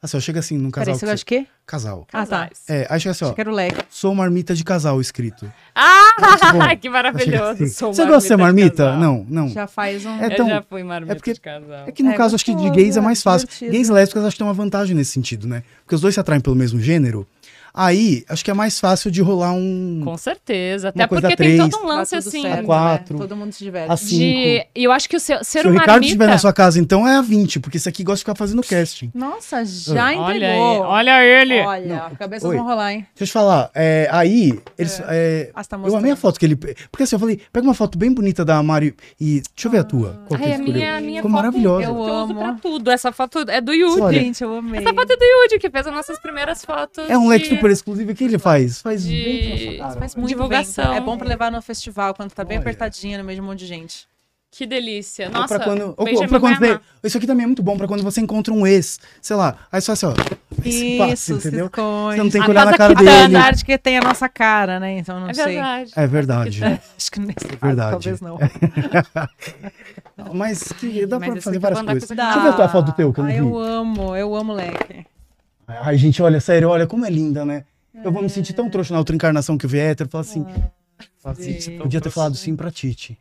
Speaker 1: Assim, ó, chega assim num casal.
Speaker 4: Peraí, você
Speaker 1: que
Speaker 4: gosta de quê?
Speaker 1: Casal.
Speaker 4: Ah, tá.
Speaker 1: É, aí chega assim, ó.
Speaker 4: Achei que era o leque.
Speaker 1: Sou marmita de casal escrito.
Speaker 2: Ah,
Speaker 1: Muito
Speaker 2: (laughs) que
Speaker 1: Achei
Speaker 2: maravilhoso.
Speaker 1: assim.
Speaker 2: Sou
Speaker 1: Você gosta de ser marmita?
Speaker 2: casal.
Speaker 1: Não, não.
Speaker 4: Já faz um.
Speaker 1: É
Speaker 2: Eu
Speaker 1: tão.
Speaker 2: já fui marmita
Speaker 1: é porque-
Speaker 2: de casal.
Speaker 1: É que no
Speaker 4: É
Speaker 1: caso, acho que de
Speaker 4: gostoso,
Speaker 1: gays é
Speaker 4: é
Speaker 1: mais fácil.
Speaker 4: divertido.
Speaker 1: Gays e lésbicas acho que tem uma vantagem nesse sentido, né? Porque os dois se atraem pelo mesmo gênero. Aí, acho que é mais fácil de rolar um
Speaker 2: Com certeza.
Speaker 1: Uma
Speaker 2: Até
Speaker 1: coisa
Speaker 2: porque
Speaker 1: três,
Speaker 2: tem todo um
Speaker 4: dá
Speaker 2: lance
Speaker 4: tudo
Speaker 2: assim.
Speaker 1: a
Speaker 4: certo, né?
Speaker 1: quatro.
Speaker 4: Todo mundo se diverte.
Speaker 1: a cinco.
Speaker 2: De... E eu acho que o ser, ser
Speaker 1: Se o
Speaker 2: um
Speaker 1: Ricardo
Speaker 2: marmita.
Speaker 1: estiver na sua casa, então é a 20, porque esse aqui gosta de ficar fazendo casting.
Speaker 4: Nossa, já entregou.
Speaker 2: Olha, aí, olha ele.
Speaker 4: Olha,
Speaker 1: Ah. Não,
Speaker 4: a cabeça
Speaker 1: oi.
Speaker 4: vão rolar, hein?
Speaker 1: Deixa eu te falar, é, aí, eles, é,
Speaker 4: Ah, você tá
Speaker 1: eu
Speaker 4: mostrando.
Speaker 1: amei a foto que ele. pe- Porque assim, eu falei, pega uma foto bem bonita da Mari e. Deixa eu ver a tua. Qual que
Speaker 2: Ah.
Speaker 1: ele
Speaker 2: Ai, a
Speaker 1: escolheu.
Speaker 2: minha, a minha
Speaker 1: Ficou
Speaker 2: foto é
Speaker 1: maravilhosa.
Speaker 2: eu, uso
Speaker 4: Eu
Speaker 2: pra
Speaker 4: amo.
Speaker 2: tudo. Essa foto é do Yudi.
Speaker 1: Olha.
Speaker 4: Gente, eu amei.
Speaker 2: Essa foto é do Yudi, que fez as nossas primeiras fotos.
Speaker 1: É um leque
Speaker 2: de-
Speaker 1: super exclusivo. O que ele faz? Faz
Speaker 2: de-
Speaker 1: bem pra sua cara.
Speaker 4: Faz muito bem.
Speaker 2: Divulgação.
Speaker 4: É bom pra levar no festival, quando tá bem
Speaker 1: Olha.
Speaker 4: apertadinha no meio de um monte de gente.
Speaker 2: Que delícia.
Speaker 1: Ou
Speaker 2: Nossa,
Speaker 1: pra quando, ou,
Speaker 2: Benjamin
Speaker 1: pra quando
Speaker 2: vai
Speaker 1: você,
Speaker 2: amar.
Speaker 1: isso aqui também é muito bom pra quando você encontra um ex, sei lá, aí só assim, ó. esse passe,
Speaker 4: Isso, se
Speaker 1: entendeu?
Speaker 4: esconde.
Speaker 1: Você não tem
Speaker 2: A
Speaker 1: que olhar na
Speaker 2: casa
Speaker 1: cara
Speaker 2: que
Speaker 1: dele.
Speaker 2: tá
Speaker 4: É verdade que tem a nossa cara, né? Então não
Speaker 2: É
Speaker 4: sei.
Speaker 2: verdade.
Speaker 1: É
Speaker 2: (laughs)
Speaker 1: verdade.
Speaker 4: Acho que nesse caso,
Speaker 1: É verdade.
Speaker 4: talvez não.
Speaker 1: Mas que dá
Speaker 2: Mas
Speaker 1: pra
Speaker 2: esse aqui
Speaker 1: fazer
Speaker 2: é eu
Speaker 1: várias
Speaker 2: vou andar
Speaker 1: coisas.
Speaker 2: com esse
Speaker 1: Deixa eu ver a tua foto do teu, que eu não
Speaker 4: Ah, eu
Speaker 1: vi.
Speaker 4: amo, eu amo leque.
Speaker 1: Ai, gente, olha, sério, olha como é linda, né? Eu
Speaker 2: É.
Speaker 1: vou me sentir tão trouxa na outra encarnação que eu vier hétero. Falar assim, falar assim, podia ter falado sim pra Titi.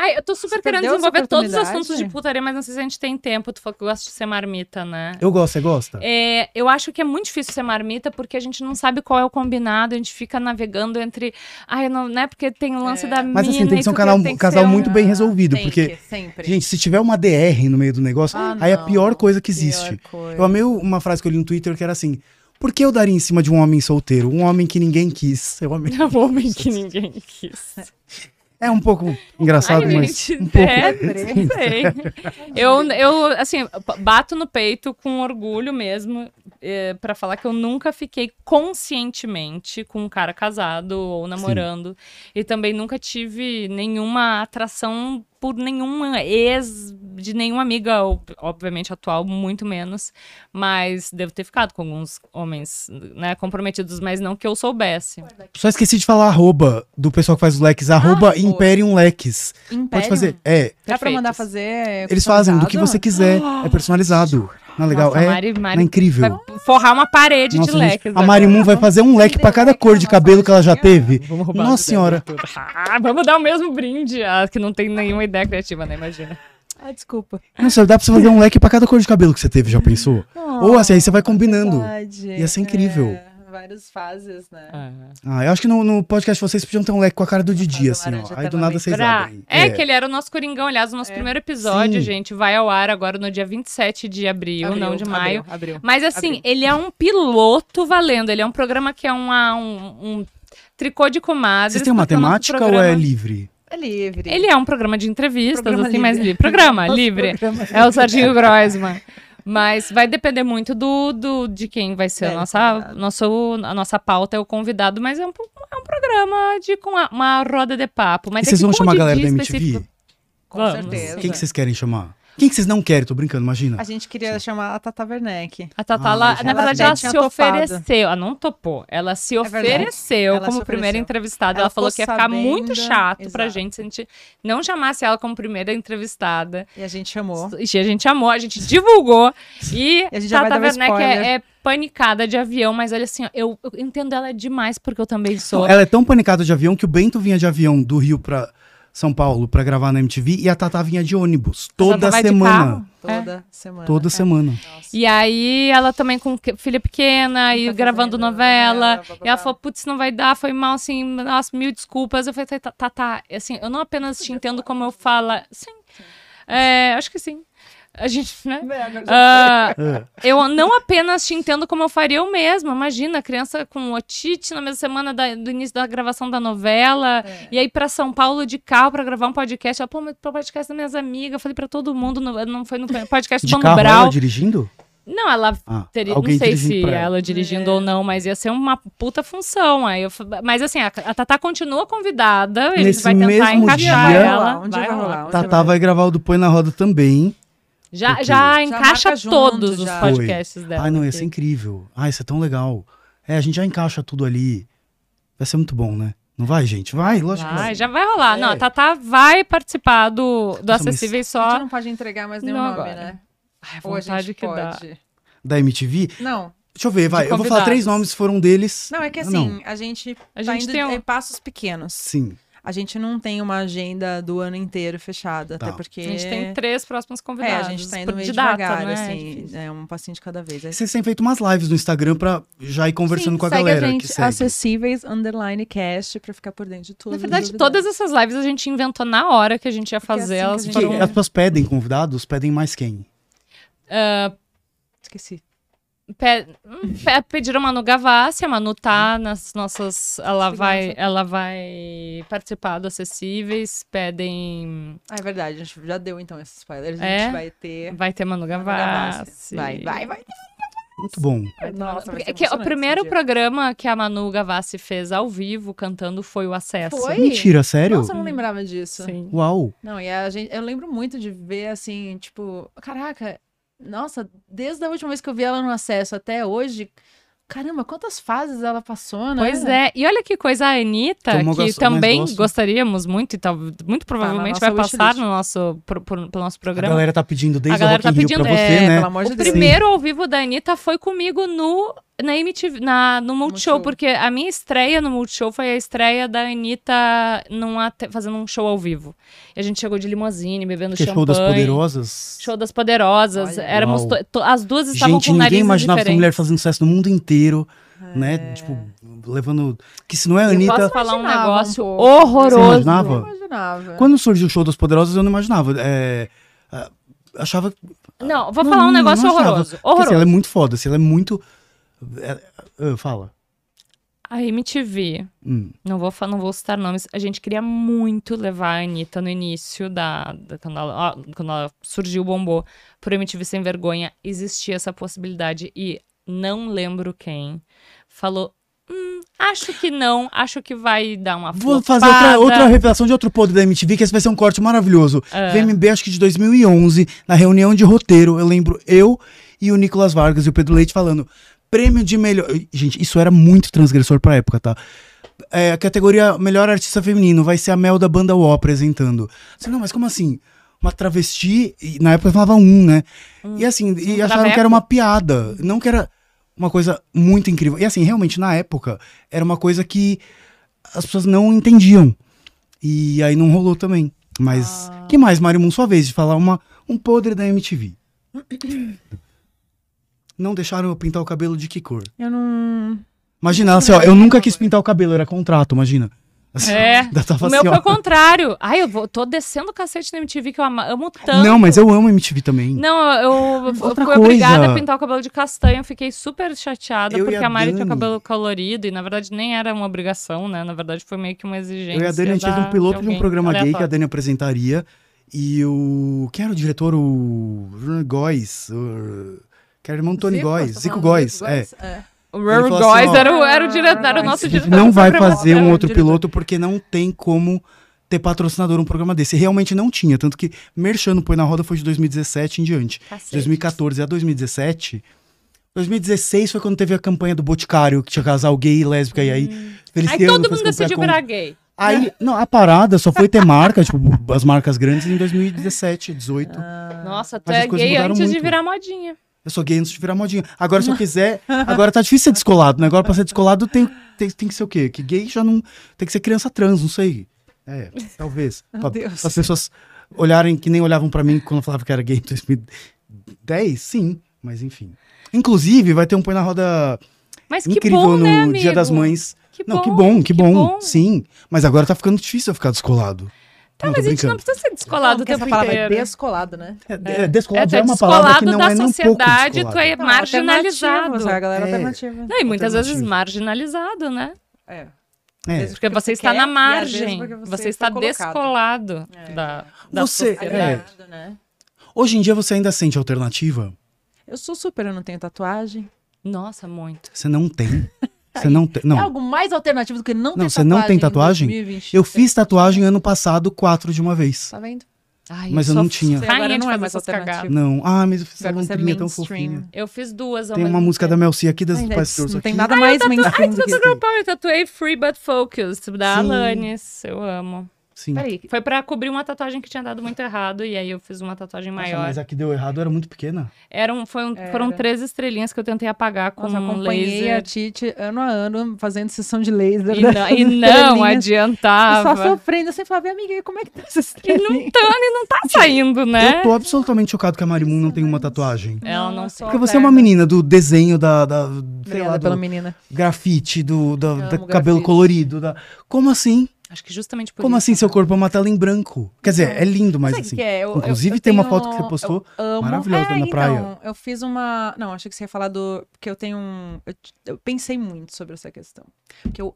Speaker 2: Ai, eu tô super
Speaker 4: Você
Speaker 2: querendo
Speaker 4: perdeu essa
Speaker 2: desenvolver todos os
Speaker 4: oportunidade?
Speaker 2: assuntos de putaria, mas não sei se a gente tem tempo. Tu falou que gosta de ser marmita, né?
Speaker 1: Eu gosto, você gosta?
Speaker 2: É, eu acho que é muito difícil ser marmita, porque a gente não sabe qual é o combinado, a gente fica navegando entre. Ai, não, né? Porque tem o lance da
Speaker 1: Mas assim,
Speaker 2: mina
Speaker 1: tem que
Speaker 2: e
Speaker 1: ser um
Speaker 2: tu
Speaker 1: canal-
Speaker 2: tem que
Speaker 1: casal
Speaker 2: ser um-
Speaker 1: muito bem resolvido,
Speaker 4: Tem
Speaker 1: porque-
Speaker 4: que, Ah, sempre.
Speaker 1: Gente, se tiver uma DR no meio do negócio,
Speaker 4: Ah,
Speaker 1: aí é a
Speaker 4: não,
Speaker 1: pior coisa que
Speaker 4: pior
Speaker 1: existe.
Speaker 4: coisa.
Speaker 1: Eu amei uma frase que eu li no Twitter que era assim: Por que eu daria em cima de um homem solteiro? Um homem que ninguém quis. Eu amei.
Speaker 2: É um (laughs) homem que ninguém quis.
Speaker 1: É um pouco engraçado,
Speaker 2: Ai,
Speaker 1: mas.
Speaker 2: gente,
Speaker 1: um pouco.
Speaker 2: é,
Speaker 4: (laughs)
Speaker 2: sei. Eu, eu, assim, p- bato no peito com orgulho mesmo eh, pra falar que eu nunca fiquei conscientemente com um cara casado ou namorando. E também nunca tive nenhuma atração por nenhuma ex de nenhuma amiga, ou, obviamente atual, muito menos. Mas devo ter ficado com alguns homens né, comprometidos, mas não que eu soubesse.
Speaker 1: Só esqueci de falar arroba do pessoal que faz os
Speaker 2: Ah,
Speaker 1: leques. Arroba
Speaker 4: foi.
Speaker 1: Imperium Leques.
Speaker 4: Império?
Speaker 1: Pode fazer. É.
Speaker 4: Dá pra mandar
Speaker 2: Perfeitos.
Speaker 4: fazer. é,
Speaker 1: Eles fazem do que
Speaker 4: customizado?
Speaker 1: você quiser. É personalizado. Não é legal?
Speaker 2: Ah, Nossa,
Speaker 1: é.
Speaker 2: Mari- Mari
Speaker 1: não é incrível.
Speaker 2: Vai forrar uma parede
Speaker 1: Nossa,
Speaker 2: de
Speaker 1: gente,
Speaker 2: leques.
Speaker 1: a
Speaker 2: agora.
Speaker 1: Mari Moon vai fazer um leque pra cada cor de cabelo que ela já teve. Nossa senhora.
Speaker 2: Ah, vamos dar o mesmo brinde. Ah, que não tem nenhuma ideia criativa, né? Imagina.
Speaker 4: Ah, desculpa.
Speaker 1: Nossa, dá pra você fazer um leque pra cada cor de cabelo que você teve, já pensou? Ou assim, aí você vai combinando.
Speaker 4: Verdade.
Speaker 1: Ia ser incrível.
Speaker 4: É, várias fases, né?
Speaker 1: Ah, eu acho que no, no podcast vocês podiam ter um leque com a cara do Didi,
Speaker 4: Faz o
Speaker 1: assim, ó.
Speaker 4: laranja
Speaker 1: Aí do nada vocês
Speaker 2: Pra-
Speaker 1: abrem.
Speaker 2: É, que ele era o nosso Coringão. Aliás, o
Speaker 4: É.
Speaker 2: nosso primeiro episódio,
Speaker 1: Sim.
Speaker 2: gente, vai ao ar agora no dia 27 de abril,
Speaker 4: Abril,
Speaker 2: não de maio.
Speaker 4: Abril, abril.
Speaker 2: Mas assim, ele é um piloto valendo. Ele é um programa que é uma- um, um tricô de comadres.
Speaker 1: Vocês têm uma
Speaker 2: porque o nosso
Speaker 1: temática ou
Speaker 2: tá programa-
Speaker 1: é livre?
Speaker 4: É livre.
Speaker 2: Ele é um programa de entrevistas,
Speaker 4: Programa
Speaker 2: assim, mais
Speaker 4: livre.
Speaker 2: livre. Programa livre. É o Serginho Groisman. Mas vai depender muito do, do de quem vai ser a
Speaker 4: É,
Speaker 2: nossa, nosso, a nossa pauta, é o convidado, mas é um, po- é um programa de com a- uma roda de papo.
Speaker 1: E
Speaker 2: Mas é
Speaker 1: vocês
Speaker 2: que
Speaker 1: vão
Speaker 2: com
Speaker 1: chamar a
Speaker 2: Didi
Speaker 1: galera da
Speaker 2: específico-
Speaker 1: MTV?
Speaker 4: Com
Speaker 2: Vamos.
Speaker 4: certeza.
Speaker 1: Quem que vocês querem chamar? Quem que vocês não querem? Tô brincando, imagina.
Speaker 4: A gente queria chamar a Tata Werneck.
Speaker 2: A Tata,
Speaker 1: Ah,
Speaker 2: ela-
Speaker 1: gente,
Speaker 2: na
Speaker 1: ela
Speaker 2: verdade,
Speaker 1: já
Speaker 2: ela se
Speaker 4: tinha topado. É
Speaker 2: ofereceu. Ela não topou. Ela se
Speaker 4: verdade.
Speaker 2: ofereceu
Speaker 4: Ela
Speaker 2: como
Speaker 4: se
Speaker 2: primeira
Speaker 4: ofereceu.
Speaker 2: entrevistada.
Speaker 4: Ela
Speaker 2: Ela, falou que
Speaker 4: ficou
Speaker 2: ia ficar
Speaker 4: sabendo,
Speaker 2: muito chato pra
Speaker 4: exato.
Speaker 2: gente se a gente não chamasse ela como primeira entrevistada.
Speaker 4: E a gente chamou.
Speaker 2: E a gente amou, a gente divulgou. E,
Speaker 4: E a gente já vai
Speaker 2: Tata
Speaker 4: dar um
Speaker 2: Werneck
Speaker 4: spoiler.
Speaker 2: é, é panicada de avião, mas olha assim, ó, eu, eu entendo ela demais porque eu também sou.
Speaker 1: Ela é tão panicada de avião que o Bento vinha de avião do Rio pra São Paulo pra gravar na MTV e a Tata vinha de ônibus. Toda
Speaker 2: tá vai de
Speaker 1: semana.
Speaker 2: carro. É.
Speaker 4: Toda
Speaker 3: É.
Speaker 4: semana.
Speaker 1: Toda semana.
Speaker 2: E aí ela também com que- filha pequena e
Speaker 4: Tá
Speaker 2: gravando
Speaker 4: fazendo
Speaker 2: novela.
Speaker 4: novela, blá, blá,
Speaker 2: e ela
Speaker 4: blá.
Speaker 2: falou, putz, não vai dar, foi mal, assim, nossa, mil desculpas. Eu falei, tá, tá, tá, assim, eu não apenas te entendo como eu falo. Sim. É, acho que sim. A gente, né?
Speaker 3: É, agora já-
Speaker 2: Ah,
Speaker 1: Ah,
Speaker 2: eu não apenas te entendo como eu faria eu mesma. Imagina, criança com otite na mesma semana da- do início da gravação da novela. E aí pra São Paulo de carro pra gravar um podcast. Ela, pô, mas pro podcast das minhas amigas. Eu falei pra todo mundo. Não, não foi no podcast do
Speaker 1: de
Speaker 2: Mano
Speaker 1: carro ela
Speaker 2: Brau.
Speaker 1: dirigindo?
Speaker 2: Não, ela
Speaker 1: Ah,
Speaker 2: Teria, não
Speaker 1: alguém
Speaker 2: sei se
Speaker 1: dirigindo pra ela.
Speaker 2: ela dirigindo
Speaker 3: É.
Speaker 2: ou não, mas ia ser uma puta função. Aí eu fa- mas assim, a, a Tatá continua convidada, a gente
Speaker 1: Nesse
Speaker 2: vai tentar
Speaker 1: mesmo
Speaker 2: encaixar
Speaker 1: dia-
Speaker 2: ela.
Speaker 3: Um dia vai rolar, um dia
Speaker 1: Tatá vai gravar o do Põe na Roda também.
Speaker 2: Já,
Speaker 1: Porque-
Speaker 2: já
Speaker 1: Já
Speaker 2: encaixa
Speaker 3: marca junto,
Speaker 2: todos os
Speaker 3: já.
Speaker 2: podcasts dela.
Speaker 1: Ai, não, ia
Speaker 2: aqui.
Speaker 1: ser incrível. Ai, isso é tão legal. É, a gente já encaixa tudo ali. Vai ser muito bom, né? Não vai, gente? Vai, lógico que
Speaker 2: Vai,
Speaker 1: vai.
Speaker 2: já vai rolar. Não, a
Speaker 1: É.
Speaker 2: Tatá vai participar do, do
Speaker 1: Nossa, mas-
Speaker 2: Acessíveis
Speaker 3: A
Speaker 2: só.
Speaker 3: gente não pode entregar mais nenhum
Speaker 2: Não
Speaker 3: nome,
Speaker 2: agora.
Speaker 3: né?
Speaker 2: Ai,
Speaker 3: Ou a
Speaker 2: vontade
Speaker 3: gente
Speaker 2: que dá.
Speaker 3: pode.
Speaker 1: Da MTV.
Speaker 3: Não,
Speaker 1: Deixa eu ver, vai. Eu vou falar
Speaker 2: convidados.
Speaker 1: três nomes, foram deles.
Speaker 3: não, é que
Speaker 1: Ah,
Speaker 3: assim,
Speaker 1: não.
Speaker 3: a gente
Speaker 2: A
Speaker 3: tá
Speaker 2: gente
Speaker 3: indo
Speaker 2: tem um-
Speaker 3: em passos pequenos.
Speaker 1: Sim.
Speaker 3: A gente não tem uma agenda do ano inteiro fechada,
Speaker 1: Tá.
Speaker 3: até porque...
Speaker 2: A gente tem três próximos
Speaker 3: É,
Speaker 2: convidados.
Speaker 3: a gente tá
Speaker 2: por-
Speaker 3: indo meio
Speaker 2: de data,
Speaker 3: devagar,
Speaker 2: né? É
Speaker 3: assim,
Speaker 2: difícil.
Speaker 3: é um passinho de cada vez. É
Speaker 1: Vocês têm feito umas lives no Instagram pra já ir tá conversando
Speaker 3: Sim,
Speaker 1: com a
Speaker 3: segue
Speaker 1: galera
Speaker 3: a
Speaker 1: que
Speaker 3: gente,
Speaker 1: segue.
Speaker 3: acessíveis underline cast pra ficar por dentro de tudo.
Speaker 2: Na verdade, todas essas lives a gente inventou na hora que a gente ia
Speaker 3: Porque é
Speaker 2: fazer.
Speaker 3: assim que
Speaker 2: elas
Speaker 3: a gente-
Speaker 1: Que
Speaker 2: foram...
Speaker 1: As pessoas pedem convidados, pedem mais quem?
Speaker 3: Esqueci.
Speaker 2: Pe- hum, pe- pediram a Manu Gavassi, a Manu tá nas nossas. Ela
Speaker 3: Obrigada.
Speaker 2: vai, ela vai participar do Acessíveis. Pedem.
Speaker 3: Ah, é verdade, a gente já deu então esse spoiler. A gente
Speaker 2: É?
Speaker 3: vai ter.
Speaker 2: Vai ter Manu Gavassi.
Speaker 3: Vai, vai, vai.
Speaker 1: Muito bom.
Speaker 3: vai. Nossa, vai
Speaker 2: Porque-
Speaker 3: ser
Speaker 2: é que o
Speaker 3: emocionante
Speaker 2: primeiro
Speaker 3: esse dia.
Speaker 2: programa que a Manu Gavassi fez ao vivo cantando foi o Acesso.
Speaker 3: Foi?
Speaker 1: Mentira, sério?
Speaker 3: Nossa, eu não lembrava disso.
Speaker 2: Sim.
Speaker 1: Uau.
Speaker 3: Não, e a gente, eu lembro muito de ver assim, tipo, caraca, nossa, desde a última vez que eu vi ela no acesso até hoje, caramba, quantas fases ela passou, né?
Speaker 2: Pois é, e olha que coisa a Anitta,
Speaker 1: Tomou
Speaker 2: que
Speaker 1: gosto- mas
Speaker 2: também
Speaker 1: gosto.
Speaker 2: gostaríamos muito, e tal, muito provavelmente
Speaker 3: Tá nossa
Speaker 2: vai passar
Speaker 3: wishlist.
Speaker 2: no nosso, pro, pro- pelo nosso
Speaker 1: A
Speaker 2: programa.
Speaker 1: galera tá pedindo desde
Speaker 2: A
Speaker 1: o
Speaker 2: galera
Speaker 1: Rock in
Speaker 2: tá
Speaker 1: Rio
Speaker 2: pedindo,
Speaker 1: pra você,
Speaker 2: é,
Speaker 1: né?
Speaker 3: Pelo amor de
Speaker 2: O
Speaker 3: Deus.
Speaker 2: primeiro ao vivo da Anitta foi comigo no, na MTV, na, no Multishow,
Speaker 3: Multishow.
Speaker 2: porque a minha estreia no Multishow foi a estreia da Anitta numa te- fazendo um show ao vivo. E a gente chegou de limousine, bebendo
Speaker 1: Que
Speaker 2: champanhe.
Speaker 1: show das poderosas.
Speaker 2: Show das Poderosas.
Speaker 3: Olha.
Speaker 2: Éramos
Speaker 1: Uau.
Speaker 2: to- to- as duas estavam
Speaker 1: Gente,
Speaker 2: com
Speaker 1: ninguém
Speaker 2: narizes
Speaker 1: imaginava essa
Speaker 2: diferentes. É.
Speaker 1: mulher fazendo sucesso no mundo inteiro, né? Tipo, levando... Que se não é a
Speaker 2: Eu
Speaker 1: Anitta...
Speaker 2: posso falar um
Speaker 3: Imaginava um
Speaker 2: negócio
Speaker 3: pouco.
Speaker 1: Você
Speaker 2: horroroso.
Speaker 1: imaginava?
Speaker 3: Eu imaginava.
Speaker 1: Quando surgiu o show das poderosas, eu não imaginava. É, ah, Achava...
Speaker 2: Não, vou
Speaker 1: Não,
Speaker 2: falar um
Speaker 1: não, não
Speaker 2: negócio
Speaker 1: achava.
Speaker 2: horroroso.
Speaker 1: Porque, assim,
Speaker 2: Horroroso.
Speaker 1: ela é muito foda, assim, ela é muito... é, ah, fala.
Speaker 2: A MTV.
Speaker 1: Hum.
Speaker 2: Não vou, fa- não vou citar nomes. A gente queria muito levar a Anitta no início da. da- quando, ela, ó, quando ela surgiu, bombou. Por MTV Sem Vergonha, existia essa possibilidade. E não lembro quem falou. "Hum, acho que não, acho que vai dar uma
Speaker 1: Vou
Speaker 2: flopada."
Speaker 1: fazer outra, outra revelação de outro podre da MTV, que esse vai ser um corte maravilhoso.
Speaker 2: Ah.
Speaker 1: VMB, acho que de 2011, na reunião de roteiro, eu lembro eu e o Nicolas Vargas e o Pedro Leite falando prêmio de melhor... Gente, isso era muito transgressor pra época, tá? É, a categoria melhor artista feminino vai ser a Mel da banda O apresentando. Assim, não, mas como assim? Uma travesti, e na época falava um, né? e assim, e acharam
Speaker 2: Hum. Um traveco.
Speaker 1: que era uma piada, não que era uma coisa muito incrível. E assim, realmente, na época, era uma coisa que as pessoas não entendiam. E aí não rolou também. Mas
Speaker 2: Ah.
Speaker 1: que mais, Mário Moon, sua vez de falar uma, um podre da
Speaker 2: (coughs)
Speaker 1: MTV. não deixaram eu pintar o cabelo de que cor?
Speaker 3: Eu não.
Speaker 1: Imagina, assim, ó, eu nunca quis pintar o cabelo, era contrato, imagina. Assim, (laughs)
Speaker 2: É.
Speaker 1: da- tava
Speaker 2: O meu
Speaker 1: assim,
Speaker 2: foi
Speaker 1: ó.
Speaker 2: o contrário. Ai, eu vou, tô descendo o cacete na MTV que eu ama- amo tanto.
Speaker 1: Não, mas eu amo MTV também.
Speaker 2: Não, eu,
Speaker 3: (laughs)
Speaker 2: eu fui
Speaker 1: Outra
Speaker 2: obrigada
Speaker 1: coisa.
Speaker 2: a pintar o cabelo de castanho. Fiquei super chateada
Speaker 1: Eu e
Speaker 2: porque
Speaker 1: a
Speaker 2: a Mari tinha o
Speaker 1: Dani.
Speaker 2: cabelo colorido e na verdade nem era uma obrigação, né? Na verdade foi meio que uma exigência.
Speaker 1: eu e a Dani, a gente fez um
Speaker 2: da-
Speaker 1: piloto de um
Speaker 2: alguém
Speaker 1: programa gay que a
Speaker 2: aleatório.
Speaker 1: Dani apresentaria. E o. Quem era o diretor? O. Góis. O... Que era o irmão do Tony
Speaker 3: Zico,
Speaker 1: Góis.
Speaker 3: você tá
Speaker 1: Zico
Speaker 3: falando do
Speaker 1: Góis.
Speaker 3: Zico
Speaker 1: É.
Speaker 3: É.
Speaker 2: O Rory
Speaker 1: falou assim,
Speaker 2: Góes
Speaker 1: ó,
Speaker 2: era, o- era o diretor, era o nosso
Speaker 1: A gente
Speaker 2: diretor.
Speaker 1: não
Speaker 2: do
Speaker 1: vai
Speaker 2: programa. é
Speaker 1: fazer
Speaker 3: era
Speaker 1: um
Speaker 3: o
Speaker 1: outro
Speaker 3: diretor.
Speaker 1: piloto porque não tem como ter patrocinador um programa desse. Realmente não tinha. Tanto que Merchando Põe na Roda foi de 2017 em diante.
Speaker 2: Cacete.
Speaker 1: De 2014 a 2017. 2016 foi quando teve a campanha do Boticário, que tinha casal gay e lésbica, e aí
Speaker 2: Aí
Speaker 1: Feliciano
Speaker 2: todo
Speaker 1: fez
Speaker 2: mundo
Speaker 1: campanha
Speaker 2: decidiu
Speaker 1: contra.
Speaker 2: virar gay.
Speaker 1: Aí, não, a parada só foi ter marca, tipo, as marcas grandes em 2017, 18.
Speaker 2: Nossa, tu
Speaker 1: Ah, Mas
Speaker 2: é
Speaker 1: as coisas
Speaker 2: gay
Speaker 1: mudaram
Speaker 2: antes de
Speaker 1: muito.
Speaker 2: virar modinha.
Speaker 1: Eu sou gay antes de virar modinha. Agora, se eu quiser. Agora tá difícil ser descolado, né? Agora, pra ser descolado, tem, tem, tem que ser o quê? Que gay já não. Tem que ser criança trans, não sei. É, talvez. Pra-
Speaker 3: Deus.
Speaker 1: As pessoas olharem que nem olhavam pra mim quando eu falava que era gay em 2010, sim. Mas enfim. Inclusive, vai ter um põe na roda
Speaker 2: Mas que
Speaker 1: incrível
Speaker 2: bom,
Speaker 1: no
Speaker 2: né, amigo?
Speaker 1: Dia das Mães.
Speaker 2: Que
Speaker 1: não,
Speaker 2: bom.
Speaker 1: que bom, que, bom,
Speaker 2: bom.
Speaker 1: Sim. Mas agora tá ficando difícil eu ficar descolado.
Speaker 2: Tá, mas a gente não precisa ser descolado
Speaker 3: Não,
Speaker 2: o
Speaker 3: porque
Speaker 2: tempo
Speaker 3: essa palavra é
Speaker 2: inteiro.
Speaker 3: descolado, né?
Speaker 1: É, descolado
Speaker 2: tu
Speaker 1: é,
Speaker 2: é
Speaker 1: uma palavra que
Speaker 2: descolado
Speaker 1: não
Speaker 2: da
Speaker 1: é nem um pouco
Speaker 2: sociedade, tu é
Speaker 1: descolado.
Speaker 2: marginalizado.
Speaker 3: Alternativas, A galera
Speaker 1: É.
Speaker 3: alternativa.
Speaker 2: Não, e muitas vezes
Speaker 1: Alternativo.
Speaker 2: marginalizado, né?
Speaker 3: É.
Speaker 1: É.
Speaker 3: Vezes
Speaker 2: Porque você está na
Speaker 3: quer e às vezes
Speaker 2: margem,
Speaker 3: porque
Speaker 2: você,
Speaker 3: você
Speaker 2: está
Speaker 3: foi colocado.
Speaker 2: descolado
Speaker 3: É.
Speaker 2: da, da
Speaker 1: Você- é,
Speaker 2: sociedade.
Speaker 3: Agrado, né?
Speaker 1: Hoje em dia você ainda sente alternativa?
Speaker 3: Eu sou super, eu não tenho tatuagem.
Speaker 2: Nossa, muito.
Speaker 1: Você não tem. Você não tem.
Speaker 3: É
Speaker 1: Não.
Speaker 3: algo mais alternativo do que não,
Speaker 1: Não,
Speaker 3: ter
Speaker 1: você não tem tatuagem?
Speaker 3: em 2020.
Speaker 1: Eu fiz tatuagem ano passado, quatro de uma vez.
Speaker 3: Tá vendo?
Speaker 2: Ai,
Speaker 1: Mas eu
Speaker 2: sou
Speaker 1: não tinha.
Speaker 2: Rainha
Speaker 3: Agora
Speaker 2: de
Speaker 3: não é
Speaker 2: fazer
Speaker 3: mais
Speaker 2: essas cagadas.
Speaker 3: alternativo.
Speaker 1: Não. Ah, mas eu fiz
Speaker 3: Agora
Speaker 1: uma
Speaker 3: você é
Speaker 1: trilha tão
Speaker 3: mainstream.
Speaker 1: fofinha.
Speaker 2: Eu fiz duas ao
Speaker 1: Tem uma
Speaker 2: mesmo
Speaker 1: música da
Speaker 2: um tempo.
Speaker 1: Mel C aqui das
Speaker 3: Ainda
Speaker 1: Spice Girls
Speaker 3: não
Speaker 1: aqui.
Speaker 3: tem nada mais mainstream do que
Speaker 2: Ai,
Speaker 3: isso.
Speaker 2: Girl Power, eu tatuei Free But Focused, da
Speaker 1: Sim.
Speaker 2: Alanis. Eu amo.
Speaker 1: Sim.
Speaker 3: Peraí,
Speaker 2: Foi pra cobrir uma tatuagem que tinha dado muito errado, e aí eu fiz uma tatuagem
Speaker 1: Nossa,
Speaker 2: maior.
Speaker 1: mas é- a que deu errado era muito pequena.
Speaker 2: Era um- foi um- Foram
Speaker 3: Era.
Speaker 2: três estrelinhas que eu tentei apagar com
Speaker 3: Nossa,
Speaker 2: um
Speaker 3: acompanhei a
Speaker 2: laser.
Speaker 3: Titi ano a ano fazendo sessão de laser.
Speaker 1: (laughs)
Speaker 3: né?
Speaker 2: E não, e não adiantava.
Speaker 3: Só sofrendo, eu sempre falava, "Minha amiga, como é que tá essa
Speaker 2: E não, tá, e
Speaker 1: (laughs)
Speaker 2: não tá saindo, né?
Speaker 1: Eu tô absolutamente chocado que a Marimun não tem uma tatuagem.
Speaker 2: Ela não
Speaker 3: só
Speaker 2: só
Speaker 1: Porque você é uma
Speaker 3: perna.
Speaker 1: menina do desenho, da, da sei
Speaker 3: Obrigada
Speaker 1: lá,
Speaker 3: pela
Speaker 1: do
Speaker 3: menina.
Speaker 1: grafite, do, da- da
Speaker 3: amo
Speaker 1: cabelo
Speaker 3: grafite.
Speaker 1: colorido. Da... Como assim?
Speaker 2: Acho que justamente por
Speaker 1: Como
Speaker 2: isso.
Speaker 1: assim seu corpo é uma tela em branco? Quer dizer, é lindo, mas
Speaker 3: Sabe o
Speaker 1: assim.
Speaker 3: que é? Eu- eu-
Speaker 1: Inclusive,
Speaker 3: eu
Speaker 1: tem uma
Speaker 3: tenho-
Speaker 1: foto que você postou
Speaker 3: eu amo-
Speaker 1: maravilhosa
Speaker 3: É,
Speaker 1: na praia.
Speaker 3: Então, eu fiz uma. Não, achei que você ia falar do. Porque eu tenho um. Eu, t- eu pensei muito sobre essa questão. Porque eu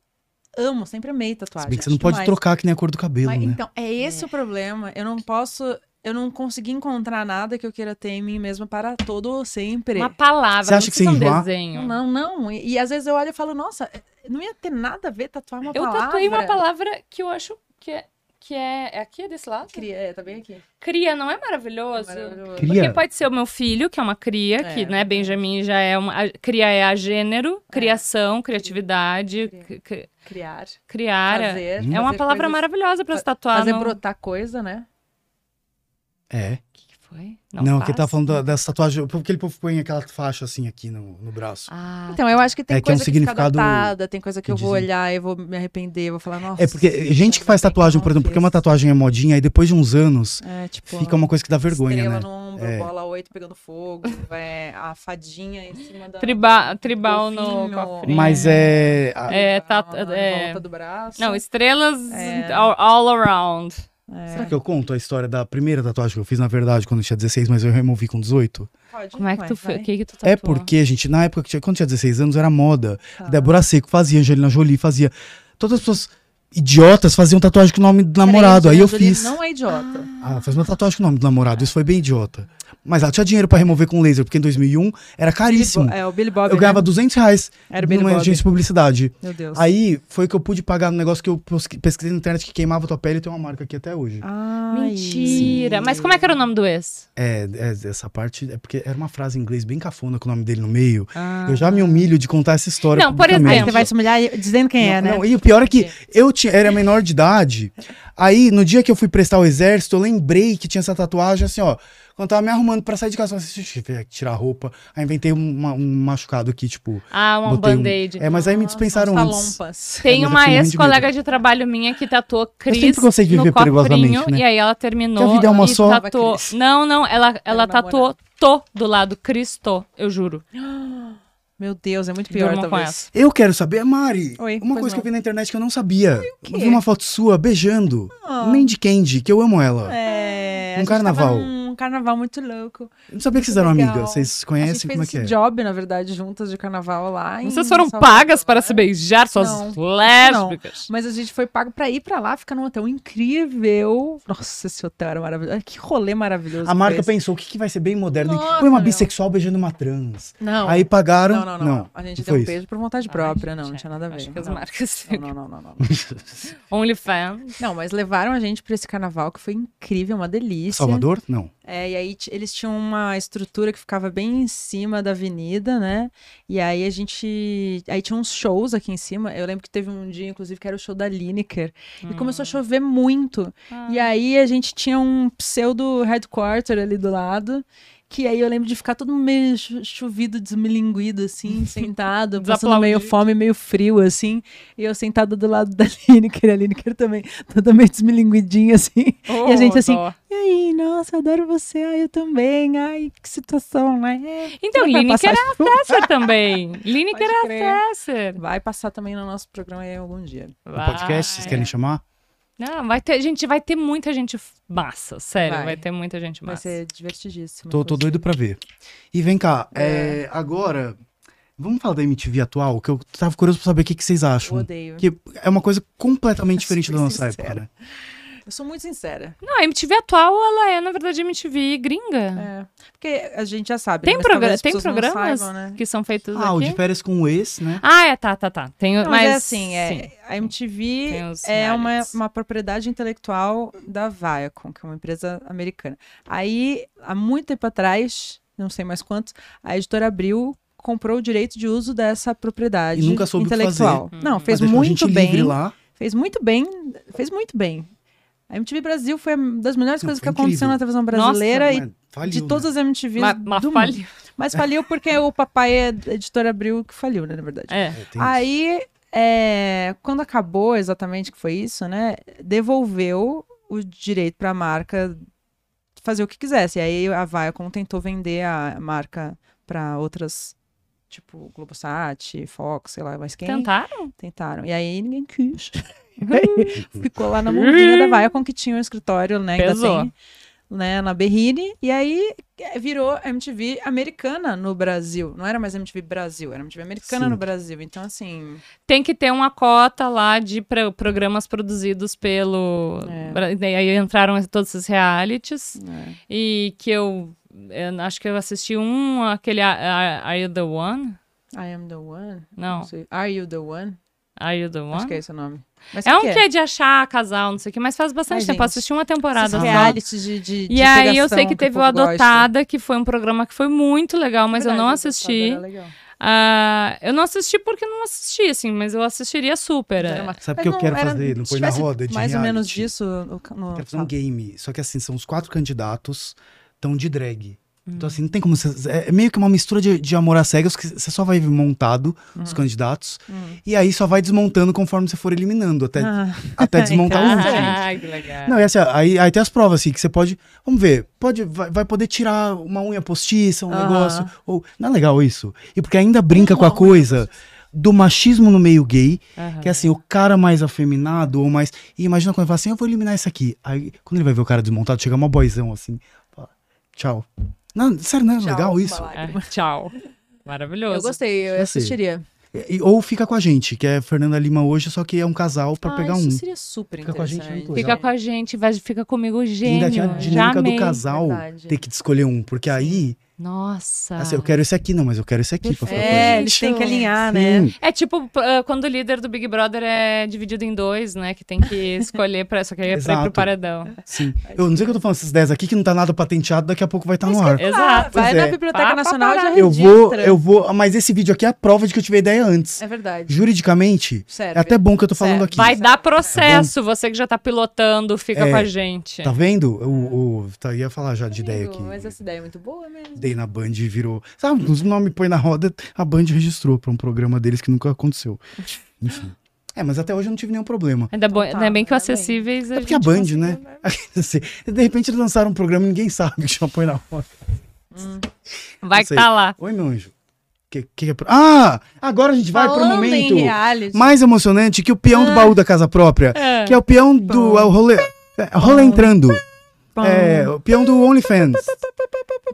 Speaker 3: amo, sempre amei
Speaker 1: Se
Speaker 3: tatuagem.
Speaker 1: bem que você não
Speaker 3: acho
Speaker 1: pode
Speaker 3: demais.
Speaker 1: trocar que nem a cor do cabelo,
Speaker 3: Mas,
Speaker 1: né?
Speaker 3: Então, é esse o problema. Eu não posso. Eu não consegui encontrar nada que eu queira ter em mim mesma para todo ou sempre.
Speaker 2: Uma palavra.
Speaker 1: Você acha
Speaker 2: não
Speaker 1: que você
Speaker 2: precisa um
Speaker 1: enjoar?
Speaker 2: desenho.
Speaker 3: Não, não. E, e às vezes eu olho e falo, nossa, é, não ia ter nada a ver tatuar uma
Speaker 2: Eu
Speaker 3: palavra.
Speaker 2: tatuei uma palavra que eu acho que é. Que é, é aqui, é desse lado? Cria.
Speaker 3: Cria, é, tá bem aqui.
Speaker 2: não é maravilhoso?
Speaker 3: Maravilhoso.
Speaker 1: Cria.
Speaker 2: Porque pode ser o meu filho, que é uma cria,
Speaker 3: É.
Speaker 2: que, né, Benjamin já é uma... a- Cria é a gênero, criação, criatividade,
Speaker 3: Cria.
Speaker 2: c- c-
Speaker 3: Criar.
Speaker 2: criar. é-
Speaker 3: fazer.
Speaker 1: Hum.
Speaker 2: É uma
Speaker 3: fazer
Speaker 2: palavra
Speaker 3: coisas-
Speaker 2: maravilhosa pra se tatuar.
Speaker 3: Fazer
Speaker 2: não-
Speaker 3: brotar coisa, né?
Speaker 1: É.
Speaker 2: O que que foi?
Speaker 1: Não, aqui tá
Speaker 2: faz?
Speaker 1: falando da- dessa tatuagem. Porque ele põe aquela faixa assim aqui no, no braço.
Speaker 2: Ah,
Speaker 3: Então, eu acho que tem
Speaker 1: É que é um
Speaker 3: coisa que, fica
Speaker 1: significado
Speaker 3: adotada, tem coisa que, eu
Speaker 1: que
Speaker 3: vou
Speaker 1: dizem.
Speaker 3: olhar, eu vou me arrepender, eu vou falar, nossa.
Speaker 1: É porque gente que faz
Speaker 3: ainda bem
Speaker 1: tatuagem,
Speaker 3: eu
Speaker 1: por
Speaker 3: não
Speaker 1: exemplo, porque
Speaker 3: fiz.
Speaker 1: uma tatuagem é modinha e depois de uns anos
Speaker 3: É, tipo,
Speaker 1: fica uma coisa que dá vergonha,
Speaker 3: estrela
Speaker 1: né?
Speaker 3: no ombro,
Speaker 1: É.
Speaker 3: bola 8 pegando fogo, é, a fadinha em cima da.
Speaker 2: Triba- tribal
Speaker 3: do
Speaker 2: no
Speaker 3: golfinho,
Speaker 2: cofrinho.
Speaker 1: Mas é. a-
Speaker 2: É, tá-
Speaker 3: na- na
Speaker 2: é.
Speaker 3: volta do braço.
Speaker 2: Não, estrelas
Speaker 3: É.
Speaker 2: all, all around.
Speaker 1: Será que eu conto a história da primeira tatuagem que eu fiz, na verdade, quando eu tinha 16, mas eu removi com 18?
Speaker 3: Pode, né?
Speaker 2: Como é que
Speaker 3: vai,
Speaker 2: tu fez? O
Speaker 3: vai.
Speaker 2: que que tu
Speaker 1: É
Speaker 2: tatuou?
Speaker 1: porque, gente, na época, que tinha, quando eu tinha 16 anos, era moda.
Speaker 2: é
Speaker 3: Tá.
Speaker 1: Débora Seco fazia, Angelina Jolie fazia. Todas as pessoas idiotas faziam tatuagem com o nome do namorado.
Speaker 3: Peraí,
Speaker 1: Aí eu
Speaker 3: Angelina
Speaker 1: fiz.
Speaker 3: Não é idiota.
Speaker 1: Ah, fez uma tatuagem com o nome do namorado. Isso foi bem idiota. Mas ela tinha dinheiro pra remover com laser, porque em 2001 era caríssimo.
Speaker 3: É o Billy Bob.
Speaker 1: Eu ganhava
Speaker 3: né?
Speaker 1: 200 reais
Speaker 3: Era o Billy
Speaker 1: numa
Speaker 3: Bob.
Speaker 1: agência de publicidade.
Speaker 3: Meu Deus.
Speaker 1: Aí foi que eu pude pagar um negócio que eu pesqui- pesquisei na internet que queimava tua pele e tem uma marca aqui até
Speaker 3: Ah.
Speaker 1: hoje.
Speaker 3: Ai.
Speaker 2: Mentira. Mas como é que era o nome do ex?
Speaker 1: É, é, essa parte é porque era uma frase em inglês bem cafona com o nome dele no meio.
Speaker 3: Ah.
Speaker 1: Eu já me humilho de contar essa história.
Speaker 2: Não, por
Speaker 1: publicamente.
Speaker 2: exemplo,
Speaker 3: Você vai se humilhar dizendo quem é,
Speaker 1: não,
Speaker 3: né?
Speaker 1: não, e o pior é que eu tinha, era menor de idade. Aí, no dia que eu fui prestar o exército, eu lembrei que tinha essa tatuagem assim, ó. Quando eu tava me arrumando pra sair de casa, eu falei assim, "Ixi, vou tirar a roupa. Aí inventei uma- um machucado aqui, tipo.
Speaker 2: Ah, um
Speaker 1: botei um-
Speaker 2: band-aid.
Speaker 1: É, mas aí me dispensaram
Speaker 3: Nossa,
Speaker 1: antes.
Speaker 3: lompas.
Speaker 2: Tem
Speaker 1: mas eu
Speaker 2: uma
Speaker 1: fiquei morrendo de
Speaker 2: ex-colega de, trabalho minha que tatuou Cris
Speaker 1: sempre consigo viver
Speaker 2: no cofrinho
Speaker 1: perigosamente, né?
Speaker 2: e aí ela terminou
Speaker 1: Que a vida é uma
Speaker 2: e
Speaker 1: só.
Speaker 2: tatuou.
Speaker 1: Cris.
Speaker 2: Não, não, ela, ela
Speaker 3: namorado.
Speaker 2: tatuou to do lado, Cristo, eu juro.
Speaker 3: Meu Deus, é muito pior,
Speaker 2: Durmam com
Speaker 3: talvez.
Speaker 1: Eu quero saber, Mari,
Speaker 3: Oi,
Speaker 1: uma
Speaker 3: pois
Speaker 1: coisa que eu
Speaker 3: não.
Speaker 1: vi na internet que eu não sabia.
Speaker 3: quê? Ah.
Speaker 1: eu vi uma foto sua beijando Mandy Candy, que eu amo ela.
Speaker 3: É,
Speaker 1: Um
Speaker 3: a gente
Speaker 1: carnaval.
Speaker 3: tava num carnaval muito louco.
Speaker 1: Eu não sabia que vocês
Speaker 3: Muito
Speaker 1: eram
Speaker 3: é legal.
Speaker 1: amigas. Vocês se
Speaker 3: a gente
Speaker 1: conhecem
Speaker 3: fez
Speaker 1: como é que é?
Speaker 3: esse job, na verdade, juntas de carnaval lá. em
Speaker 2: Vocês foram
Speaker 3: Salvador,
Speaker 2: pagas para
Speaker 3: né?
Speaker 2: se beijar, suas
Speaker 3: Não,
Speaker 2: lésbicas.
Speaker 3: Mas a gente foi pago pra ir pra lá, ficar num hotel incrível. Nossa, esse hotel era maravilhoso. Ai, Que rolê maravilhoso.
Speaker 1: A marca
Speaker 3: que foi esse.
Speaker 1: pensou, o que, que vai ser bem moderno?
Speaker 3: Nossa,
Speaker 1: Põe uma
Speaker 3: meu.
Speaker 1: bissexual beijando uma trans.
Speaker 3: Não.
Speaker 1: Aí pagaram...
Speaker 3: não, não, não, A gente deu
Speaker 1: foi
Speaker 3: um
Speaker 1: isso.
Speaker 3: beijo por vontade própria. não, não tinha nada a ver.
Speaker 2: Acho que as
Speaker 3: não.
Speaker 2: marcas.
Speaker 3: Não, não, não, não, não.
Speaker 1: (laughs)
Speaker 2: OnlyFans.
Speaker 3: (laughs) Não, mas levaram a gente pra esse carnaval que foi incrível, uma delícia.
Speaker 1: Salvador? Não.
Speaker 3: É, e aí ti- eles tinham uma estrutura que ficava bem em cima da avenida, né? E aí a gente. Aí tinha uns shows aqui em cima. Eu lembro que teve um dia, inclusive, que era o show da Lineker. E começou a chover muito. E aí a gente tinha um pseudo headquarter ali do lado. Que aí eu lembro de ficar todo meio chu- chuvido, desmilinguido, assim, sentado, passando meio
Speaker 2: Desaplaudido.
Speaker 3: fome, meio frio, assim. E eu sentada do lado da (laughs) Lineker, a Lineker também, toda meio desmilinguidinha, assim. e a gente, assim,
Speaker 2: Ah, dó.
Speaker 3: e aí, nossa, eu adoro você, ai, eu também, ai, que situação, né?
Speaker 2: Então,
Speaker 3: Vai
Speaker 2: Lineker
Speaker 3: passar
Speaker 2: era Tesser também. Lineker
Speaker 3: Pode
Speaker 2: era
Speaker 3: crer.
Speaker 2: Tesser.
Speaker 3: Vai passar também no nosso programa aí algum dia.
Speaker 1: No podcast, vocês Um querem chamar?
Speaker 2: Não, vai ter, gente, vai ter muita gente massa, sério, vai,
Speaker 5: Vai.
Speaker 2: ter muita gente
Speaker 5: Vai
Speaker 2: massa.
Speaker 5: ser divertidíssimo.
Speaker 1: Tô, tô
Speaker 5: inclusive.
Speaker 1: doido pra ver. E vem cá, é, agora, vamos falar da MTV atual, que eu tava curioso pra saber o que, que vocês
Speaker 5: Eu
Speaker 1: acham.
Speaker 5: odeio.
Speaker 1: Que é uma coisa completamente diferente da
Speaker 5: super
Speaker 1: nossa época,
Speaker 5: sincera.
Speaker 1: né?
Speaker 5: Eu sou muito sincera.
Speaker 2: Não, a MTV atual, ela é, na verdade, MTV gringa.
Speaker 5: É.
Speaker 3: Porque a gente já sabe.
Speaker 2: Hum. tem
Speaker 3: né? Mas
Speaker 2: progra-
Speaker 3: talvez as
Speaker 2: tem
Speaker 3: pessoas não
Speaker 2: programas
Speaker 3: saibam, né?
Speaker 2: que são feitos
Speaker 1: Ah, o de
Speaker 2: aqui?
Speaker 1: férias com o ex, né?
Speaker 2: Ah, é, tá, tá, tá. Tem, o-
Speaker 3: Não, mas,
Speaker 2: mas
Speaker 3: é assim,
Speaker 2: sim,
Speaker 3: é, a
Speaker 2: tem
Speaker 3: MTV
Speaker 2: os
Speaker 3: é uma,
Speaker 2: realities.
Speaker 3: uma propriedade intelectual da Viacom, que é uma empresa americana. Aí, há muito tempo atrás, não sei mais quanto, a editora Abril comprou o direito de uso dessa propriedade
Speaker 1: E nunca soube o que fazer.
Speaker 3: intelectual.
Speaker 2: Uhum.
Speaker 3: Não, fez
Speaker 1: Mas deixou a
Speaker 3: muito
Speaker 1: gente
Speaker 3: bem.
Speaker 1: livre lá.
Speaker 3: Fez muito bem, fez muito bem. A MTV Brasil foi uma das melhores
Speaker 1: Não,
Speaker 3: coisas que
Speaker 1: foi
Speaker 3: aconteceu
Speaker 1: incrível.
Speaker 3: na televisão
Speaker 2: Nossa,
Speaker 3: brasileira e
Speaker 1: Mas faliu,
Speaker 3: de
Speaker 1: né?
Speaker 3: todas as MTVs
Speaker 2: Mas,
Speaker 3: do
Speaker 2: mas
Speaker 3: mundo.
Speaker 2: faliu.
Speaker 3: Mas faliu porque o papai é da editora Abril que faliu, né, na verdade.
Speaker 2: É.
Speaker 1: É, tem isso.
Speaker 3: Aí, é, quando acabou exatamente que foi isso, né? Devolveu o direito para a marca fazer o que quisesse. E aí a Viacom tentou vender a marca para outras, tipo Globosat, Fox, sei lá mais quem.
Speaker 2: Tentaram?
Speaker 3: Tentaram. E aí
Speaker 2: (laughs)
Speaker 3: ninguém quis. (laughs) Ficou lá na mãozinha da Viacom, que tinha um escritório, né? ainda
Speaker 2: Pesou.
Speaker 3: tem, né, na Berrine. E aí eh, virou MTV americana no Brasil. Não era mais MTV Brasil, era MTV americana
Speaker 1: Sim.
Speaker 3: no Brasil. Então, assim...
Speaker 2: Tem que ter uma cota lá de pro- programas produzidos pelo. Bra- e Aí entraram todos esses realities.
Speaker 3: É.
Speaker 2: E que eu. eu acho que eu assisti um, aquele A- A- Are You the One?
Speaker 3: I am the one?
Speaker 2: Não.
Speaker 3: sei. Are you the one?
Speaker 2: Are You the One?
Speaker 3: Acho que é esse o nome. Mas
Speaker 2: É um
Speaker 3: o
Speaker 2: que é de achar casal, não sei o que, mas faz bastante
Speaker 3: Ai,
Speaker 2: tempo.
Speaker 3: gente,
Speaker 2: Eu assisti uma temporada
Speaker 3: Esses
Speaker 2: só.
Speaker 3: realities de, de,
Speaker 2: né?
Speaker 3: de
Speaker 2: E aí eu
Speaker 3: pegação
Speaker 2: sei que teve o
Speaker 3: povo gosta. É
Speaker 2: Adotada, que foi um programa que foi muito legal, mas eu não
Speaker 3: Verdade,
Speaker 2: assisti.
Speaker 3: Adotada era legal.
Speaker 2: Ah, eu não assisti porque não assisti, assim, mas eu assistiria super. é.
Speaker 3: Era uma-
Speaker 1: Sabe o
Speaker 3: Mas
Speaker 1: que eu
Speaker 3: não
Speaker 1: quero
Speaker 3: era-
Speaker 1: fazer? Não
Speaker 3: se
Speaker 1: foi na
Speaker 3: tivesse
Speaker 1: roda é de
Speaker 3: Mais ou menos
Speaker 1: reality?
Speaker 3: disso no... no-
Speaker 1: Eu quero fazer um game. Só que assim, são os quatro candidatos, estão de drag.
Speaker 3: Hum.
Speaker 1: Então, assim, não tem como. Você, é meio que uma mistura de, de amor às cegas, que você só vai montado
Speaker 3: Hum.
Speaker 1: os candidatos. E aí só vai desmontando conforme você for eliminando,
Speaker 3: (laughs)
Speaker 1: até,
Speaker 3: Ah,
Speaker 1: até desmontar o último.
Speaker 2: Ai, que legal.
Speaker 1: um Não, e assim, aí, aí tem as provas, assim, que você pode. Vamos ver, pode, vai, vai poder tirar uma unha postiça, um
Speaker 3: Aham.
Speaker 1: negócio. Ou, não é legal isso? E porque ainda brinca com a
Speaker 3: é
Speaker 1: coisa do machismo no meio gay, que é assim, o cara mais afeminado ou mais. E imagina quando ele fala assim, eu vou eliminar isso aqui. Aí quando ele vai ver o cara desmontado, chega uma boizão assim, fala, tchau. Não, sério, não é
Speaker 3: Tchau,
Speaker 1: legal
Speaker 3: uma
Speaker 1: isso?
Speaker 3: lágrima.
Speaker 2: Ah, (laughs) tchau.
Speaker 3: Eu
Speaker 2: Maravilhoso.
Speaker 3: gostei, eu
Speaker 1: Sim.
Speaker 3: assistiria.
Speaker 1: E- ou fica com a gente, que é Fernanda Lima hoje, só que é um casal pra
Speaker 3: Ah,
Speaker 1: pegar
Speaker 3: isso
Speaker 1: um.
Speaker 3: seria super
Speaker 1: Fica com a gente é muito
Speaker 3: interessante.
Speaker 1: legal.
Speaker 2: Fica com a gente, vai, fica comigo,
Speaker 1: Ainda
Speaker 2: gênio.
Speaker 1: tinha a
Speaker 2: Já
Speaker 1: dinâmica
Speaker 2: amei.
Speaker 1: do casal
Speaker 3: verdade. Ah.
Speaker 1: ter que escolher um, porque aí,
Speaker 2: Nossa.
Speaker 1: assim, eu quero esse aqui, não, mas eu quero esse aqui pra ficar com
Speaker 3: É,
Speaker 1: ele.
Speaker 3: eles têm que
Speaker 5: Isso.
Speaker 3: alinhar, né?
Speaker 1: Sim,
Speaker 2: É tipo ah, quando o líder do Big Brother é dividido em dois, né? Que tem que
Speaker 3: (laughs)
Speaker 2: escolher pra. Só que aí é pra ir pro
Speaker 1: Exato.
Speaker 2: paredão.
Speaker 1: sim. Eu não sei o que eu tô falando, esses 10 aqui que não tá nada patenteado, daqui a pouco vai estar no ar.
Speaker 3: Ah,
Speaker 2: Exato.
Speaker 3: vai
Speaker 1: Pois
Speaker 3: na
Speaker 1: é.
Speaker 3: Biblioteca
Speaker 2: Pá,
Speaker 3: Nacional e já
Speaker 2: papará.
Speaker 1: Eu vou,
Speaker 3: registra.
Speaker 1: eu vou. Mas esse vídeo aqui é a prova de que eu tive a ideia antes.
Speaker 3: É verdade.
Speaker 1: Juridicamente,
Speaker 3: Serve.
Speaker 1: é até bom que eu tô falando
Speaker 3: Serve.
Speaker 1: aqui.
Speaker 2: Vai dar processo. Você que já tá pilotando, fica
Speaker 1: É.
Speaker 2: com a gente.
Speaker 1: Tá vendo? O, o, tá, ia falar já de ideia aqui.
Speaker 3: Mas essa ideia é muito boa mesmo.
Speaker 1: Dei na Band e virou. Sabe, os nomes põe na roda, a Band registrou pra um programa deles que nunca
Speaker 3: (laughs)
Speaker 1: aconteceu. Enfim. É, mas até hoje eu não tive nenhum problema.
Speaker 2: Ainda, bom,
Speaker 3: Então tá,
Speaker 2: ainda bem que o
Speaker 3: ainda bem.
Speaker 2: Acessíveis.
Speaker 1: É porque a Band, né? (laughs) Assim, De repente eles lançaram um programa e ninguém sabe que chama Põe na Roda. não
Speaker 2: Vai que
Speaker 1: sei.
Speaker 2: tá lá.
Speaker 1: Oi, meu anjo. Que, que é pro- Ah! Agora a gente vai pro
Speaker 3: é Falando
Speaker 1: momento
Speaker 3: em Ah. reality.
Speaker 1: mais emocionante que o peão do baú da casa própria.
Speaker 2: É.
Speaker 1: Que é o peão do. é o rolê. é, Rolê entrando.
Speaker 3: Pão.
Speaker 1: É, o peão do OnlyFans.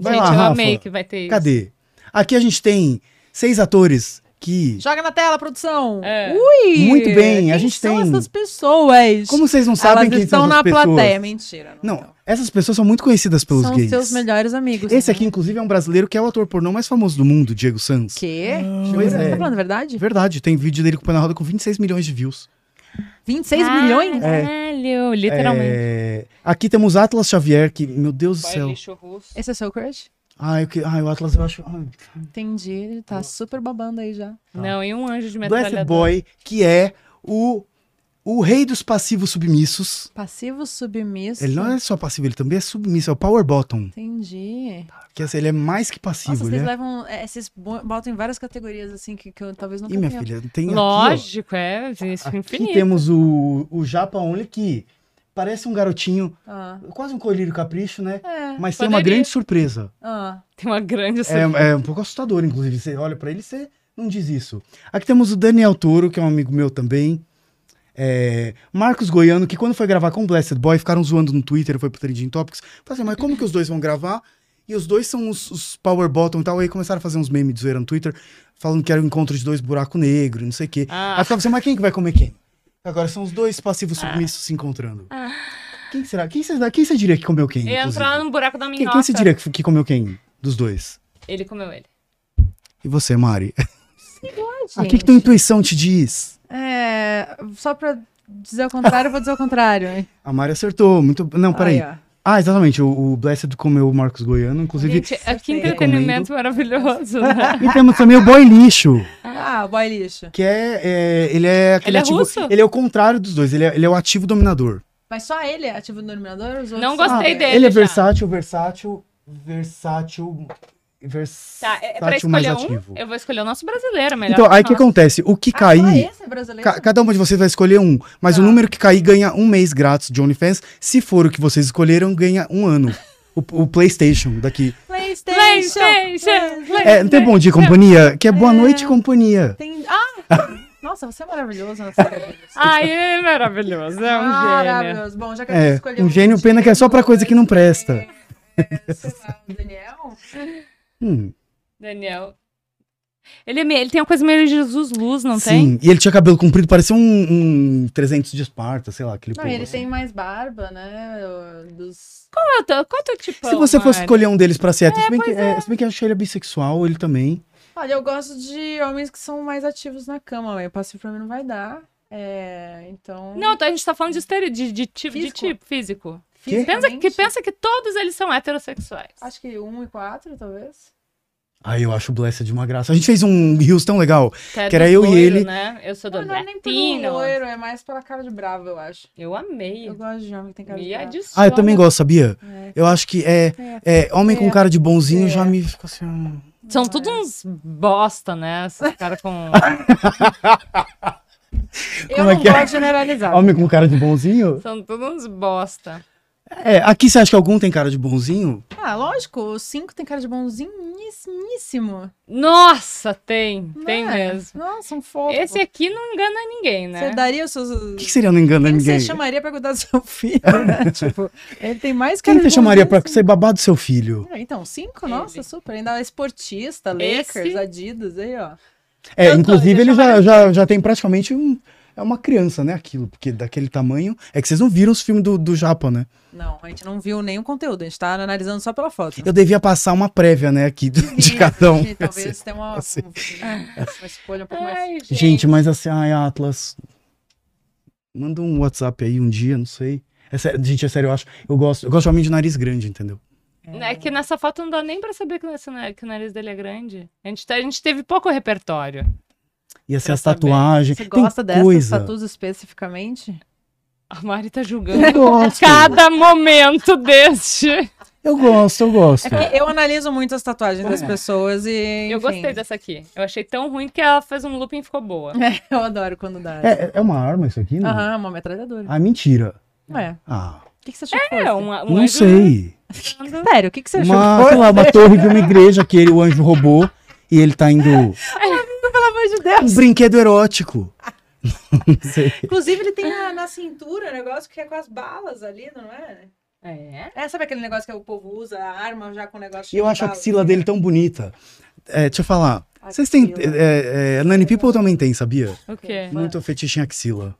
Speaker 1: Vai
Speaker 2: gente,
Speaker 1: lá,
Speaker 2: eu
Speaker 1: Rafa.
Speaker 2: amei que vai ter isso.
Speaker 1: Cadê? Aqui a gente tem seis atores que.
Speaker 3: Joga na tela, produção.
Speaker 2: É.
Speaker 3: Ui!
Speaker 1: Muito bem, a
Speaker 3: quem
Speaker 1: gente
Speaker 3: são
Speaker 1: tem-
Speaker 3: essas pessoas?
Speaker 1: Como vocês não sabem
Speaker 3: Elas
Speaker 1: quem
Speaker 3: estão
Speaker 1: são essas
Speaker 3: na
Speaker 1: pessoas?
Speaker 3: plateia. Mentira.
Speaker 1: Não,
Speaker 3: estão.
Speaker 1: essas pessoas são muito conhecidas pelos
Speaker 3: São
Speaker 1: gays.
Speaker 3: seus melhores amigos.
Speaker 1: Esse
Speaker 3: né?
Speaker 1: aqui, inclusive, é um brasileiro que é o ator pornô mais famoso do mundo, Diego Sanz.
Speaker 3: Quê?
Speaker 1: Pois
Speaker 3: Você
Speaker 1: é.
Speaker 3: tá falando a verdade?
Speaker 1: Verdade, tem vídeo dele com o Pé na Roda com 26 milhões de views.
Speaker 3: 26
Speaker 1: Ah.
Speaker 3: milhões?
Speaker 2: Caralho, literalmente.
Speaker 1: É, Aqui temos Atlas Xavier, que, meu Deus do céu.
Speaker 3: Esse é seu crush?
Speaker 1: Ai, eu que- ai, o Atlas eu acho. ai.
Speaker 3: Entendi. Ele tá super babando aí já.
Speaker 2: Não, e um anjo de
Speaker 1: Black
Speaker 2: metralhador.
Speaker 1: Boy, que é o, o rei dos passivos submissos.
Speaker 3: Passivo submisso.
Speaker 1: Ele não é só passivo, ele também é submisso, é o Power Bottom.
Speaker 3: Entendi.
Speaker 1: Que assim, ele é mais que
Speaker 3: Nossa,
Speaker 1: passivo,
Speaker 3: vocês
Speaker 1: né?
Speaker 3: levam. é, Vocês bo- botam em várias categorias assim que, que eu talvez não
Speaker 1: Ih, minha filha, tem aqui, ó.
Speaker 2: Lógico, é isso,
Speaker 1: Aqui um-
Speaker 2: infinito.
Speaker 1: temos o, o Japa Only, que parece um garotinho,
Speaker 3: Ah,
Speaker 1: quase um colírio capricho, né?
Speaker 3: é.
Speaker 1: Mas tem uma
Speaker 2: Poderia.
Speaker 1: grande surpresa.
Speaker 3: Ah.
Speaker 2: Tem uma grande
Speaker 1: É, é um pouco assustador, inclusive. Você olha pra ele e você não diz isso. Aqui temos o Daniel Toro, que é um amigo meu também. é, Marcos Goiano, que quando foi gravar com o Blessed Boy, ficaram zoando no Twitter, foi pro Trending Topics. Falei assim, mas como que os dois vão gravar? E os dois são os, os Power Bottom e tal. Aí começaram a fazer uns memes de zoeira no Twitter, falando que era o encontro de dois buracos negros, não sei o quê.
Speaker 2: Ah.
Speaker 1: Aí eu falava assim, mas quem que vai comer quem? Agora são os dois passivos submissos se encontrando. Quem que será? Quem você quem você diria que comeu quem?
Speaker 2: Eu Ah. ia
Speaker 1: inclusive?
Speaker 2: entrar no buraco da
Speaker 1: Quem,
Speaker 2: minhoca.
Speaker 1: quem você diria que, que comeu quem dos dois?
Speaker 2: Ele comeu ele.
Speaker 1: E você, Mari? (laughs) Ah, O que, que
Speaker 3: Gente,
Speaker 1: tua intuição te diz?
Speaker 3: É, só pra dizer o contrário, eu vou dizer o contrário.
Speaker 1: A Mari acertou, muito. Não, peraí.
Speaker 3: Aí, ó.
Speaker 1: Ah, exatamente. O, o Blessed comeu o Marcos Goiano, inclusive.
Speaker 2: Gente, é que
Speaker 1: tá
Speaker 2: entretenimento maravilhoso,
Speaker 1: (laughs)
Speaker 2: né?
Speaker 1: E temos também o boy lixo,
Speaker 3: Ah, o boy lixo.
Speaker 1: que é. é, ele é aquele
Speaker 2: Ele é
Speaker 1: ativo.
Speaker 2: russo?
Speaker 1: Ele é o contrário dos dois, ele é, ele é o ativo dominador.
Speaker 3: Mas só ele é ativo do denominador? Os outros
Speaker 2: Não
Speaker 3: são-
Speaker 2: gostei dele.
Speaker 1: ele é
Speaker 2: já.
Speaker 1: versátil, versátil, versátil. Versátil
Speaker 2: Tá, é, é pra
Speaker 1: mais
Speaker 2: escolher
Speaker 1: ativo.
Speaker 2: um, eu vou escolher o nosso brasileiro, melhor.
Speaker 1: Então, aí o que
Speaker 2: nosso.
Speaker 1: acontece? O que
Speaker 3: Ah, só
Speaker 1: cair.
Speaker 3: esse é brasileiro?
Speaker 1: ca- cada um de vocês vai escolher um, mas o
Speaker 3: Tá.
Speaker 1: número que cair ganha um mês grátis de OnlyFans. Se for o que vocês escolheram, ganha um ano. O, o PlayStation daqui.
Speaker 3: PlayStation!
Speaker 2: PlayStation!
Speaker 1: É, não tem bom dia, companhia? Que é boa noite, companhia.
Speaker 3: Tem... Ah!
Speaker 1: (laughs)
Speaker 3: Nossa, você é maravilhoso. Nossa,
Speaker 2: Ai, é maravilhoso, é um gênio.
Speaker 3: maravilhoso. Bom, já que a gente
Speaker 1: É,
Speaker 3: escolheu
Speaker 1: um gênio, pena que é só pra coisa que não presta.
Speaker 3: é,
Speaker 1: (laughs)
Speaker 3: sei lá, o Daniel?
Speaker 1: Hum.
Speaker 2: Daniel. Ele, é meio- ele tem uma coisa meio Jesus Luz, não tem?
Speaker 1: Sim, e ele tinha cabelo comprido, parecia um, um 300 de Esparta, sei lá, aquele
Speaker 2: Tipo
Speaker 3: Não,
Speaker 1: povo,
Speaker 3: e ele
Speaker 1: assim.
Speaker 3: tem mais barba, né? o- Dos...
Speaker 2: Qual é o teu- qual é o teu tipo?
Speaker 1: Se você fosse
Speaker 2: Mari?
Speaker 1: escolher um deles pra ser hétero, se, bem que, é, se bem que eu acho que ele é bissexual, ele também.
Speaker 3: Olha, eu gosto de homens que são mais ativos na cama. Eu passivo pra mim não vai dar. É, então...
Speaker 2: Não, a gente tá falando de, estere... de, de, tipo, de
Speaker 3: Físico.
Speaker 2: tipo físico.
Speaker 1: Quê?
Speaker 2: Pensa que,
Speaker 3: fisicamente,
Speaker 2: pensa que todos eles são heterossexuais.
Speaker 3: Acho que um e quatro, talvez.
Speaker 1: Ai, eu acho o Blessed de uma graça. A gente fez um Rios tão legal.
Speaker 2: é
Speaker 1: que era
Speaker 2: dos
Speaker 1: eu e
Speaker 2: loiro,
Speaker 1: ele.
Speaker 2: Né? Eu sou do
Speaker 3: Não, não é nem pelo
Speaker 2: latino.
Speaker 3: loiro, é mais pela cara de bravo, eu acho.
Speaker 2: Eu amei.
Speaker 3: Eu gosto de homem que tem cara de
Speaker 2: Me
Speaker 3: bravo.
Speaker 2: adiciona.
Speaker 1: Ah, eu também gosto, sabia?
Speaker 3: É.
Speaker 1: Eu acho que é, é homem com cara de bonzinho já me fica assim. hum.
Speaker 2: São tudo uns bosta, né? Esses
Speaker 1: (laughs)
Speaker 2: caras com.
Speaker 3: Eu
Speaker 1: Como é
Speaker 3: não
Speaker 1: que é?
Speaker 3: gosto de generalizar.
Speaker 1: Homem com cara de bonzinho?
Speaker 2: São tudo uns bosta.
Speaker 1: É, aqui você acha que algum tem cara de bonzinho?
Speaker 3: Ah, lógico, o 5 tem cara de bonzinhissimíssimo.
Speaker 2: Nossa, tem. Tem
Speaker 3: né?
Speaker 2: mesmo.
Speaker 3: Nossa, um fofo.
Speaker 2: Esse aqui não engana ninguém, né?
Speaker 3: Você daria os seus...
Speaker 1: O que, que seria não engana
Speaker 3: Quem
Speaker 1: ninguém? É.
Speaker 3: você chamaria pra cuidar do seu (laughs) filho, né? tipo, ele tem mais cara
Speaker 1: Quem você
Speaker 3: de
Speaker 1: chamaria pra
Speaker 3: bonzinho.
Speaker 1: ser babado do seu filho?
Speaker 3: Ah, então, cinco?
Speaker 2: Ele.
Speaker 3: Nossa, super. Ainda é esportista,
Speaker 2: Esse-
Speaker 3: Lakers, Adidas, aí, ó.
Speaker 1: É,
Speaker 2: Eu tô,
Speaker 1: inclusive
Speaker 2: deixa
Speaker 1: ele
Speaker 2: eu
Speaker 1: já, já, já tem praticamente um. É uma criança, né? Aquilo, porque daquele tamanho. É que vocês não viram os filmes do, do Japa, né?
Speaker 3: Não, a gente não viu nenhum conteúdo, a gente tá analisando só pela foto.
Speaker 1: Eu devia passar uma prévia, né, aqui do- de cada um.
Speaker 3: E Talvez tenha uma,
Speaker 1: assim.
Speaker 3: uma, uma escolha um pouco mais...
Speaker 2: Ai,
Speaker 1: Gente, mas assim, ai, Atlas. Manda um WhatsApp aí um dia, não sei. É sério, gente, é sério, eu acho. Eu gosto, eu gosto de homem de nariz grande, entendeu?
Speaker 2: É que nessa foto não dá nem pra saber que o nariz- que o nariz dele é grande. A gente, te- a gente teve pouco repertório.
Speaker 1: E assim,
Speaker 2: Pra
Speaker 1: as
Speaker 2: saber.
Speaker 1: tatuagens.
Speaker 3: Você
Speaker 1: tem
Speaker 3: gosta dessas
Speaker 1: coisa.
Speaker 3: tatuas especificamente?
Speaker 2: A Mari tá
Speaker 1: Eu
Speaker 3: (laughs)
Speaker 2: julgando
Speaker 1: gosto.
Speaker 2: cada momento deste.
Speaker 1: Eu gosto, eu gosto.
Speaker 3: É que eu analiso muito as tatuagens das
Speaker 1: É.
Speaker 3: pessoas e.
Speaker 2: Eu
Speaker 3: enfim,
Speaker 2: gostei dessa aqui. Eu achei tão ruim que ela fez um looping e ficou boa.
Speaker 3: (laughs) Eu adoro quando dá.
Speaker 1: É, é- é uma arma isso aqui, né?
Speaker 3: Aham, uma metralhadora.
Speaker 1: Ah, mentira.
Speaker 3: Ué, o
Speaker 1: Ah,
Speaker 3: que, que você achou que
Speaker 2: É,
Speaker 3: fosse?
Speaker 2: uma, um
Speaker 1: não
Speaker 2: anjo
Speaker 1: sei.
Speaker 2: andando.
Speaker 3: Sério, o que, que né? você achou
Speaker 1: uma,
Speaker 3: que
Speaker 1: sei
Speaker 3: fosse?
Speaker 1: lá, uma torre de uma igreja que ele, o anjo roubou e ele tá indo.
Speaker 3: Pelo amor de Deus.
Speaker 1: Um brinquedo
Speaker 3: (laughs)
Speaker 1: erótico. Não sei.
Speaker 3: Inclusive, ele tem na, na cintura um negócio que é com as balas ali, não é?
Speaker 2: É.
Speaker 3: É, sabe aquele negócio que o povo usa, a arma já com o negócio
Speaker 1: E eu
Speaker 3: cheio de
Speaker 1: acho a
Speaker 3: bala?
Speaker 1: axila dele tão bonita. É, deixa eu falar.
Speaker 3: Axila.
Speaker 1: Vocês têm. É, é, Nani People também tem, sabia?
Speaker 2: O
Speaker 3: É.
Speaker 2: quê?
Speaker 1: Muito fetiche em axila.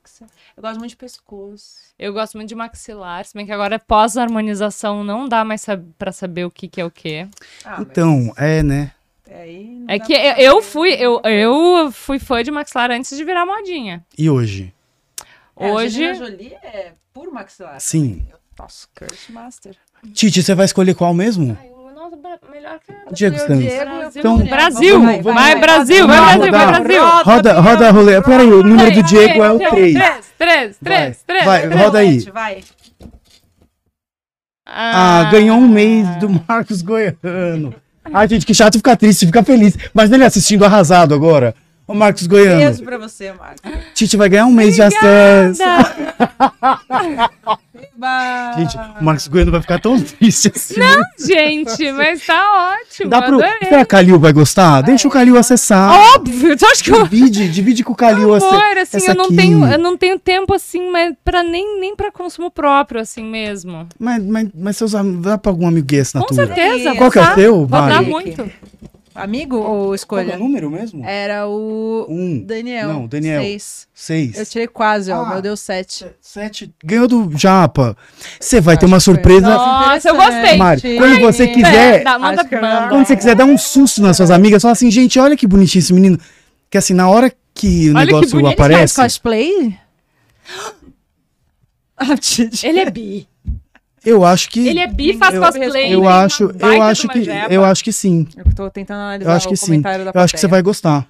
Speaker 3: Eu gosto muito de pescoço.
Speaker 2: Eu gosto muito de maxilar, se bem que agora pós-harmonização não dá mais sab pra saber o que, que é o quê.
Speaker 3: Ah, mas
Speaker 1: Então, é, né?
Speaker 3: aí não
Speaker 2: É
Speaker 3: dá
Speaker 2: que
Speaker 3: pra
Speaker 2: eu,
Speaker 3: saber.
Speaker 2: eu fui, eu, eu fui fã de maxilar antes de virar modinha.
Speaker 1: E hoje?
Speaker 3: É, a
Speaker 2: Hoje.
Speaker 3: Angelina Jolie é puro maxilar.
Speaker 1: Sim.
Speaker 3: Nossa, Kurt Master.
Speaker 1: Titi, você vai escolher qual mesmo?
Speaker 2: Ai, o nosso bra- melhor que a-
Speaker 1: Diego
Speaker 3: Meu
Speaker 1: Santos.
Speaker 3: Diego e o
Speaker 1: Então-
Speaker 3: Juliano.
Speaker 2: Brasil!
Speaker 3: Vamos,
Speaker 2: Vai, Brasil!
Speaker 1: vai,
Speaker 2: Vai,
Speaker 1: vai,
Speaker 2: Brasil! Vai,
Speaker 1: vai.
Speaker 2: Brasil!
Speaker 1: Roda, roda a rolê. Peraí, o número do Diego é o 3.
Speaker 2: 3, 3, 3.
Speaker 1: Vai, roda aí.
Speaker 3: Vai.
Speaker 1: Ah, ganhou um mês do Marcos Goiano. Ai, gente, que chato ficar triste, ficar feliz. Mas é ele assistindo arrasado agora. Ô, Marcos Goiano.
Speaker 3: Beijo pra você, Marcos.
Speaker 1: Titi vai ganhar um mês de acesso.
Speaker 3: Bah.
Speaker 1: Gente, o Marcos Bueno vai ficar tão triste assim. Não,
Speaker 2: Gente, mas tá ótimo.
Speaker 1: Dá pro...
Speaker 2: adorei.
Speaker 1: Será que o Calil vai gostar? Deixa o Calil acessar.
Speaker 2: Óbvio, tu acha que eu.
Speaker 1: Divide, divide com o Calil acessar.
Speaker 2: Amor, assim,
Speaker 1: essa
Speaker 2: eu não
Speaker 1: aqui.
Speaker 2: tenho, eu não tenho tempo assim, mas para nem nem para consumo próprio assim mesmo.
Speaker 1: Mas, mas, mas seus amigos, dá pra algum amigo gay essa
Speaker 2: Com
Speaker 1: natura?
Speaker 2: certeza.
Speaker 3: Isso.
Speaker 1: Tá Qual que é o
Speaker 2: tá?
Speaker 1: teu?
Speaker 2: Vou
Speaker 1: Vai.
Speaker 2: dar
Speaker 3: Vale.
Speaker 2: muito.
Speaker 3: Amigo ou
Speaker 1: Qual que é
Speaker 3: escolha?
Speaker 1: o número mesmo?
Speaker 3: Era o
Speaker 1: Um,
Speaker 3: Daniel.
Speaker 1: Não, Daniel.
Speaker 3: Seis.
Speaker 1: seis.
Speaker 3: Eu tirei quase, ó.
Speaker 1: Ah.
Speaker 3: Meu Deus, sete.
Speaker 1: Sete. Ganhou do Japa. Você vai ter uma
Speaker 3: Acho que foi.
Speaker 1: surpresa.
Speaker 2: Nossa, eu gostei.
Speaker 1: Mari, quando você quiser,
Speaker 2: Dá, manda,
Speaker 3: Acho que eu não-
Speaker 2: manda.
Speaker 1: quando você quiser dar um susto nas suas amigas, fala assim, gente, olha que bonitinho esse menino. Que assim, na hora que o
Speaker 2: Olha que
Speaker 1: negócio
Speaker 2: bonito,
Speaker 1: aparece.
Speaker 3: cosplay? (gasps) Ah, Titi.
Speaker 2: Ele é bi.
Speaker 1: Eu acho que.
Speaker 2: Ele é bi, faz
Speaker 1: eu-
Speaker 2: cosplay.
Speaker 1: eu
Speaker 2: tem uma
Speaker 1: acho,
Speaker 2: baita de
Speaker 1: eu
Speaker 2: uma
Speaker 1: acho que.
Speaker 2: jeba.
Speaker 1: Eu acho que sim.
Speaker 3: Eu tô tentando analisar
Speaker 1: Eu acho que
Speaker 3: o
Speaker 1: sim.
Speaker 3: comentário da
Speaker 1: Eu acho que você vai
Speaker 3: plateia.
Speaker 1: gostar.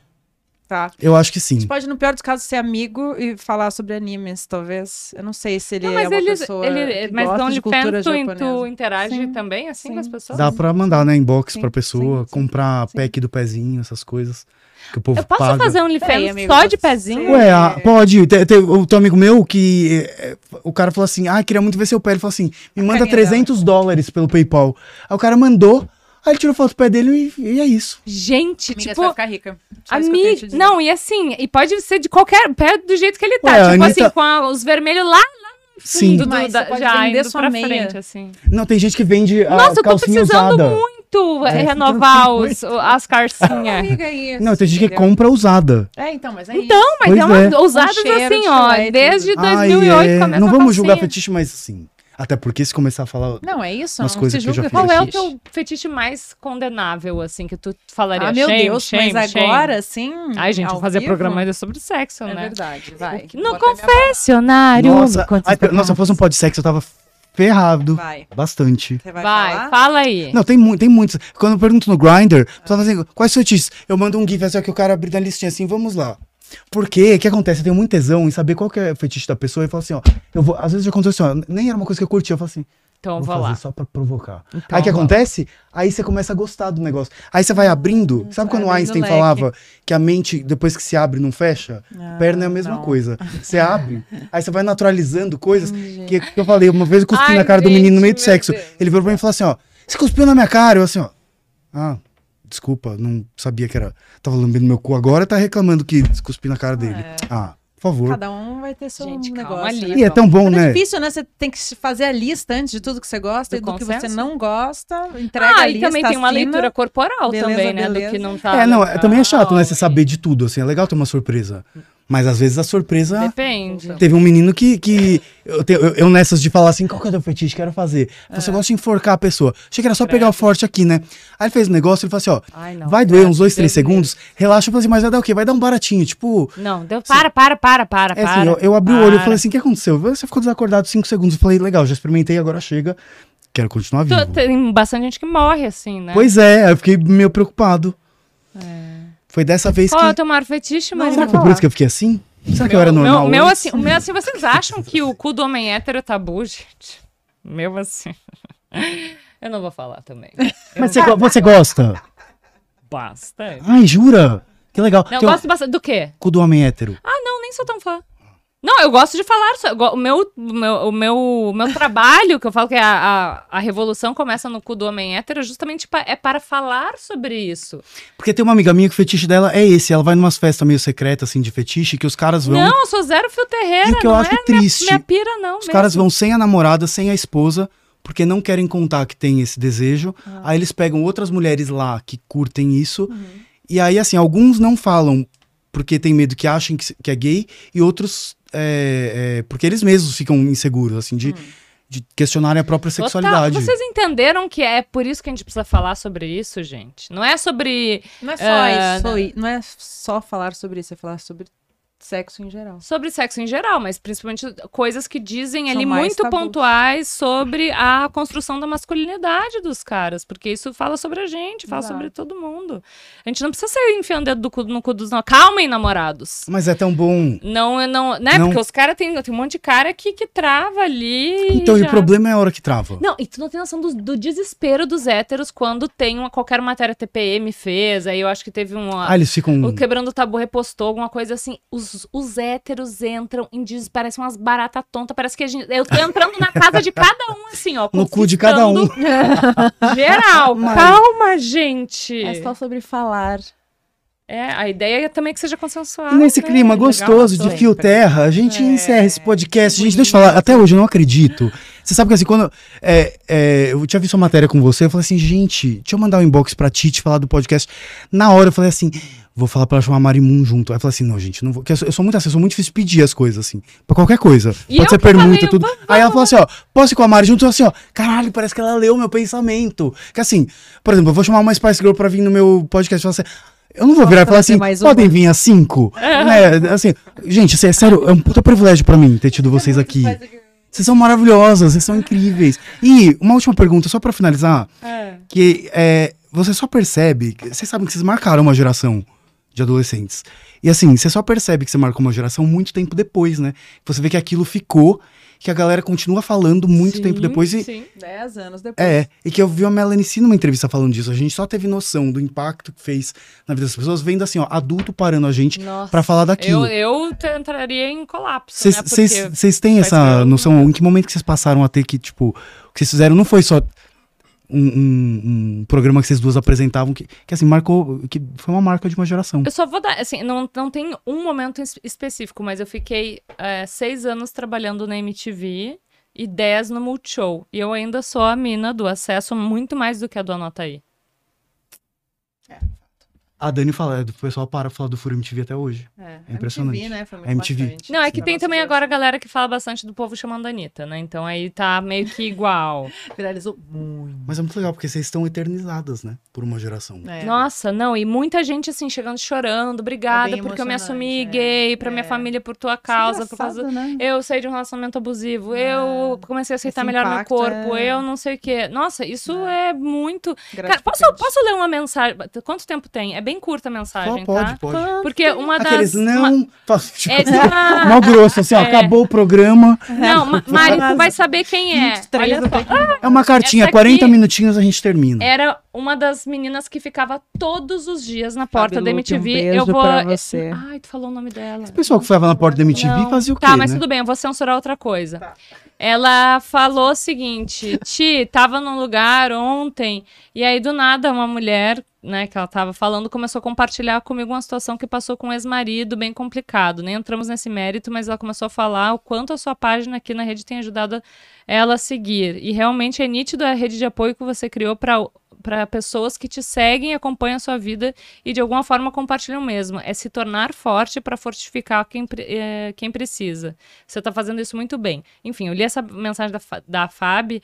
Speaker 3: Tá.
Speaker 1: Eu acho que
Speaker 3: A
Speaker 1: sim.
Speaker 2: Tipo,
Speaker 3: gente pode, no pior dos casos, ser amigo e falar sobre animes, talvez. Eu não sei se ele
Speaker 2: Não,
Speaker 3: é
Speaker 2: mas
Speaker 3: uma
Speaker 2: ele,
Speaker 3: pessoa
Speaker 2: ele
Speaker 3: que
Speaker 2: mas
Speaker 3: gosta de cultura
Speaker 2: OnlyFans tu, tu
Speaker 3: japonesa.
Speaker 2: interage
Speaker 3: Sim,
Speaker 2: também assim
Speaker 3: sim.
Speaker 2: com as pessoas?
Speaker 1: Dá pra mandar, né? Inbox pra pessoa,
Speaker 3: sim, sim,
Speaker 1: comprar
Speaker 3: sim.
Speaker 1: pack do pezinho, essas coisas. Que o povo
Speaker 2: Eu posso
Speaker 1: paga.
Speaker 2: fazer um-
Speaker 3: Peraí,
Speaker 2: OnlyFans
Speaker 3: amigo,
Speaker 2: só de
Speaker 3: você-
Speaker 2: pezinho?
Speaker 1: Ué, ah, pode. Tem, tem o teu amigo meu que. eh, O cara falou assim: Ah, queria muito ver seu pé. Ele falou assim: Me manda
Speaker 3: carinha
Speaker 1: 300 dólares pelo PayPal. Aí o cara mandou, aí ele tirou foto do pé dele e, e é isso.
Speaker 2: Gente,
Speaker 3: Amiga, você
Speaker 2: tipo,
Speaker 3: vai ficar rica. Só isso que eu tenho
Speaker 2: Amigo,
Speaker 3: que te dizer.
Speaker 2: não, e assim, e pode ser de qualquer pé do jeito que ele tá.
Speaker 1: Ué, a
Speaker 2: tipo
Speaker 1: Anitta-
Speaker 2: assim, com a- os vermelhos lá
Speaker 1: Sim.
Speaker 2: do, do,
Speaker 3: Mas
Speaker 2: da,
Speaker 3: você pode
Speaker 2: já
Speaker 3: vender
Speaker 2: indo
Speaker 3: sua
Speaker 2: pra
Speaker 3: meia.
Speaker 2: frente, assim.
Speaker 1: Não, tem gente que vende a
Speaker 2: Nossa, eu tô
Speaker 1: calcinha
Speaker 2: precisando
Speaker 1: usada.
Speaker 2: muito
Speaker 1: É.
Speaker 2: renovar os, o- as carcinhas.
Speaker 3: Amiga, é isso.
Speaker 1: Não, tem gente que
Speaker 3: entendeu?
Speaker 1: compra usada.
Speaker 3: É, então, mas é
Speaker 2: Então, mas
Speaker 1: Pois
Speaker 2: é umas
Speaker 1: é.
Speaker 2: ousadas
Speaker 3: Um cheiro
Speaker 2: assim,
Speaker 3: de
Speaker 2: ó.
Speaker 3: chulé e
Speaker 2: Desde
Speaker 3: tudo.
Speaker 2: 2008
Speaker 1: Ai, é,
Speaker 2: começa
Speaker 1: Não
Speaker 2: a
Speaker 1: vamos julgar
Speaker 2: calcinha.
Speaker 1: fetiche, mas assim. Até porque se começar a falar.
Speaker 3: Não, é isso.
Speaker 1: Umas
Speaker 3: não
Speaker 1: coisas
Speaker 3: se
Speaker 1: que eu já
Speaker 3: julga
Speaker 1: fiz.
Speaker 2: Qual é o
Speaker 1: fetiche.
Speaker 2: teu fetiche mais condenável, assim, que tu falaria?
Speaker 3: Ah, meu
Speaker 2: Shame,
Speaker 3: Deus,
Speaker 2: shame,
Speaker 3: mas
Speaker 2: shame.
Speaker 3: agora, sim.
Speaker 2: Ai, gente, vou
Speaker 3: ao
Speaker 2: fazer
Speaker 3: vivo?
Speaker 2: programa ainda sobre sexo,
Speaker 3: É
Speaker 2: né?
Speaker 3: verdade, vai.
Speaker 2: No
Speaker 3: Bota a minha barra.
Speaker 2: confessionário.
Speaker 1: Nossa,
Speaker 2: Quantos
Speaker 1: ai, nossa, se eu fosse um podsex, eu tava ferrado.
Speaker 3: Vai.
Speaker 1: Bastante.
Speaker 3: Você vai,
Speaker 2: Vai,
Speaker 3: falar?
Speaker 2: fala aí.
Speaker 1: Não, tem, mu tem muitos. Quando eu pergunto no Grindr, o pessoal fala assim, quais fetiches? Eu mando um GIF assim, ó, que o cara abre na listinha assim, vamos lá. Porque, o que acontece? Eu tenho muito tesão em saber qual que é o fetiche da pessoa e falo assim, ó, eu vou, às vezes já aconteceu assim, ó, nem era uma coisa que eu curtia, eu falo assim,
Speaker 2: Então,
Speaker 1: vou
Speaker 2: vou lá.
Speaker 1: fazer só pra provocar.
Speaker 2: Então,
Speaker 1: aí o que
Speaker 2: vou lá.
Speaker 1: acontece? Aí você começa a gostar do negócio. Aí você vai abrindo, sabe quando
Speaker 3: abrindo o
Speaker 1: Einstein
Speaker 3: leque.
Speaker 1: falava que a mente, depois que se abre, não fecha?
Speaker 3: Ah,
Speaker 1: Perna é a mesma
Speaker 3: não.
Speaker 1: coisa. Você abre, aí você vai naturalizando coisas.
Speaker 3: Hum,
Speaker 1: Que, que eu falei, uma vez eu cuspi
Speaker 2: Ai,
Speaker 1: na cara do menino no meio do
Speaker 2: gente, meu
Speaker 1: sexo.
Speaker 2: Deus.
Speaker 1: Ele virou pra mim e falou assim: ó, você cuspiu na minha cara? Eu assim, ó. Ah, desculpa, não sabia que era. Tava lambendo meu cu agora, tá reclamando que cuspi na cara dele.
Speaker 3: é.
Speaker 1: Ah, por favor.
Speaker 3: Cada um vai ter seu
Speaker 2: Gente, calma
Speaker 3: negócio.
Speaker 2: ali.
Speaker 3: né?
Speaker 1: E é tão bom,
Speaker 3: Mas É
Speaker 1: né?
Speaker 3: difícil, né? Você tem que se fazer a lista antes de tudo que você gosta
Speaker 2: Do
Speaker 3: e do que você
Speaker 2: consenso?
Speaker 3: não gosta. Entrega a
Speaker 2: Ah, e
Speaker 3: lista,
Speaker 2: também tem uma
Speaker 3: assina.
Speaker 2: leitura corporal
Speaker 3: Beleza,
Speaker 2: também, né? Do
Speaker 3: beleza.
Speaker 2: que não tá. Ah,
Speaker 1: É, não, é-
Speaker 2: legal,
Speaker 1: também é chato, né? Você
Speaker 2: e-
Speaker 1: saber de tudo, assim. É legal ter uma surpresa. Mas às vezes a surpresa.
Speaker 2: Depende.
Speaker 1: Teve um menino que. que eu, te- eu- eu nessas de falar assim, qual que é o teu fetiche? Quero fazer.
Speaker 2: É.
Speaker 1: Você gosta de enforcar a pessoa. Achei que era só pegar o forte aqui, né? Aí ele fez um negócio, ele falou assim, ó,
Speaker 2: Ai, Ah, não. é,
Speaker 1: vai doer uns dois, três
Speaker 2: Deus me
Speaker 1: segundos, relaxa, eu falei assim, mas vai dar o quê? Vai dar um baratinho, tipo.
Speaker 2: Não, deu. Para, para, para, para,
Speaker 1: É assim,
Speaker 2: Ah, para.
Speaker 1: eu, eu abri o olho e
Speaker 2: para.
Speaker 1: falei assim, o que aconteceu? Você ficou desacordado cinco segundos. Eu falei, legal, já experimentei, agora chega. Quero continuar vivo.
Speaker 2: Tu- Tem bastante gente que morre assim, né?
Speaker 1: assim, "Hum." Pois é, aí eu fiquei meio preocupado. Foi dessa vez
Speaker 2: Qual é o
Speaker 1: que.
Speaker 2: teu maior fetiche, Maria?
Speaker 1: Será que foi por isso que eu fiquei assim? Será que eu era normal?
Speaker 2: Meu, meu
Speaker 1: antes?
Speaker 2: assim, o meu assim, vocês acham que o cu do homem hétero é tabu, (laughs) gente? Meu assim. Eu não vou falar também.
Speaker 1: Mas
Speaker 2: tá,
Speaker 1: você, go- você gosta?
Speaker 2: Basta.
Speaker 1: Ai, jura? Que legal.
Speaker 2: Não, eu
Speaker 1: Tem o
Speaker 2: gosto bastante. Do quê?
Speaker 1: cu do homem hétero.
Speaker 2: Ah, não, um nem sou tão fã. Não, eu gosto de falar. só- eu go- O meu, o meu, o meu, o meu trabalho, que eu falo que é a, a, a revolução começa no cu do homem hétero, é justamente pa- é para falar sobre isso.
Speaker 1: Porque tem uma amiga minha que o fetiche dela é esse. Ela vai numas festas meio secretas, assim, de fetiche, que os caras vão.
Speaker 2: Não, eu sou zero fio terreira.
Speaker 1: um e o que eu
Speaker 2: não
Speaker 1: acho
Speaker 2: é
Speaker 1: triste.
Speaker 2: minha pira, não.
Speaker 1: os
Speaker 2: mesmo.
Speaker 1: caras vão sem a namorada, sem a esposa, porque não querem contar que tem esse desejo.
Speaker 2: Ah.
Speaker 1: Aí eles pegam outras mulheres lá que curtem isso.
Speaker 2: Uhum.
Speaker 1: E aí, assim, alguns não falam porque tem medo que achem que, se- que é gay, e outros. é, é, porque eles mesmos ficam inseguros, assim, de, de questionarem a própria
Speaker 2: Hum. Total.
Speaker 1: sexualidade.
Speaker 2: Vocês entenderam que é por isso que a gente precisa falar sobre isso, gente? Não é sobre,
Speaker 3: Não é só
Speaker 2: É,
Speaker 3: isso. e- Não é só falar sobre isso, é falar sobre sexo em geral.
Speaker 2: sobre sexo em geral, mas principalmente coisas que dizem
Speaker 3: São
Speaker 2: ali
Speaker 3: mais
Speaker 2: muito
Speaker 3: tabus.
Speaker 2: pontuais sobre a construção da masculinidade dos caras, porque isso fala sobre a gente, fala
Speaker 3: Exato.
Speaker 2: sobre todo mundo. A gente não precisa ser enfiando o dedo do cu- no cu dos... não- Calmem, namorados!
Speaker 1: Mas é tão bom.
Speaker 2: Não, eu não, né?
Speaker 1: Não.
Speaker 2: Porque os caras têm, tem um monte de cara que, que trava ali.
Speaker 1: Então, e
Speaker 2: já-
Speaker 1: o problema é a hora que trava.
Speaker 2: Não, e tu não tem noção do, do desespero dos héteros quando tem uma, qualquer matéria TPM fez, aí eu acho que teve um.
Speaker 1: Ah, eles ficam.
Speaker 2: O Quebrando o Tabu repostou alguma coisa assim. Os Todos os héteros entram em diz, parecem umas baratas tontas. Parece que a gente. Eu tô entrando na casa de cada um, assim,
Speaker 1: (laughs)
Speaker 2: ó.
Speaker 1: No cu de cada um.
Speaker 2: confiscando (laughs) Geral.
Speaker 1: Mas-
Speaker 2: Calma, gente.
Speaker 3: É só sobre falar.
Speaker 2: É, a ideia é também que seja consensual.
Speaker 1: E nesse
Speaker 2: né?
Speaker 1: clima
Speaker 2: Legal. É.
Speaker 1: gostoso de fio terra, a gente encerra esse podcast. Gente, deixa eu falar, até hoje eu não acredito. Você sabe que assim, quando. é, é, eu tinha visto uma matéria com você, eu falei assim, gente, deixa eu mandar um inbox pra Tite falar do podcast. Na hora eu falei assim, vou falar pra ela chamar a Marimun junto. Aí eu falei assim, não, gente, não vou. porque Eu sou, eu sou muito assim, eu sou muito difícil de pedir as coisas, assim, pra qualquer coisa.
Speaker 2: E eu
Speaker 1: Pode ser
Speaker 2: que falei,
Speaker 1: permuta,
Speaker 2: eu
Speaker 1: tudo. Aí ela falou assim, ó, posso ir com a Mari junto? Eu assim, ó, caralho, parece que ela leu meu pensamento. Que assim, por exemplo, eu vou chamar uma Spice Girl pra vir no meu podcast e falar assim. Eu não vou
Speaker 3: Vamos
Speaker 1: virar e falar
Speaker 3: trazer
Speaker 1: assim,
Speaker 2: um
Speaker 3: mais uma.
Speaker 1: podem vir às cinco? É, assim, gente, assim, é sério, é um puta privilégio pra mim ter tido vocês aqui. Vocês são maravilhosas, vocês são incríveis. E uma última pergunta, só pra finalizar,
Speaker 2: É.
Speaker 1: que é, você só percebe, que- vocês sabem que vocês marcaram uma geração de adolescentes. E assim, você só percebe que você marcou uma geração muito tempo depois, né? Você vê que aquilo ficou, que a galera continua falando muito
Speaker 2: Sim,
Speaker 1: tempo depois e,
Speaker 2: sim.
Speaker 3: Dez anos depois.
Speaker 1: é, e que eu vi a Melanie C numa entrevista falando disso. A gente só teve noção do impacto que fez na vida das pessoas, vendo assim, ó, adulto parando a gente
Speaker 3: Nossa.
Speaker 1: pra falar
Speaker 2: Eu,
Speaker 1: daquilo.
Speaker 2: eu te- entraria em colapso,
Speaker 1: Vocês
Speaker 2: né? Porque...
Speaker 1: vocês- vocês têm
Speaker 2: faz
Speaker 1: essa
Speaker 2: tempo.
Speaker 1: noção? Em que momento que vocês passaram a ter que, tipo, o que vocês fizeram não foi só um, um- um programa que vocês duas apresentavam, que, que assim, marcou, que foi uma marca de uma geração.
Speaker 2: Eu só vou dar, assim, não, não tem um momento es- específico, mas eu fiquei é, seis anos trabalhando na MTV e dez no Multishow. E eu ainda sou a mina do acesso muito mais do que a do Anotaí.
Speaker 1: A Dani fala, é, do pessoal para falar do Furo MTV até hoje. É impressionante.
Speaker 3: MTV, né? Foi muito
Speaker 1: A MTV.
Speaker 3: marcante
Speaker 2: Não, é
Speaker 3: esse
Speaker 2: que tem
Speaker 3: negócio
Speaker 2: também
Speaker 3: de-
Speaker 2: agora a galera que fala bastante do povo chamando a Anitta, né? Então aí tá meio que igual.
Speaker 3: Viralizou muito.
Speaker 1: Mas é muito legal, porque vocês estão eternizadas, né? Por uma geração.
Speaker 3: (laughs) É.
Speaker 2: Nossa, não, e muita gente assim chegando chorando, obrigada
Speaker 3: É bem
Speaker 2: porque eu me assumi
Speaker 3: emocionante, é.
Speaker 2: gay, pra minha
Speaker 3: É.
Speaker 2: família, por tua
Speaker 3: Isso é
Speaker 2: causa, por causa
Speaker 3: engraçado, né? Ah.
Speaker 2: Eu saí de um relacionamento abusivo, eu comecei a aceitar
Speaker 3: esse
Speaker 2: melhor meu
Speaker 3: impacto
Speaker 2: corpo,
Speaker 3: é-
Speaker 2: eu não sei o quê. Nossa, isso é, muito. Cara, posso,
Speaker 3: Gratificante.
Speaker 2: posso ler uma mensagem? Quanto tempo tem? É bem curta a mensagem,
Speaker 1: Fala, pode,
Speaker 2: tá?
Speaker 1: pode.
Speaker 2: Porque uma das.
Speaker 1: Aqueles
Speaker 2: uma-
Speaker 1: não. Fa- tipo, (laughs)
Speaker 2: É de uma-
Speaker 3: (laughs)
Speaker 1: Mó grosso, assim, ó,
Speaker 2: É.
Speaker 1: acabou o programa.
Speaker 2: Não, Ma- Mari, tu vai saber quem é.
Speaker 3: Três
Speaker 2: Olha
Speaker 3: não
Speaker 2: só.
Speaker 3: tem como.
Speaker 1: É uma cartinha,
Speaker 2: Essa aqui- É.
Speaker 1: 40 minutinhos a gente termina.
Speaker 2: (laughs) Era uma das meninas que ficava todos os dias na porta
Speaker 3: Fabi
Speaker 2: da
Speaker 3: Luque, um
Speaker 2: MTV. eu
Speaker 3: beijo
Speaker 2: vou. é,
Speaker 3: pra você.
Speaker 2: Ai, tu falou o nome dela.
Speaker 1: O pessoal que ficava na porta da MTV
Speaker 2: Não.
Speaker 1: fazia o quê,
Speaker 2: Tá, mas
Speaker 1: né?
Speaker 2: tudo bem, eu vou censurar outra coisa. Ela falou o seguinte:
Speaker 1: (laughs)
Speaker 2: Ti, tava num lugar ontem, e aí do nada uma mulher, né, que ela tava falando, começou a compartilhar comigo uma situação que passou com um ex-marido bem complicado. Nem entramos nesse mérito, mas ela começou a falar o quanto a sua página aqui na rede tem ajudado ela a seguir. E realmente é nítido a rede de apoio que você criou pra. Para pessoas que te seguem, acompanham a sua vida e de alguma forma compartilham mesmo. É se tornar forte para fortificar quem, pre- eh, quem precisa. Você tá fazendo isso muito bem. Enfim, eu li essa mensagem da, Fa- da Fab,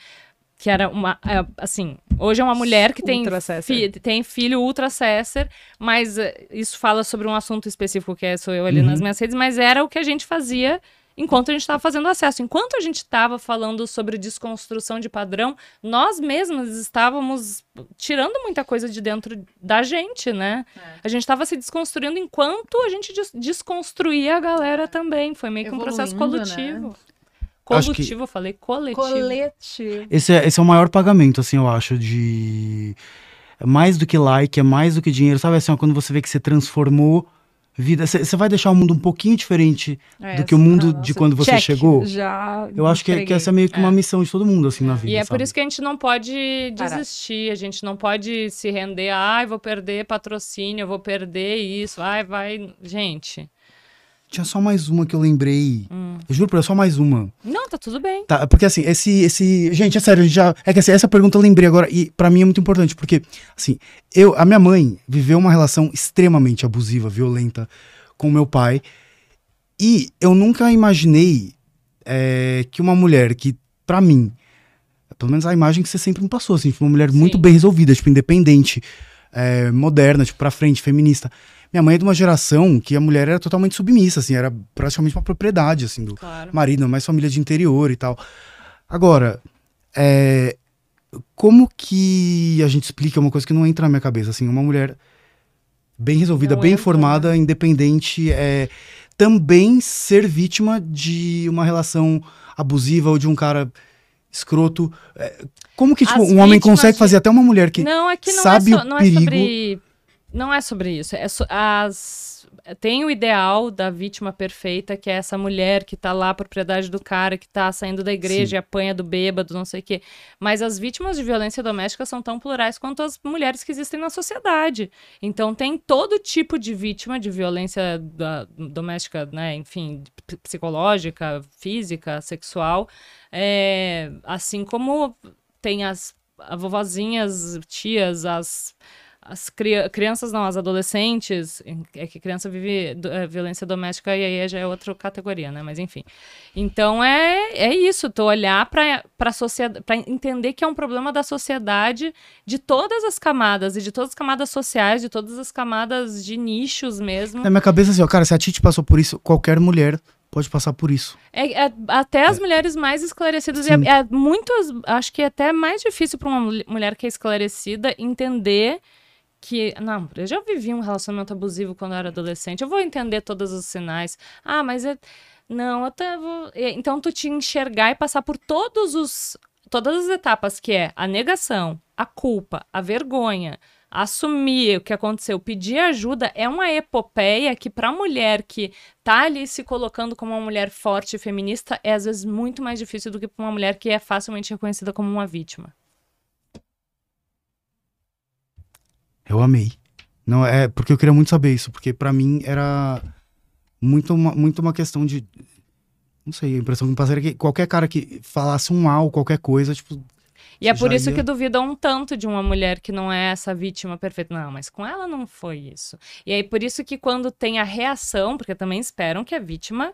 Speaker 2: que era uma. é, assim, hoje é uma mulher que tem,
Speaker 3: Ultra cesser.
Speaker 2: fi- tem filho ultra cesser, mas eh, isso fala sobre um assunto específico que é, sou eu ali
Speaker 1: Uhum.
Speaker 2: nas minhas redes, mas era o que a gente fazia. Enquanto a gente estava fazendo acesso, enquanto a gente estava falando sobre desconstrução de padrão, nós mesmas estávamos tirando muita coisa de dentro da gente, né?
Speaker 3: É.
Speaker 2: A gente estava se desconstruindo enquanto a gente des- desconstruía a galera também. Foi meio que um processo
Speaker 3: Evoluindo, né?
Speaker 2: coletivo.
Speaker 1: Acho que-
Speaker 2: Coletivo, eu falei coletivo.
Speaker 3: Coletivo.
Speaker 1: Esse é, esse é o maior pagamento, assim, eu acho, de... É mais do que like, é mais do que dinheiro. Sabe, assim, ó, quando você vê que você transformou vida... Você você vai deixar o mundo um pouquinho diferente
Speaker 3: É,
Speaker 1: do que o mundo
Speaker 3: nossa,
Speaker 1: de quando você
Speaker 3: check.
Speaker 1: chegou.
Speaker 3: Já
Speaker 1: Eu acho que, que essa é meio que uma missão de todo mundo, assim, na vida,
Speaker 2: E é por
Speaker 1: sabe?
Speaker 2: isso que a gente não pode
Speaker 3: Parar.
Speaker 2: desistir, a gente não pode se render. Ai, vou perder patrocínio, eu vou perder isso. Ai, vai. Gente.
Speaker 1: Tinha só mais uma que eu lembrei.
Speaker 2: Hum.
Speaker 1: Eu juro pra você, só mais uma.
Speaker 2: Não, tá tudo bem.
Speaker 1: Tá, porque assim, esse, esse. Gente, é sério, a gente já. É que assim, essa pergunta eu lembrei agora, e pra mim é muito importante, porque, assim, eu, a minha mãe viveu uma relação extremamente abusiva, violenta com meu pai. E eu nunca imaginei é, que uma mulher que, pra mim, pelo menos a imagem que você sempre me passou, assim, tipo, uma mulher muito
Speaker 2: Sim.
Speaker 1: bem resolvida, tipo, independente, é, moderna, tipo, pra frente, feminista. Minha mãe é de uma geração que a mulher era totalmente submissa, assim, era praticamente uma propriedade, assim, do,
Speaker 2: Claro.
Speaker 1: marido, mais família de interior e tal. Agora, é, como que a gente explica uma coisa que não entra na minha cabeça? Assim, uma mulher bem resolvida,
Speaker 2: Não
Speaker 1: bem
Speaker 2: entra, né?
Speaker 1: formada, independente, é, também ser vítima de uma relação abusiva ou de um cara escroto. É, como que tipo,
Speaker 2: As
Speaker 1: um homem
Speaker 2: vítimas
Speaker 1: consegue
Speaker 2: de-
Speaker 1: fazer até uma mulher que
Speaker 2: Não, é que não,
Speaker 1: sabe
Speaker 2: é,
Speaker 1: o
Speaker 2: so- não é
Speaker 1: perigo.
Speaker 2: sobre. Não é sobre isso. É so- as... Tem o ideal da vítima perfeita, que é essa mulher que tá lá, propriedade do cara, que tá saindo da igreja
Speaker 1: Sim.
Speaker 2: e apanha do bêbado, não sei o quê. Mas as vítimas de violência doméstica são tão plurais quanto as mulheres que existem na sociedade. Então tem todo tipo de vítima de violência da- doméstica, né? Enfim, p- psicológica, física, sexual. É, Assim como tem as a vovozinhas, tias, as as cria- crianças não, as adolescentes, é que criança vive do- é, violência doméstica e aí já é outra categoria, né? Mas enfim. Então é, é isso, tu olhar para sociedade, para entender que é um problema da sociedade de todas as camadas e de todas as camadas sociais, de todas as camadas de nichos mesmo.
Speaker 1: Na minha cabeça, assim, ó, cara, se a Tite passou por isso, qualquer mulher pode passar por isso.
Speaker 2: É, é, até as mulheres mais esclarecidas. e
Speaker 1: Sim.
Speaker 2: É, é muito. as- Acho que é até mais difícil para uma mul- mulher que é esclarecida entender que. Não, eu já vivi um relacionamento abusivo quando eu era adolescente. Eu vou entender todos os sinais. Ah, mas é. Não, eu até vou. é, Então tu te enxergar e passar por todos os. Todas as etapas que é a negação, a culpa, a vergonha, assumir o que aconteceu, pedir ajuda, é uma epopeia que, para mulher que tá ali se colocando como uma mulher forte e feminista é às vezes muito mais difícil do que pra uma mulher que é facilmente reconhecida como uma vítima.
Speaker 1: Eu amei. Não é porque eu queria muito saber isso, porque pra mim era muito uma, muito uma questão de não sei, a impressão que me passaria é que qualquer cara que falasse um mal, qualquer coisa, tipo,
Speaker 2: E é
Speaker 1: Você
Speaker 2: por
Speaker 1: já
Speaker 2: isso
Speaker 1: ia-
Speaker 2: que duvidam um tanto de uma mulher que não é essa vítima perfeita. Não, mas com ela não foi isso. E aí por isso que quando tem a reação, porque também esperam que a vítima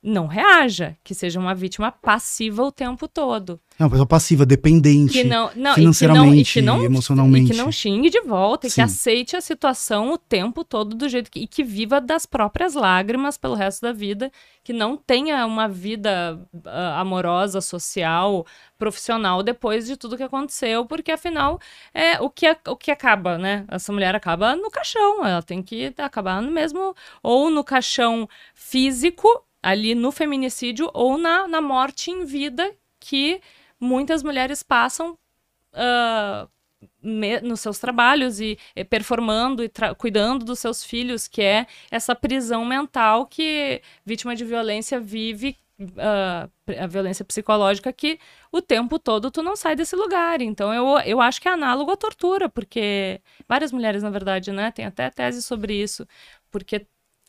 Speaker 2: não reaja, que seja uma vítima passiva o tempo todo.
Speaker 1: é uma pessoa passiva, dependente.
Speaker 2: que não, não, e
Speaker 1: financeiramente,
Speaker 2: que não, e que não,
Speaker 1: emocionalmente.
Speaker 2: E que não um xingue de volta, e
Speaker 1: Sim.
Speaker 2: que aceite a situação o tempo todo do jeito que. E que viva das próprias lágrimas pelo resto da vida, que não tenha uma vida ah, amorosa, social, profissional depois de tudo que aconteceu, porque afinal é o que, a- o que acaba, né? Essa mulher acaba no caixão, ela tem que acabar no mesmo. Ou no caixão físico, ali no feminicídio, ou na, na morte em vida que muitas mulheres passam ah, me- nos seus trabalhos e eh, performando e tra- cuidando dos seus filhos, que é essa prisão mental que vítima de violência vive, ah, a violência psicológica, que o tempo todo tu não sai desse lugar. Então eu, eu acho que é análogo à tortura, porque várias mulheres, na verdade, né, tem até tese sobre isso, porque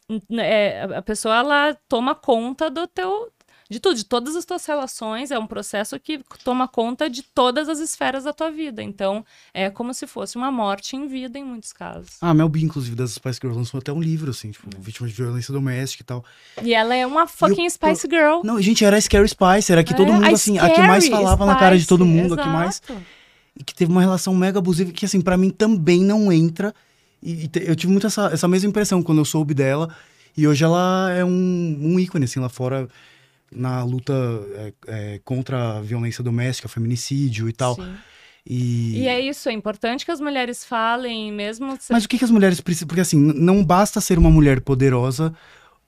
Speaker 2: n- n- é, a- a pessoa ela toma conta do teu de tudo, de todas as tuas relações, é um processo que toma conta de todas as esferas da tua vida. Então, é como se fosse uma morte em vida em muitos casos.
Speaker 1: Ah, Mel B, inclusive, das Spice Girls lançou até um livro, assim, tipo, vítima de violência doméstica e tal.
Speaker 2: E ela é uma fucking
Speaker 1: eu-
Speaker 2: Spice Girl.
Speaker 1: Não, gente, era a Scary Spice, era a que todo
Speaker 2: É,
Speaker 1: mundo, assim, a que mais
Speaker 2: Scary
Speaker 1: falava na cara de todo
Speaker 2: Spice,
Speaker 1: mundo, a que mais.
Speaker 2: exato.
Speaker 1: E que teve uma relação mega abusiva, que, assim, pra mim também não entra. E, e te- eu tive muito essa, essa mesma impressão quando eu soube dela. E hoje ela é um, um ícone, assim, lá fora, na luta é, é, contra a violência doméstica, feminicídio e tal.
Speaker 2: Sim.
Speaker 1: E,
Speaker 2: E é isso, é importante que as mulheres falem, mesmo se-
Speaker 1: Mas o que, que as mulheres precisam? Porque assim, n- não basta ser uma mulher poderosa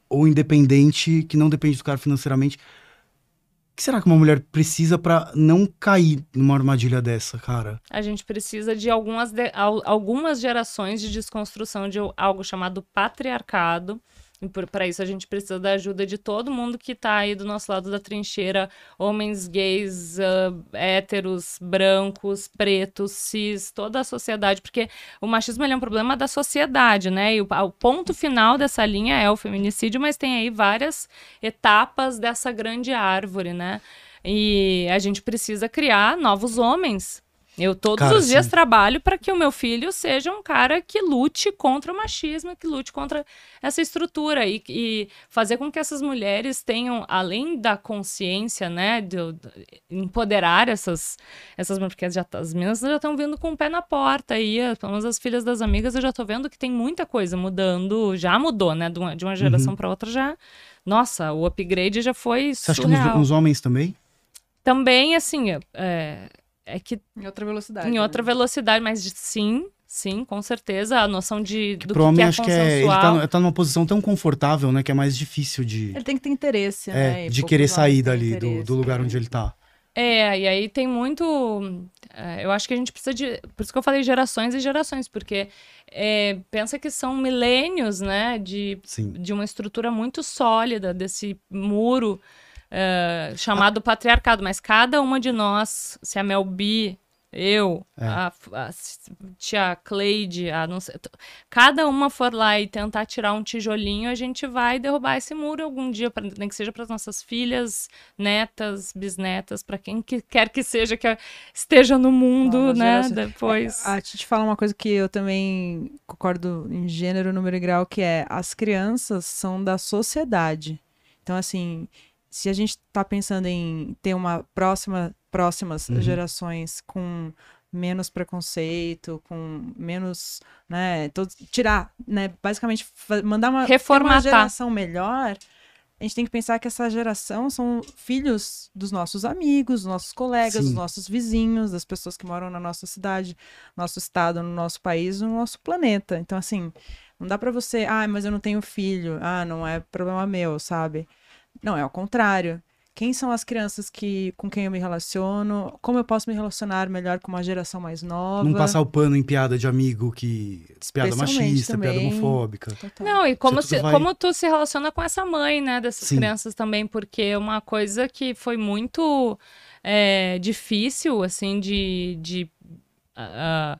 Speaker 1: ou independente, que não depende do cara financeiramente. O que será que uma mulher precisa pra não cair numa armadilha dessa, cara?
Speaker 2: a gente precisa de algumas, de- al- algumas gerações de desconstrução de algo chamado patriarcado. E para isso a gente precisa da ajuda de todo mundo que tá aí do nosso lado da trincheira, homens gays, ah, héteros, brancos, pretos, cis, toda a sociedade, porque o machismo ele é um problema da sociedade, né? E o, a- o ponto final dessa linha é o feminicídio, mas tem aí várias etapas dessa grande árvore, né? E a gente precisa criar novos homens. Eu todos
Speaker 1: Cara,
Speaker 2: os dias
Speaker 1: sim.
Speaker 2: trabalho para que o meu filho seja um cara que lute contra o machismo, que lute contra essa estrutura e, e fazer com que essas mulheres tenham, além da consciência, né, de, de empoderar essas essas mulheres, porque já, tá- as meninas já estão vindo com o pé na porta aí, eh, pelo menos as filhas das amigas, eu já tô vendo que tem muita coisa mudando, já mudou, né, de uma,
Speaker 1: Uhum.
Speaker 2: de uma geração pra outra já. Nossa, o upgrade já foi
Speaker 1: Você acha que
Speaker 2: surreal.
Speaker 1: nos, nos homens também?
Speaker 2: Também, assim, é- é, é que
Speaker 3: Em outra velocidade.
Speaker 2: em
Speaker 3: né?
Speaker 2: outra velocidade, mas de- sim, sim, com certeza, a noção de do que,
Speaker 1: Pro homem
Speaker 2: que é
Speaker 1: acho que
Speaker 2: consensual.
Speaker 1: é, ele tá, tá numa posição tão confortável, né? Que é mais difícil de,
Speaker 3: Ele tem que ter interesse,
Speaker 1: é,
Speaker 3: né? E
Speaker 1: de
Speaker 3: poucos
Speaker 1: querer
Speaker 3: homens
Speaker 1: sair
Speaker 3: têm
Speaker 1: dali, do,
Speaker 3: interesse. né?
Speaker 1: do lugar onde ele tá.
Speaker 2: É, e aí tem muito. é, eu acho que a gente precisa de. Por isso que eu falei gerações e gerações, porque é, pensa que são milênios, né? De,
Speaker 1: Sim.
Speaker 2: de uma estrutura muito sólida, desse muro é, chamado patriarcado. Mas cada uma de nós, se a Mel B, eu,
Speaker 1: É.
Speaker 2: a, a tia Cleide, a não sei, t- cada uma for lá e tentar tirar um tijolinho, a gente vai derrubar esse muro algum dia, pra- nem que seja para nossas filhas, netas, bisnetas, para quem que quer que seja que esteja no mundo,
Speaker 3: Novas
Speaker 2: né?
Speaker 3: gerações.
Speaker 2: Depois.
Speaker 3: É, A Titi fala uma coisa que eu também concordo em gênero, número e grau, que é as crianças são da sociedade. Então, assim, se a gente tá pensando em ter uma próxima, próximas
Speaker 1: Uhum.
Speaker 3: gerações com menos preconceito, com menos, né, todos- tirar, né, basicamente fa- mandar uma, ter uma
Speaker 2: Reformatar.
Speaker 3: geração melhor, a gente tem que pensar que essa geração são filhos dos nossos amigos, dos nossos colegas, dos
Speaker 1: Sim.
Speaker 3: nossos vizinhos, das pessoas que moram na nossa cidade, nosso estado, no nosso país, no nosso planeta. Então, assim, não dá pra você, ah, mas eu não tenho filho, ah, não é problema meu, sabe? Não, é ao contrário. Quem são as crianças que com quem eu me relaciono? Como eu posso me relacionar melhor com uma geração mais nova?
Speaker 1: Não passar o pano em piada de amigo que. Piada
Speaker 3: Especialmente
Speaker 1: machista, piada
Speaker 3: também.
Speaker 1: homofóbica.
Speaker 3: Total.
Speaker 2: Não, e como,
Speaker 1: tudo
Speaker 2: se-
Speaker 1: vai-
Speaker 2: como tu se relaciona com essa mãe, né, dessas
Speaker 1: Sim.
Speaker 2: crianças também, porque é uma coisa que foi muito é, difícil, assim, de, de, ah, ah,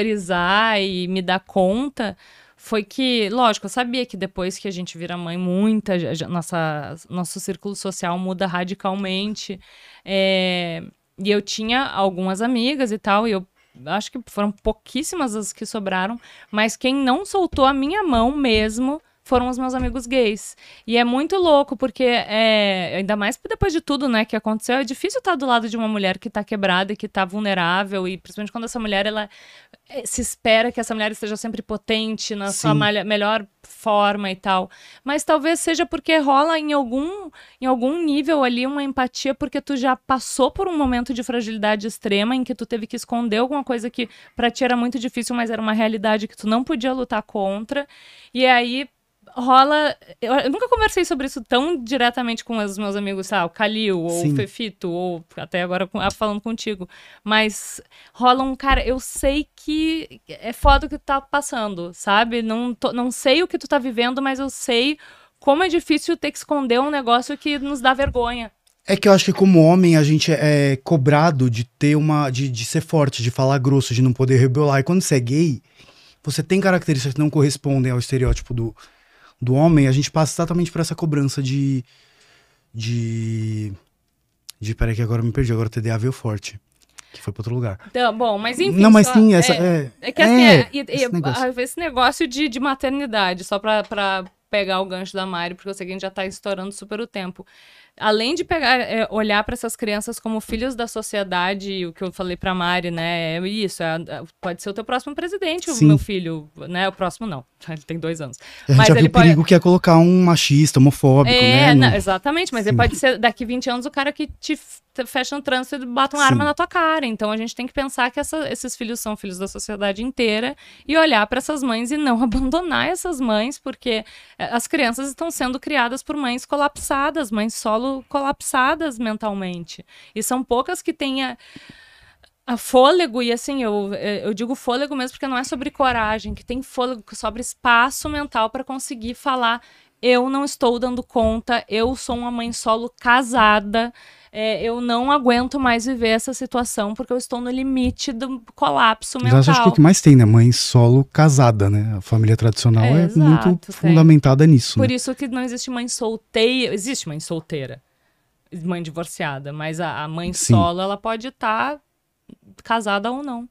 Speaker 2: interiorizar e me dar conta foi que, lógico, eu sabia que depois que a gente vira mãe, muita ge- ge- nossa, nosso círculo social muda radicalmente. É, e eu tinha algumas amigas e tal, e eu acho que foram pouquíssimas as que sobraram, mas quem não soltou a minha mão mesmo foram os meus amigos gays. E é muito louco, porque é, ainda mais depois de tudo, né, que aconteceu, é difícil estar do lado de uma mulher que tá quebrada e que tá vulnerável, e principalmente quando essa mulher, ela eh, se espera que essa mulher esteja sempre potente, na sua
Speaker 1: Sim.
Speaker 2: malha- melhor forma e tal. Mas talvez seja porque rola em algum, em algum nível ali uma empatia, porque tu já passou por um momento de fragilidade extrema em que tu teve que esconder alguma coisa que pra ti era muito difícil, mas era uma realidade que tu não podia lutar contra. E aí rola. Eu, eu nunca conversei sobre isso tão diretamente com os meus amigos, sabe? O Calil, ou
Speaker 1: Sim.
Speaker 2: o Fefito, ou até agora com- ah, falando contigo. Mas rola um cara, eu sei que é foda o que tu tá passando, sabe? Não, tô- não sei o que tu tá vivendo, mas eu sei. Como é difícil ter que esconder um negócio que nos dá vergonha.
Speaker 1: É que eu acho que como homem a gente é cobrado de ter uma. de, de ser forte, de falar grosso, de não poder rebolar. E quando você é gay, você tem características que não correspondem ao estereótipo do, do homem, a gente passa exatamente por essa cobrança de. de. de. Peraí, que agora eu me perdi, agora o TDA veio forte. Que foi pra outro lugar.
Speaker 2: Então, bom, mas enfim.
Speaker 1: não, mas
Speaker 2: só-
Speaker 1: sim, essa.
Speaker 2: é.
Speaker 1: É,
Speaker 2: É que assim, é, e- e-
Speaker 1: esse negócio.
Speaker 2: a- esse, negócio de, de maternidade, só pra, pra pegar o gancho da Mari, porque eu sei que a gente já tá estourando super o tempo. Além de pegar, é, olhar para essas crianças como filhos da sociedade, e o que eu falei pra Mari, né? É isso, é- é- pode ser o teu próximo presidente,
Speaker 1: Sim.
Speaker 2: o meu filho, né? O próximo não, (laughs) ele tem dois anos.
Speaker 1: a gente
Speaker 2: mas
Speaker 1: já viu
Speaker 2: ele
Speaker 1: o
Speaker 2: pode-
Speaker 1: perigo que é colocar um machista, homofóbico,
Speaker 2: É,
Speaker 1: né?
Speaker 2: na-
Speaker 1: Um-
Speaker 2: exatamente, mas ele
Speaker 1: Sim.
Speaker 2: pode ser daqui 20 anos o cara que te f- te fecha no trânsito e bota uma
Speaker 1: Sim.
Speaker 2: arma na tua cara. Então a gente tem que pensar que essa- esses filhos são filhos da sociedade inteira e olhar para essas mães e não (laughs) abandonar essas mães, porque eh, as crianças estão sendo criadas por mães colapsadas, mães solo colapsadas mentalmente. E são poucas que têm a, a fôlego, e assim, eu, eh, eu digo fôlego mesmo porque não é sobre coragem, que tem fôlego, que sobra espaço mental para conseguir falar eu não estou dando conta, eu sou uma mãe solo casada, é, eu não aguento mais viver essa situação porque eu estou no limite do colapso
Speaker 1: Mas acho que é o
Speaker 2: mental.
Speaker 1: que mais tem, né? Mãe solo casada, né? A família tradicional é,
Speaker 2: É,
Speaker 1: muito
Speaker 2: exato, tem.
Speaker 1: fundamentada nisso.
Speaker 2: Por
Speaker 1: né?
Speaker 2: isso que não existe mãe solteira, existe mãe solteira, mãe divorciada, mas a, a mãe
Speaker 1: Sim.
Speaker 2: solo ela pode estar casada ou não.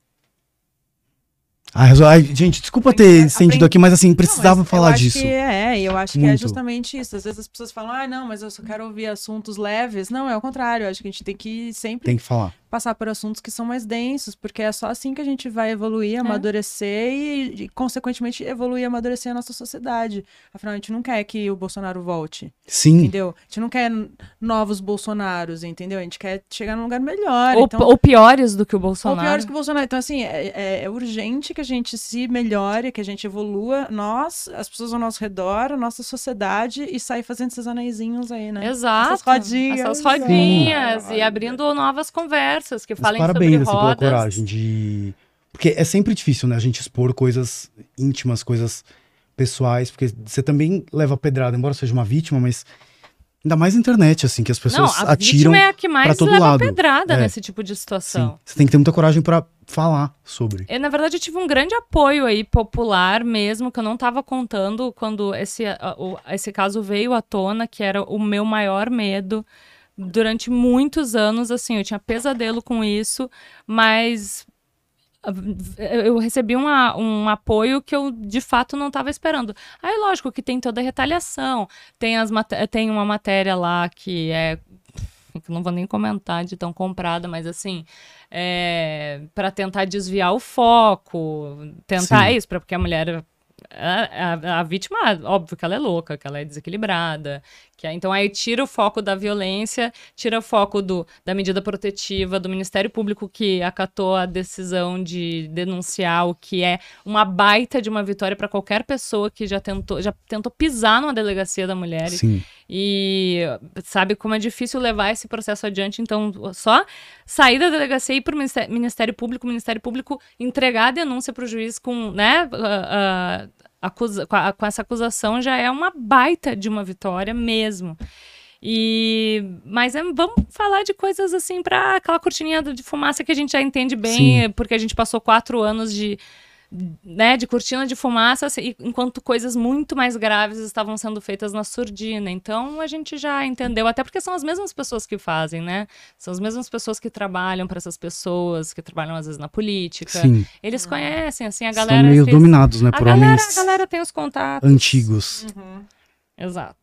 Speaker 1: Ah, resol- ai, gente, desculpa ter estendido aqui, mas assim, precisava
Speaker 3: mas eu
Speaker 1: falar
Speaker 3: acho
Speaker 1: disso.
Speaker 3: Que é, e eu acho que é
Speaker 1: Muito.
Speaker 3: justamente isso. Às vezes as pessoas falam, ah, não, mas eu só quero ouvir assuntos leves. Não, é o contrário. Eu acho que a gente tem que sempre
Speaker 1: Tem que falar.
Speaker 3: passar por assuntos que são mais densos, porque é só assim que a gente vai evoluir, amadurecer e, e, consequentemente, evoluir e amadurecer a nossa sociedade. Afinal, a gente não quer que o Bolsonaro volte,
Speaker 1: Sim.
Speaker 3: entendeu? A gente não quer novos Bolsonaros, entendeu? A gente quer chegar num lugar melhor.
Speaker 2: Ou,
Speaker 3: então,
Speaker 2: ou piores do que o Bolsonaro.
Speaker 3: ou piores que o Bolsonaro. Então, assim, é, é- é urgente que a gente se melhore, que a gente evolua, nós, as pessoas ao nosso redor, a nossa sociedade, e sair fazendo esses aneizinhos aí, né?
Speaker 2: Exato.
Speaker 3: Essas rodinhas.
Speaker 2: Essas rodinhas. E abrindo novas conversas que
Speaker 1: Mas
Speaker 2: falem
Speaker 1: parabéns
Speaker 2: sobre
Speaker 1: assim, pela
Speaker 2: rodas.
Speaker 1: coragem de. Porque é sempre difícil, né? A gente expor coisas íntimas, coisas pessoais, porque você também leva pedrada, embora seja uma vítima, mas ainda mais na internet, assim, que as
Speaker 2: Não,
Speaker 1: pessoas
Speaker 2: a
Speaker 1: atiram.
Speaker 2: vítima é a que mais
Speaker 1: todo
Speaker 2: leva
Speaker 1: lado.
Speaker 2: pedrada
Speaker 1: É.
Speaker 2: nesse tipo de
Speaker 1: Sim.
Speaker 2: situação.
Speaker 1: Você tem que ter muita coragem pra falar sobre.
Speaker 2: Eu, na verdade, eu tive um grande apoio aí popular mesmo, que eu não tava contando quando esse, a- o- esse caso veio à tona, que era o meu maior medo. Durante muitos anos, assim, eu tinha pesadelo com isso, mas ah, eu eu recebi uma- um apoio que eu de fato não estava esperando. Aí, lógico que tem toda a retaliação, tem, as mate- tem uma matéria lá que é. que eu Não vou nem comentar de tão comprada, mas assim para tentar desviar o foco, tentar é
Speaker 1: Sim.
Speaker 2: isso, pra, porque a mulher. A, a- a vítima, óbvio que ela é louca, que ela é desequilibrada. que é- então aí tira o foco da violência, tira o foco do, da medida protetiva do Ministério Público que acatou a decisão de denunciar o que é uma baita de uma vitória para qualquer pessoa que já tentou, já tentou pisar numa delegacia da mulher e
Speaker 1: Sim.
Speaker 2: e sabe como é difícil levar esse processo adiante. Então, só sair da delegacia e ir para o Ministério, Ministério Público, o Ministério Público entregar a denúncia para o juiz com, né, ah, ah, acusa- com, a- com essa acusação já é uma baita de uma vitória mesmo. E mas é- vamos falar de coisas assim para aquela cortininha do- de fumaça que a gente já entende bem, porque a gente passou quatro anos de né, de cortina de fumaça, assim, e- enquanto coisas muito mais graves estavam sendo feitas na surdina. Então a gente já entendeu, até porque são as mesmas pessoas que fazem, né? São as mesmas pessoas que trabalham para essas pessoas, que trabalham às vezes na política.
Speaker 1: Sim.
Speaker 2: Eles conhecem, assim, a
Speaker 1: Estão
Speaker 2: galera.
Speaker 1: meio
Speaker 2: fez-
Speaker 1: dominados, né,
Speaker 2: a,
Speaker 1: por
Speaker 2: galera
Speaker 1: homens
Speaker 2: a galera Hum. tem os contatos.
Speaker 1: antigos.
Speaker 2: Exato.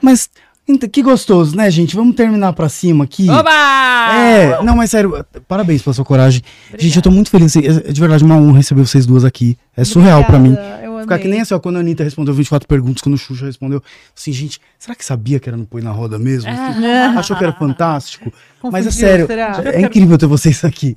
Speaker 1: Mas, então, que gostoso, né, gente? Vamos terminar pra cima aqui.
Speaker 2: Oba!
Speaker 3: Ah,
Speaker 1: É, não, mas sério, parabéns pela sua coragem. Gente, eu tô muito feliz. É de verdade uma honra receber vocês duas aqui. É surreal pra mim.
Speaker 3: Eu
Speaker 1: Ficar que nem assim, ó, quando a Anitta respondeu 24 perguntas, quando o Xuxa respondeu, assim, gente, será que sabia que era no Põe na Roda mesmo?
Speaker 3: Ah. (laughs)
Speaker 1: Assim, Achou que era fantástico? Mas é
Speaker 3: Confundiu,
Speaker 1: sério,
Speaker 3: será?
Speaker 1: é incrível ter vocês
Speaker 3: (laughs)
Speaker 1: aqui.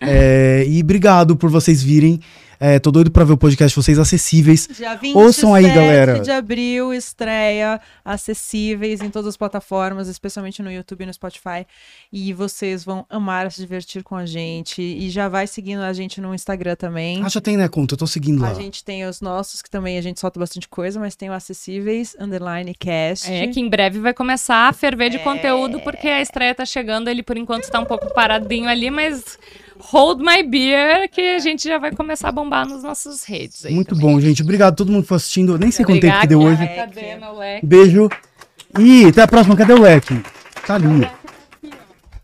Speaker 1: É, e obrigado por vocês virem. É, tô doido pra ver o podcast de vocês acessíveis.
Speaker 3: Dia 27
Speaker 1: Ouçam aí, galera.
Speaker 3: de abril, estreia, acessíveis em todas as plataformas, especialmente no YouTube e no Spotify. E vocês vão amar se divertir com a gente. E já vai seguindo a gente no Instagram também.
Speaker 1: Ah, já tem, né, conta? Eu tô seguindo lá.
Speaker 3: A gente tem os nossos, que também a gente solta bastante coisa, mas tem o acessíveis, underline, cast.
Speaker 2: É que em breve vai começar a ferver de conteúdo, porque a estreia tá chegando, ele por enquanto tá um pouco paradinho ali, mas hold my beer, que a gente já vai começar a bombar nas nossas redes. Aí tá
Speaker 1: Muito
Speaker 2: também.
Speaker 1: bom, gente. Obrigado a todo mundo que foi assistindo. Nem sei quanto tempo que deu hoje.
Speaker 2: Cadê meu leque?
Speaker 1: Beijo. E até a próxima. Cadê o leque? Tá lindo.